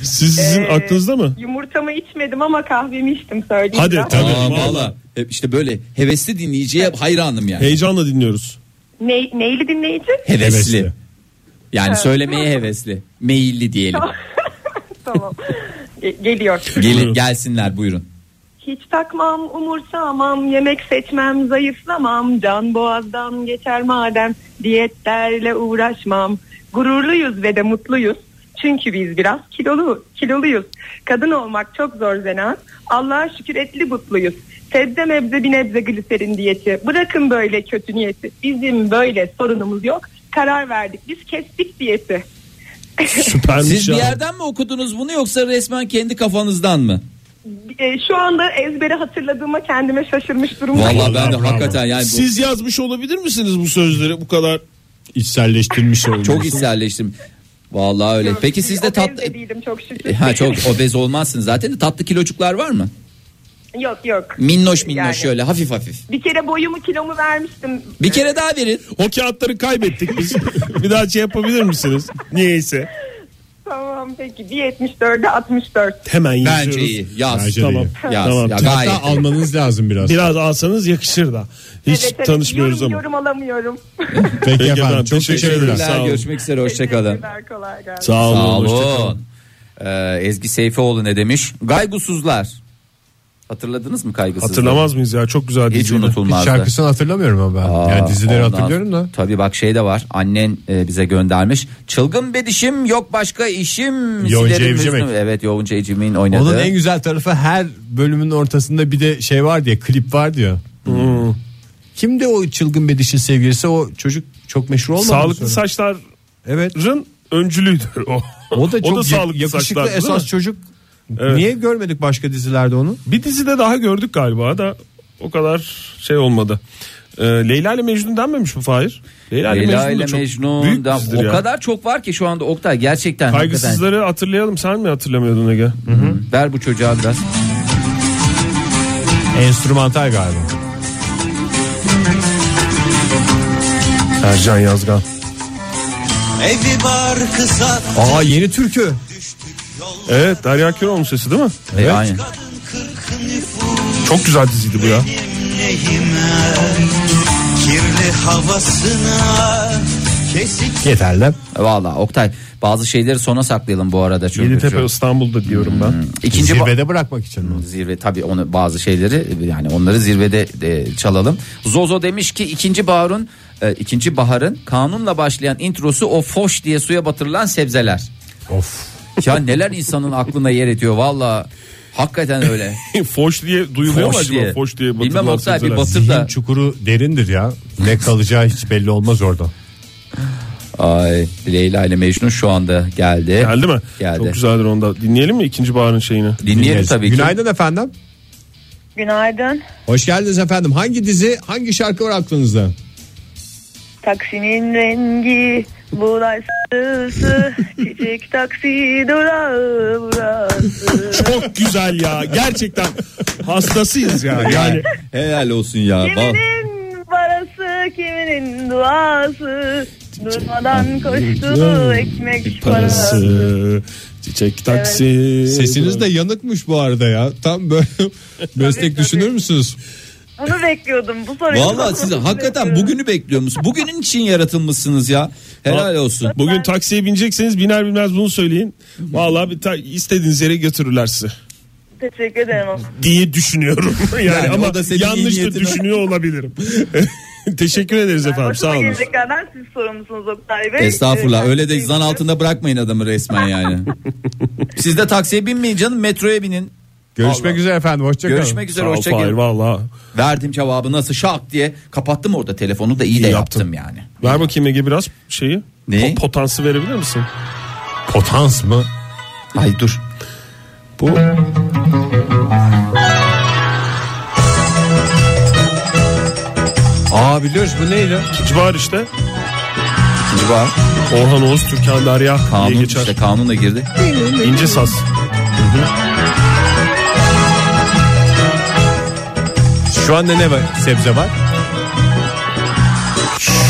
S3: Siz sizin
S8: Ee,
S3: aklınızda mı?
S8: Yumurtamı içmedim ama kahvemi içtim söyleyeyim.
S3: Hadi,
S8: ben.
S3: tabii.
S4: Aa,
S3: Vallahi.
S4: valla hep E, işte böyle hevesli dinleyiciye hayranım yani.
S3: Heyecanla dinliyoruz.
S8: Ne, neyli dinleyici?
S4: hevesli.
S3: Hevesli.
S4: Yani söylemeye hevesli. Meyilli diyelim.
S8: tamam. Ge- geliyor.
S4: Gelin
S3: Buyurun.
S4: gelsinler buyurun.
S8: Hiç takmam, umursamam, yemek seçmem, zayıflamam, can boğazdan geçer madem, diyetlerle uğraşmam. Gururluyuz ve de mutluyuz. Çünkü biz biraz kilolu, kiloluyuz. Kadın olmak çok zor zanaat. Allah'a şükür etli mutluyuz. Sebze mebze bir nebze gliserin diyeti. Bırakın böyle kötü niyeti. Bizim böyle sorunumuz yok. Karar verdik. Biz kestik diyeti.
S3: Süpermiş
S4: Siz bir
S3: ya.
S4: yerden mi okudunuz bunu yoksa resmen kendi kafanızdan mı?
S8: E, şu anda ezbere hatırladığıma kendime şaşırmış durumdayım.
S4: Vallahi ben de
S3: bravo.
S4: hakikaten yani bu-
S3: Siz yazmış olabilir misiniz bu sözleri bu kadar?
S2: İçselleştirmiş olmuş.
S4: çok hisserleştim. Vallahi öyle. Peki sizde
S8: Obez
S4: tatlı
S8: de değilim çok şükür.
S4: E, ha çok obez olmazsınız zaten de tatlı kilocuklar var mı?
S8: Yok yok.
S4: Minnoş minnoş
S8: Yani.
S4: şöyle hafif hafif.
S8: Bir kere boyumu kilomu vermiştim.
S4: Bir kere daha verin.
S3: O kağıtları kaybettik biz. bir daha şey yapabilir misiniz? Niyeyse.
S8: Tamam peki. 1.74'e 64.
S3: Hemen yazıyoruz.
S4: Bence iyi. Yaz.
S2: Bence de
S3: Tamam.
S2: iyi.
S4: Yaz.
S3: Tamam.
S4: Ya gayet.
S2: Hatta almanız lazım biraz.
S3: Biraz alsanız yakışır da. Hiç
S8: Evet, evet.
S3: tanışmıyoruz
S8: yorum,
S3: ama.
S8: Yorum alamıyorum.
S2: Peki
S3: Peki
S2: efendim.
S3: efendim,
S2: Çok
S3: teşekkür
S2: teşekkürler.
S3: ederiz. Sağ olun.
S4: Görüşmek üzere. Hoşçakalın.
S8: Teşekkürler, Kolay gelsin.
S3: Sağ
S4: Sağ
S3: olun. hoşça kalın.
S4: olun. Ee, Ezgi Seyfioğlu ne demiş? Gaygusuzlar. Hatırladınız mı kaygısızlar?
S3: Hatırlamaz mıyız ya? Çok güzel
S4: Hiç
S3: diziydi.
S4: unutulmazdı.
S2: Şarkısını hatırlamıyorum ama ben.
S4: Aa,
S2: yani dizileri
S4: ondan-
S2: hatırlıyorum da.
S4: Tabii bak şey de var. Annen e, bize göndermiş. Çılgın bir dişim yok başka işim.
S2: Yonca
S4: Silerim
S2: Evcimek.
S4: hüznü. Evet Yonca Evcimik'in oynadığı.
S2: Onun en güzel tarafı her bölümün ortasında bir de şey var diye klip var diyor.
S3: Hmm.
S2: Kimde o çılgın bir dişin sevgilisi o çocuk çok meşhur olmadı mı
S3: Sağlıklı
S2: sonra?
S3: saçların
S2: Evet.
S3: öncülüydür o.
S2: O da çok ya-
S3: sağlıklı
S2: yakışıklı
S3: saçlar, değil
S2: esas
S3: mi?
S2: çocuk.
S3: Evet.
S2: Niye görmedik başka dizilerde onu?
S3: Bir dizide daha gördük galiba da o kadar şey olmadı. Ee, Leyla ile Mecnun denmemiş mi Fahir? Leyla,
S4: Leyla
S3: da
S4: ile
S3: çok
S4: Mecnun
S3: büyük
S4: da-
S3: dizidir
S4: o
S3: ya.
S4: kadar çok var ki şu anda Oktay gerçekten hakikaten.
S3: Kaygısızları hatırlayalım sen mi hatırlamıyordun Ege?
S4: Ver bu çocuğa biraz. E,
S2: Enstrümantal galiba.
S3: Ercan Yazgan.
S11: Evi var kısa
S2: Aa yeni türkü.
S3: Evet Derya Köroğlu'nun sesi değil mi?
S4: E, aynen.
S3: Çok güzel diziydi bu ya.
S11: nehime Kirli havasına Kesik
S2: Yeterli.
S4: Valla Oktay bazı şeyleri sona saklayalım bu arada. Çünkü
S3: Yeditepe
S4: çok-
S3: İstanbul'da diyorum ben.
S4: İkinci ba-
S2: Zirvede bırakmak için mi?
S4: Zirve tabii onu bazı şeyleri yani onları zirvede de çalalım. Zozo demiş ki ikinci baharın e, ikinci baharın kanunla başlayan introsu o foş diye suya batırılan sebzeler.
S2: Of.
S4: Ya neler insanın aklına yer ediyor valla. Hakikaten öyle.
S3: Foş diye duyuluyor mu
S4: Hmm. Foş
S3: acaba?
S4: diye.
S3: Foş diye
S4: Bilmem
S3: batırılan
S4: Oktay bir
S3: sebzeler.
S4: batır da.
S2: Çukuru derindir ya. Ne kalacağı hiç belli olmaz orada.
S4: Ay, Leyla ile Mecnun şu anda geldi.
S3: Geldi mi?
S4: Geldi.
S3: Çok güzeldir onda. Dinleyelim mi ikinci baharın şeyini?
S4: Dinleyelim tabii ki.
S2: Günaydın efendim.
S12: Günaydın.
S2: Hoş geldiniz efendim. Hangi dizi, hangi şarkı var aklınızda?
S12: Taksinin rengi buğday sarısı çiçek taksi durağı burası.
S3: Çok güzel ya. Gerçekten hastasıyız ya. Yani
S4: Helal olsun ya. Val-
S12: Kiminin parası kiminin duası durmadan koştu ekmek parası.
S3: parası, çiçek taksi.
S2: Sesiniz de yanıkmış bu arada ya. Tam böyle meslek
S12: tabii.
S2: düşünür müsünüz?
S12: Bunu bekliyordum bu soruyu.
S4: Vallahi siz hakikaten bugünü bekliyor musunuz? Bugünün için yaratılmışsınız ya. Helal olsun.
S3: Bugün taksiye binecekseniz biner binmez bunu söyleyin. Vallahi bir ta- istediğiniz yere götürürler sizi.
S12: Teşekkür ederim. ama.
S3: Diye düşünüyorum. Yani,
S4: Yani o
S3: ama
S4: da senin iyi
S3: yanlış da
S4: niyetine-
S3: düşünüyor olabilirim. Teşekkür ederiz efendim. Sağ
S12: Başıma
S3: olun.
S12: geleceklerden siz sorumlusunuz Oktay Bey.
S4: Estağfurullah.
S12: Ee,
S4: Öyle de zan altında bırakmayın adamı resmen yani. Siz de taksiye binmeyin canım. Metroya binin.
S2: Görüşmek üzere efendim. Hoşçakalın.
S4: Görüşmek üzere.
S3: Sağ ol Fahir,
S4: Hoşçakalın.
S3: Vallahi.
S4: Verdim cevabı nasıl şak diye. Kapattım orada telefonu da iyi de yaptım,
S3: yaptın.
S4: yani.
S3: Ver bakayım Ege biraz şeyi.
S4: Neyi?
S3: Po- Potansı verebilir misin?
S2: Potans mı?
S4: Ay dur.
S3: Bu
S2: Aa biliyoruz bu neydi?
S3: İkinci bahar işte.
S4: İkinci bahar.
S3: Orhan Oğuz Türkan Derya
S4: Kanun
S3: diye geçer.
S4: işte kanunla girdi.
S3: İnce saz.
S2: Şu anda ne var? Sebze var.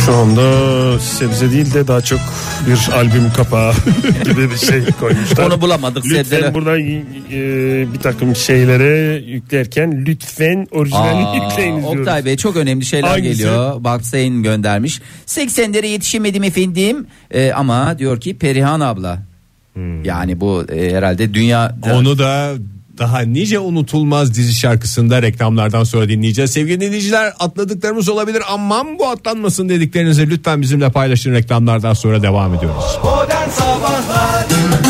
S3: Şu anda sebze değil de daha çok bir albüm kapağı gibi bir şey koymuşlar.
S4: Onu bulamadık,
S3: Lütfen
S4: sebzeler.
S3: buradan e, bir takım şeylere yüklerken lütfen
S4: Aa,
S3: orijinalini yükleyiniz diyoruz.
S4: Oktay Bey çok önemli şeyler
S3: Hangisi?
S4: geliyor. Bakseyin göndermiş. 80'lere yetişemedim efendim. Ee, ama diyor ki Perihan abla. Yani bu e, herhalde dünya
S2: Onu da daha nice unutulmaz dizi şarkısında reklamlardan sonra dinleyeceğiz. Sevgili dinleyiciler atladıklarımız olabilir aman bu atlanmasın dediklerinizi lütfen bizimle paylaşın reklamlardan sonra devam ediyoruz.
S11: Modern Sabahlar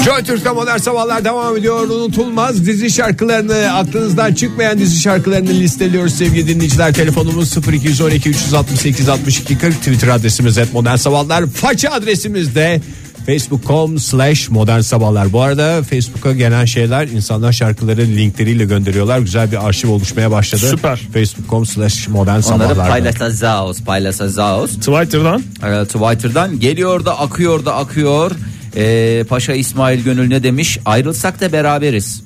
S2: Joy Türk'te modern sabahlar devam ediyor. Unutulmaz dizi şarkılarını aklınızdan çıkmayan dizi şarkılarını listeliyoruz sevgili dinleyiciler. Telefonumuz 0212 368 62 40 Twitter adresimiz et modern sabahlar. Faça adresimiz de facebook.com slash modern sabahlar. Bu arada Facebook'a gelen şeyler insanlar şarkıları linkleriyle gönderiyorlar. Güzel bir arşiv oluşmaya başladı.
S3: Süper.
S2: Facebook.com slash modern
S4: onları
S2: sabahlar.
S4: paylaşacağız. Paylaşacağız.
S3: Twitter'dan
S4: Ee, Twitter'dan geliyor da akıyor da akıyor. Ee, Paşa İsmail Gönül ne demiş? Ayrılsak da beraberiz.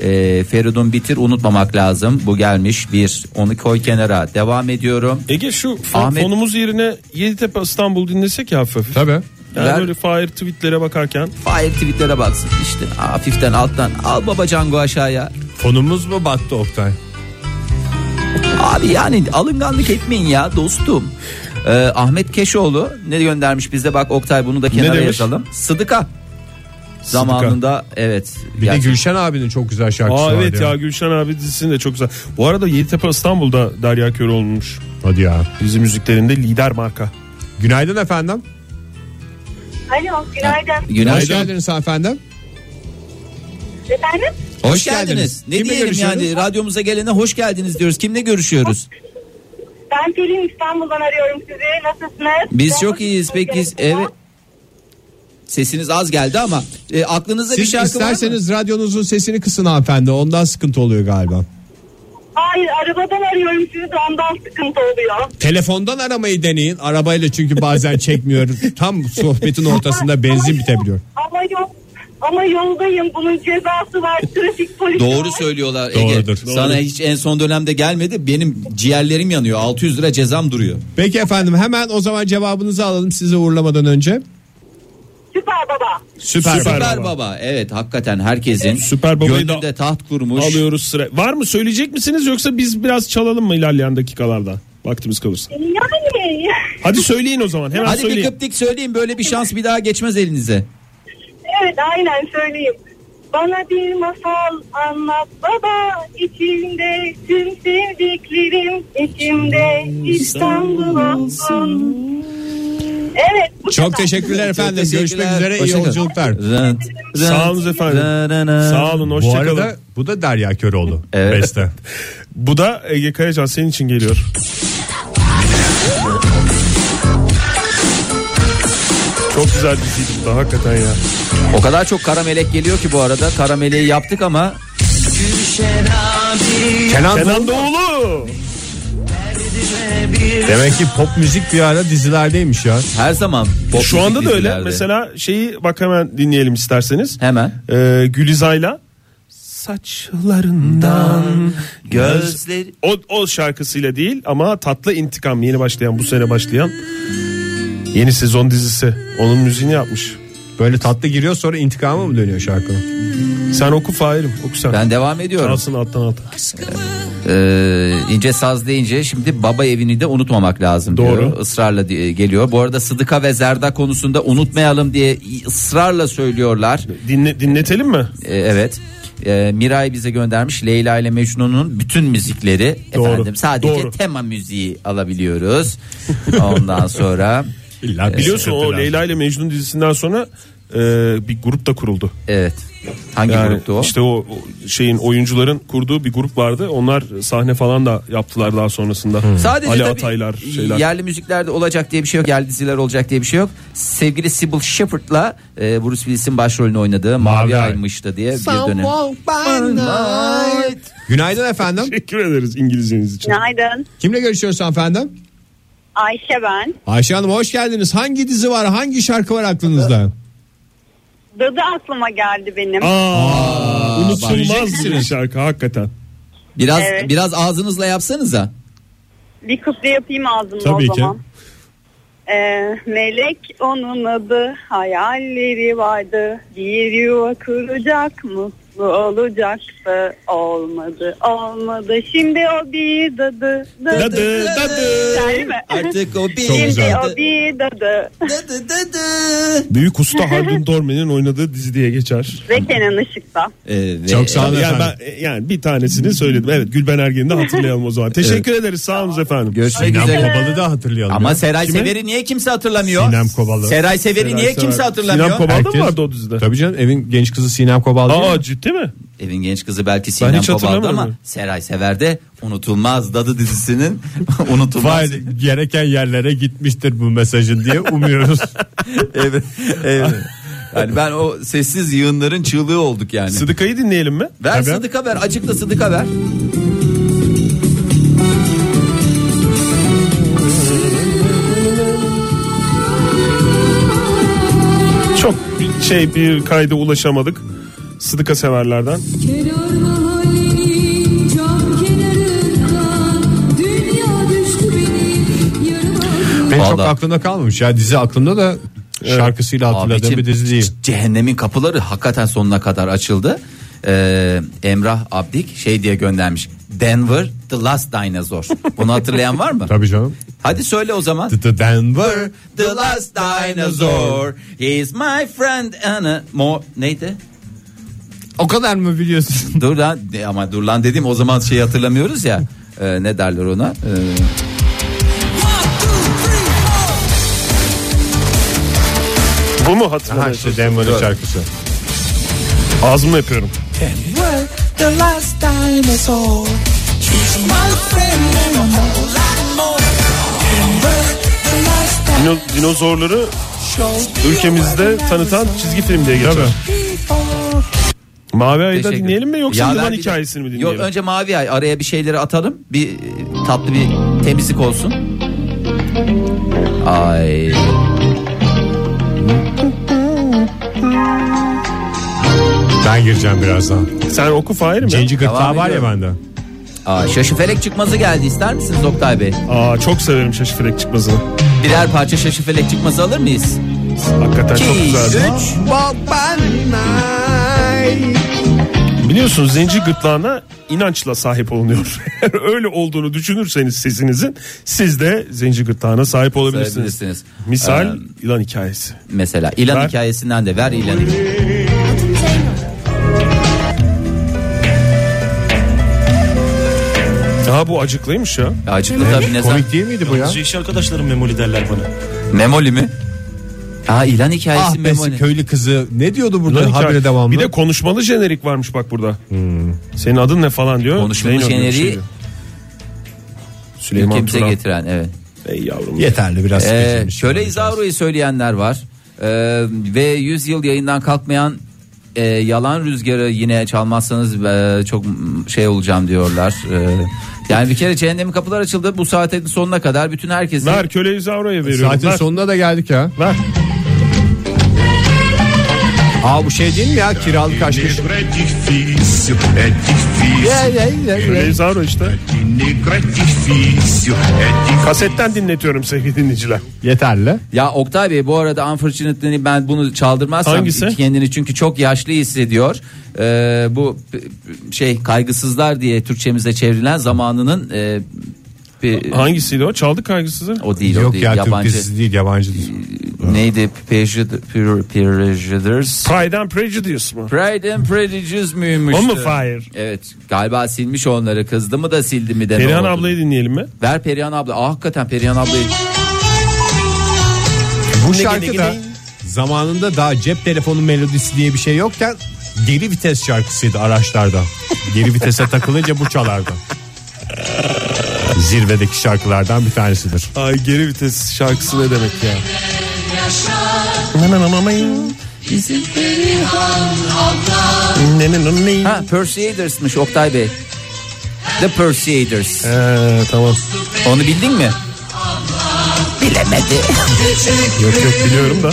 S4: Ee, Feridun Bitir unutmamak lazım. Bu gelmiş bir onu koy kenara. Devam ediyorum.
S3: Ege şu fon-
S4: Ahmet-
S3: fonumuz yerine Yeditepe İstanbul dinlesek ya hafif. hafif.
S2: Tabii.
S3: Yani
S4: Ver.
S3: böyle Fahir tweetlere bakarken
S4: Hayır tweetlere baksın işte hafiften alttan al baba Cango aşağıya.
S2: Fonumuz mu battı Oktay?
S4: Abi yani alınganlık etmeyin ya dostum. Ee, Ahmet Keşoğlu ne göndermiş bize bak Oktay bunu da kenara
S3: demiş?
S4: yazalım. Sıdıka. Zamanında evet.
S2: Bir de
S4: gerçekten.
S2: Gülşen abinin çok güzel şarkısı
S3: Aa
S2: var.
S3: evet ya Gülşen abi dizisini de çok güzel. Bu arada Yeditepe İstanbul'da Derya Kör olmuş.
S2: Hadi ya.
S3: Dizi müziklerinde lider marka.
S2: Günaydın efendim.
S12: Alo günaydın.
S2: Hoş
S4: Günaydın.
S2: geldiniz efendim.
S12: Efendim?
S4: Hoş, geldiniz. Ne
S2: Kimle
S4: diyelim
S2: görüşüyoruz?
S4: yani radyomuza gelene hoş geldiniz diyoruz. Kimle görüşüyoruz?
S12: Ben Pelin İstanbul'dan arıyorum sizi. Nasılsınız?
S4: Biz çok iyiyiz. Peki evet. Sesiniz az geldi ama e, aklınızda bir
S2: Siz
S4: şarkı var mı?
S2: isterseniz radyonuzun sesini kısın hanımefendi. Ondan sıkıntı oluyor galiba.
S12: Hayır arabadan arıyorum sizi de ondan sıkıntı oluyor.
S2: Telefondan aramayı deneyin. Arabayla çünkü bazen çekmiyor. Tam sohbetin ortasında benzin bitebiliyor.
S12: Ama yok. Ama yoldayım. Bunun cezası var. Trafik polisi
S4: Doğru
S12: var.
S4: söylüyorlar Ege.
S2: Doğrudur.
S4: Sana hiç en son dönemde gelmedi. Benim ciğerlerim yanıyor. 600 lira cezam duruyor.
S2: Peki efendim hemen o zaman cevabınızı alalım sizi uğurlamadan önce.
S12: Süper baba.
S2: Süper.
S4: Süper
S2: Süper.
S4: baba. Evet hakikaten herkesin
S3: Süper babayı da
S4: gönlünde taht kurmuş.
S3: Alıyoruz sıra. Var mı söyleyecek misiniz yoksa biz biraz çalalım mı ilerleyen dakikalarda? Vaktimiz kalırsa.
S12: Yani
S3: Hadi söyleyin o zaman. Hemen
S4: Hadi bir
S3: söyleyin.
S4: kıptik söyleyin böyle bir şans bir daha geçmez elinize.
S12: evet aynen söyleyeyim. Bana bir masal anlat baba içinde tüm sevdiklerim içimde İstanbul olsun. Evet. bu
S2: Çok
S12: kadar.
S2: teşekkürler efendim. Görüşmek
S4: Teşekkürler.
S2: üzere. iyi
S4: Hoşça kalın.
S2: yolculuklar.
S4: Rınt, rınt,
S3: Sağ olun efendim.
S4: rırırı.
S3: Sağ olun
S2: Bu
S3: hoşçakalın. Bu,
S2: arada bu da Derya Köroğlu.
S4: Evet.
S2: Beste.
S3: bu da Ege Kayacan senin için geliyor. Çok güzel diziydi bu da hakikaten ya.
S4: O kadar çok kara melek geliyor ki bu arada. Kara meleği yaptık ama
S11: Gülşen abi
S2: Kenan,
S3: Kenan Doğulu.
S2: demek ki pop müzik bir ara dizilerdeymiş ya.
S4: her zaman pop
S3: Şu
S4: müzik
S3: anda da öyle.
S4: dizilerde.
S3: Mesela şeyi bak hemen dinleyelim isterseniz.
S4: hemen
S3: Ee, Gülizay'la saçlarından
S4: gözleri
S3: o, o şarkısıyla değil ama Tatlı İntikam yeni başlayan bu sene başlayan yeni sezon dizisi. Onun müziğini yapmış.
S2: Böyle tatlı giriyor sonra intikama mı dönüyor şarkı?
S3: Sen oku Fahir'im oku sen.
S4: ben devam ediyorum.
S3: Çalsın alttan alttan.
S4: Ee, ince saz deyince şimdi baba evini de unutmamak lazım
S3: Doğru.
S4: diyor. Israrla di- e, geliyor. Bu arada Sıdıka ve Zerda konusunda unutmayalım diye ısrarla söylüyorlar.
S3: Dinle, dinletelim mi?
S4: Ee, evet. Ee, Miray bize göndermiş Leyla ile Mecnun'un bütün müzikleri
S3: Doğru.
S4: efendim sadece
S3: Doğru.
S4: tema müziği alabiliyoruz. Ondan sonra
S2: İlla
S3: Biliyorsun o E, Leyla ile Mecnun dizisinden sonra e, bir grup da kuruldu.
S4: evet. Hangi
S3: Yani
S4: gruptu o?
S3: işte o o şeyin oyuncuların kurduğu bir grup vardı. Onlar sahne falan da yaptılar daha sonrasında.
S4: Sadece
S3: Ali
S4: tabii
S3: Ataylar şeyler.
S4: yerli müziklerde olacak diye bir şey yok. Yerli diziler olacak diye bir şey yok. Sevgili Sybil Shepherd'la e, Bruce Willis'in başrolünü oynadığı Mavi
S2: Ay.
S4: Aymış'tı diye bir dönem.
S2: Günaydın efendim.
S3: Teşekkür ederiz İngilizceniz için.
S12: Günaydın.
S2: Kimle görüşüyoruz efendim?
S13: Ayşe ben.
S2: Ayşe Hanım hoş geldiniz. Hangi dizi var? Hangi şarkı var aklınızda?
S13: Dadı aklıma geldi benim.
S3: Unutulmaz bir şarkı hakikaten.
S4: Biraz
S13: Evet.
S4: biraz ağzınızla yapsanıza.
S13: Bir kıble yapayım ağzımda
S4: Tabii
S13: o
S4: ki.
S13: zaman. Ee, melek onun adı hayalleri vardı bir yuva kuracak mutlu olacaktı olmadı olmadı şimdi o bir dadı dadı
S11: Dadı, dadı.
S13: Güzel mi?
S11: Artık o bir
S13: şimdi
S3: güzel.
S13: o bir dadı
S4: dadı dadı
S3: Büyük Usta Haldun Dorme'nin oynadığı dizi diye geçer.
S13: ve Kenan Işık'ta
S4: E,
S3: Çok sağ olun yani,
S5: efendim.
S3: ben, e, yani bir tanesini söyledim. Evet Gülben Ergen'i de hatırlayalım o zaman. Teşekkür ederiz sağ olun efendim.
S4: Görüşmek üzere.
S3: da hatırlayalım.
S4: Ama
S3: ya.
S4: Seray
S3: Kimi?
S4: Sever'i niye kimse hatırlamıyor?
S2: Sinem Kobalı.
S4: Seray Sever'i niye kimse hatırlamıyor?
S2: o dizide? Tabii canım evin genç kızı Sinem Kobal değil mi?
S3: ciddi mi?
S4: Evin genç kızı belki Sinem
S2: hiç
S4: Kobal'dı
S2: hatırlamıyorum.
S4: ama Seray Sever de unutulmaz dadı dizisinin unutulmaz.
S5: Vay gereken yerlere gitmiştir bu mesajın diye umuyoruz.
S4: evet. evet. Yani ben o sessiz yığınların çığlığı olduk yani.
S3: Sıdıka'yı dinleyelim mi?
S4: Ver
S3: Tabii.
S4: Sıdıka ver açıkla Sıdıka ver.
S3: Çok şey bir kayda ulaşamadık. Sıdıka severlerden.
S9: Kenar mahallenin cam kenarından dünya düştü benim yarıma.
S2: Benim çok aklımda kalmamış ya dizi aklımda da şarkısıyla hatırladığım
S4: Abicim,
S2: bir dizi değil.
S4: Cehennemin kapıları hakikaten sonuna kadar açıldı. Ee, Emrah Abdik şey diye göndermiş. Denver The Last Dinosaur. Bunu hatırlayan var mı?
S2: Tabii canım.
S4: Hadi söyle o zaman.
S2: The Denver
S4: The Last Dinosaur is my friend Anna. Mo neydi?
S2: O kadar mı biliyorsun?
S4: dur lan de- ama dur lan dedim o zaman şey hatırlamıyoruz ya. Ee, ne derler ona? Ee,
S3: Bu mu hatırlamıyorsun?
S2: Denver'ın şarkısı.
S3: Ağzımla yapıyorum.
S11: We're the last dinosaur. She's my friend and I'm all I know. And we're the last
S3: Dino- dinozorları ülkemizde tanıtan çizgi film diye geçer. Mavi Ayı'da
S4: teşekkür-
S3: dinleyelim mi yoksa
S4: Ya
S3: yılan
S4: ben bir de-
S3: hikayesini mi dinleyelim?
S4: Yok önce Mavi Ay araya bir şeyleri atalım. Bir e, tatlı bir temizlik olsun. Ay.
S2: Ben gireceğim birazdan.
S3: Sen oku Fahir mi?
S2: Cenci gırtlağı
S4: Devam
S2: var ya
S4: ediyorum.
S2: bende.
S4: Aa, şaşıfelek çıkmazı geldi ister misiniz Oktay Bey?
S3: Aa, çok severim şaşıfelek çıkmazını.
S4: Birer parça şaşıfelek çıkmazı alır mıyız?
S3: Hakikaten çok
S4: İki,
S3: güzeldi.
S4: üç.
S3: Biliyorsunuz zenci gırtlağına inançla sahip olunuyor. Eğer Öyle olduğunu düşünürseniz sesinizin siz de zenci gırtlağına sahip olabilirsiniz.
S4: Sayabilirsiniz.
S3: Misal
S4: Ee,
S3: yılan hikayesi.
S4: Mesela ilan
S3: Ver.
S4: hikayesinden de ver ilan
S3: Daha bu acıklıymış ya.
S4: Acıklı tabii ne zaman?
S2: değil miydi bu ya?
S14: Yalnızca iş arkadaşlarım memoli derler bana.
S4: Memoli mi? Aa ilan hikayesi
S2: Ah be
S4: memoli.
S2: köylü kızı ne diyordu
S3: Yılan
S2: burada habire
S3: hikayesi.
S2: devamlı? Hmm.
S3: Bir de konuşmalı jenerik varmış bak burada. Senin adın ne falan diyor.
S4: Konuşmalı
S3: Neyin adı?
S4: jeneriği-
S3: Şey- Süleyman
S4: Ülkemize
S3: Turan.
S4: getiren evet.
S3: Ey yavrum.
S2: Yeterli biraz.
S4: Ee, şöyle İzahru'yu söyleyenler var. Ee, ve 100 yıl yayından kalkmayan e, yalan rüzgarı yine çalmazsanız e, çok mm, şey olacağım diyorlar. Ee, yani bir kere cehennemin kapılar açıldı. Bu saatin sonuna kadar bütün herkesin
S3: Ver köleyi Zavro'ya veriyorum.
S2: Saatin
S3: ver.
S2: sonuna da geldik ya.
S3: Ver.
S2: Aa bu şey değil mi ya kiralık aşk işi?
S3: Köleyi Zavro işte. Kasetten dinletiyorum sevgili dinleyiciler.
S2: Yeterli.
S4: Ya Oktay Bey bu arada unfortunately ben bunu çaldırmazsam
S3: Hangisi?
S4: kendini çünkü çok yaşlı hissediyor. Ee, bu p- p- şey kaygısızlar diye Türkçemize çevrilen zamanının e, bir-
S3: Hangisiydi o? Çaldı kaygısızı.
S4: o değil o
S2: Yok
S4: değil
S2: ya
S4: yabancı Ee,
S2: Türk dizisi değil yabancı dizi.
S4: neydi Prejud- Pre- Prejudice
S3: Pride and Prejudice mı?
S4: Pride and Prejudice müymüş?
S3: O mu Fahir?
S4: Evet galiba silmiş onları kızdı mı da sildi mi de ne
S3: Perihan
S4: oldu?
S3: ablayı dinleyelim mi?
S4: Ver Perihan abla Aa, hakikaten Perihan ablayı
S2: Bu şarkı da zamanında daha cep telefonu melodisi diye bir şey yokken geri vites şarkısıydı araçlarda. Geri vitese takılınca bu çalardı. Zirvedeki şarkılardan bir tanesidir.
S3: Ay geri vites şarkısı ne demek ya?
S4: Bizim Ha Persuaders'mış Oktay Bey. The Persuaders.
S3: Ee, tamam.
S4: Onu bildin mi?
S11: bilemedi.
S3: Yok yok biliyorum da.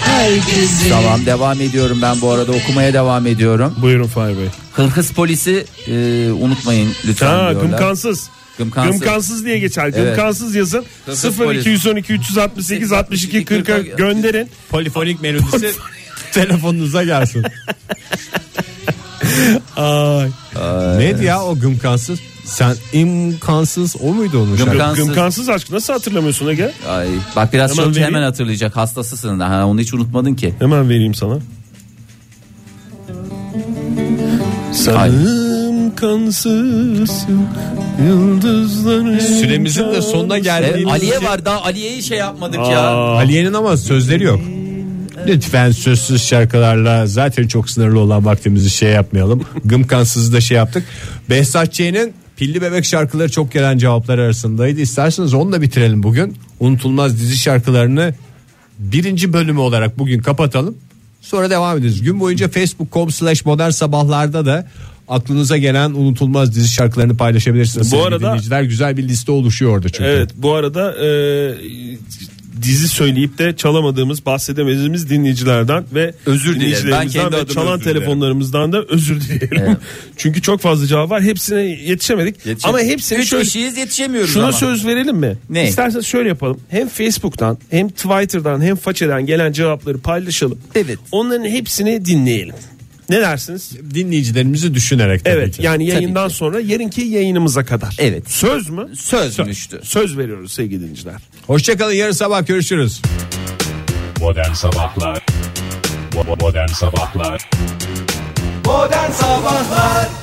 S11: Herkesi.
S4: Tamam devam ediyorum ben bu arada okumaya devam ediyorum.
S3: Buyurun Fahir Bey.
S4: Hırhız polisi e, unutmayın lütfen
S3: Ha,
S4: diyorlar.
S3: gımkansız.
S4: Gımkansız.
S3: Gımkansız. diye geçer.
S4: Evet.
S3: Gımkansız yazın.
S4: Gımkansız
S3: 0 212 368 62 40'a gönderin.
S2: Polifonik melodisi telefonunuza gelsin. Ay. Neydi ya o gımkansız? Sen imkansız o muydu onun şarkı?
S3: Gımkansız. Gımkansız aşk nasıl hatırlamıyorsun Ege?
S4: Ay, bak biraz
S3: Hemen
S4: çalınca
S3: vereyim.
S4: hemen hatırlayacak hastasısın. Ha, onu hiç unutmadın ki. E,
S3: Hemen vereyim sana. Sanırım kansızsın yıldızların
S2: Süremizin de sonuna
S4: E,
S2: geldiğimiz
S4: Aliye
S2: için-
S4: var daha Aliye'yi şey yapmadık ya.
S2: Aliye'nin ama sözleri yok. Lütfen sözsüz şarkılarla zaten çok sınırlı olan vaktimizi şey yapmayalım. Gımkansızı da şey yaptık. Behzat Ç'nin Pilli Bebek şarkıları çok gelen cevaplar arasındaydı. İsterseniz onu da bitirelim bugün. Unutulmaz dizi şarkılarını birinci bölümü olarak bugün kapatalım. Sonra devam ederiz. Gün boyunca facebook.com slash modern sabahlarda da aklınıza gelen unutulmaz dizi şarkılarını paylaşabilirsiniz.
S3: Bu
S2: sevgili
S3: arada-
S2: dinleyiciler güzel bir liste oluşuyor orada çünkü.
S3: Evet bu arada e, dizi söyleyip de çalamadığımız bahsedemediğimiz dinleyicilerden ve
S4: Özür dilerim. Ben
S3: dinleyicilerimizden
S4: kendi
S3: ve
S4: adıma
S3: çalan
S4: özür dilerim.
S3: telefonlarımızdan da özür dilerim. Çünkü çok fazla cevap var. Hepsine yetişemedik.
S4: Yetişemedik.
S3: Ama hepsine
S4: Üç
S3: şöyle,
S4: kişiyiz, yetişemiyoruz
S3: Şuna
S4: ama.
S3: söz verelim mi?
S4: Ne?
S3: İsterseniz şöyle yapalım. Hem Facebook'tan hem Twitter'dan hem Façeden gelen cevapları paylaşalım.
S4: Evet.
S3: Onların hepsini dinleyelim. Ne dersiniz?
S2: Dinleyicilerimizi düşünerek tabii
S3: Evet
S2: ki.
S3: yani yayından sonra yarınki yayınımıza kadar.
S4: Evet.
S3: Söz mü?
S4: Sözmüştü.
S3: Söz veriyoruz sevgili dinleyiciler.
S2: Hoşçakalın yarın sabah görüşürüz.
S1: Modern Sabahlar Modern Sabahlar
S11: Modern Sabahlar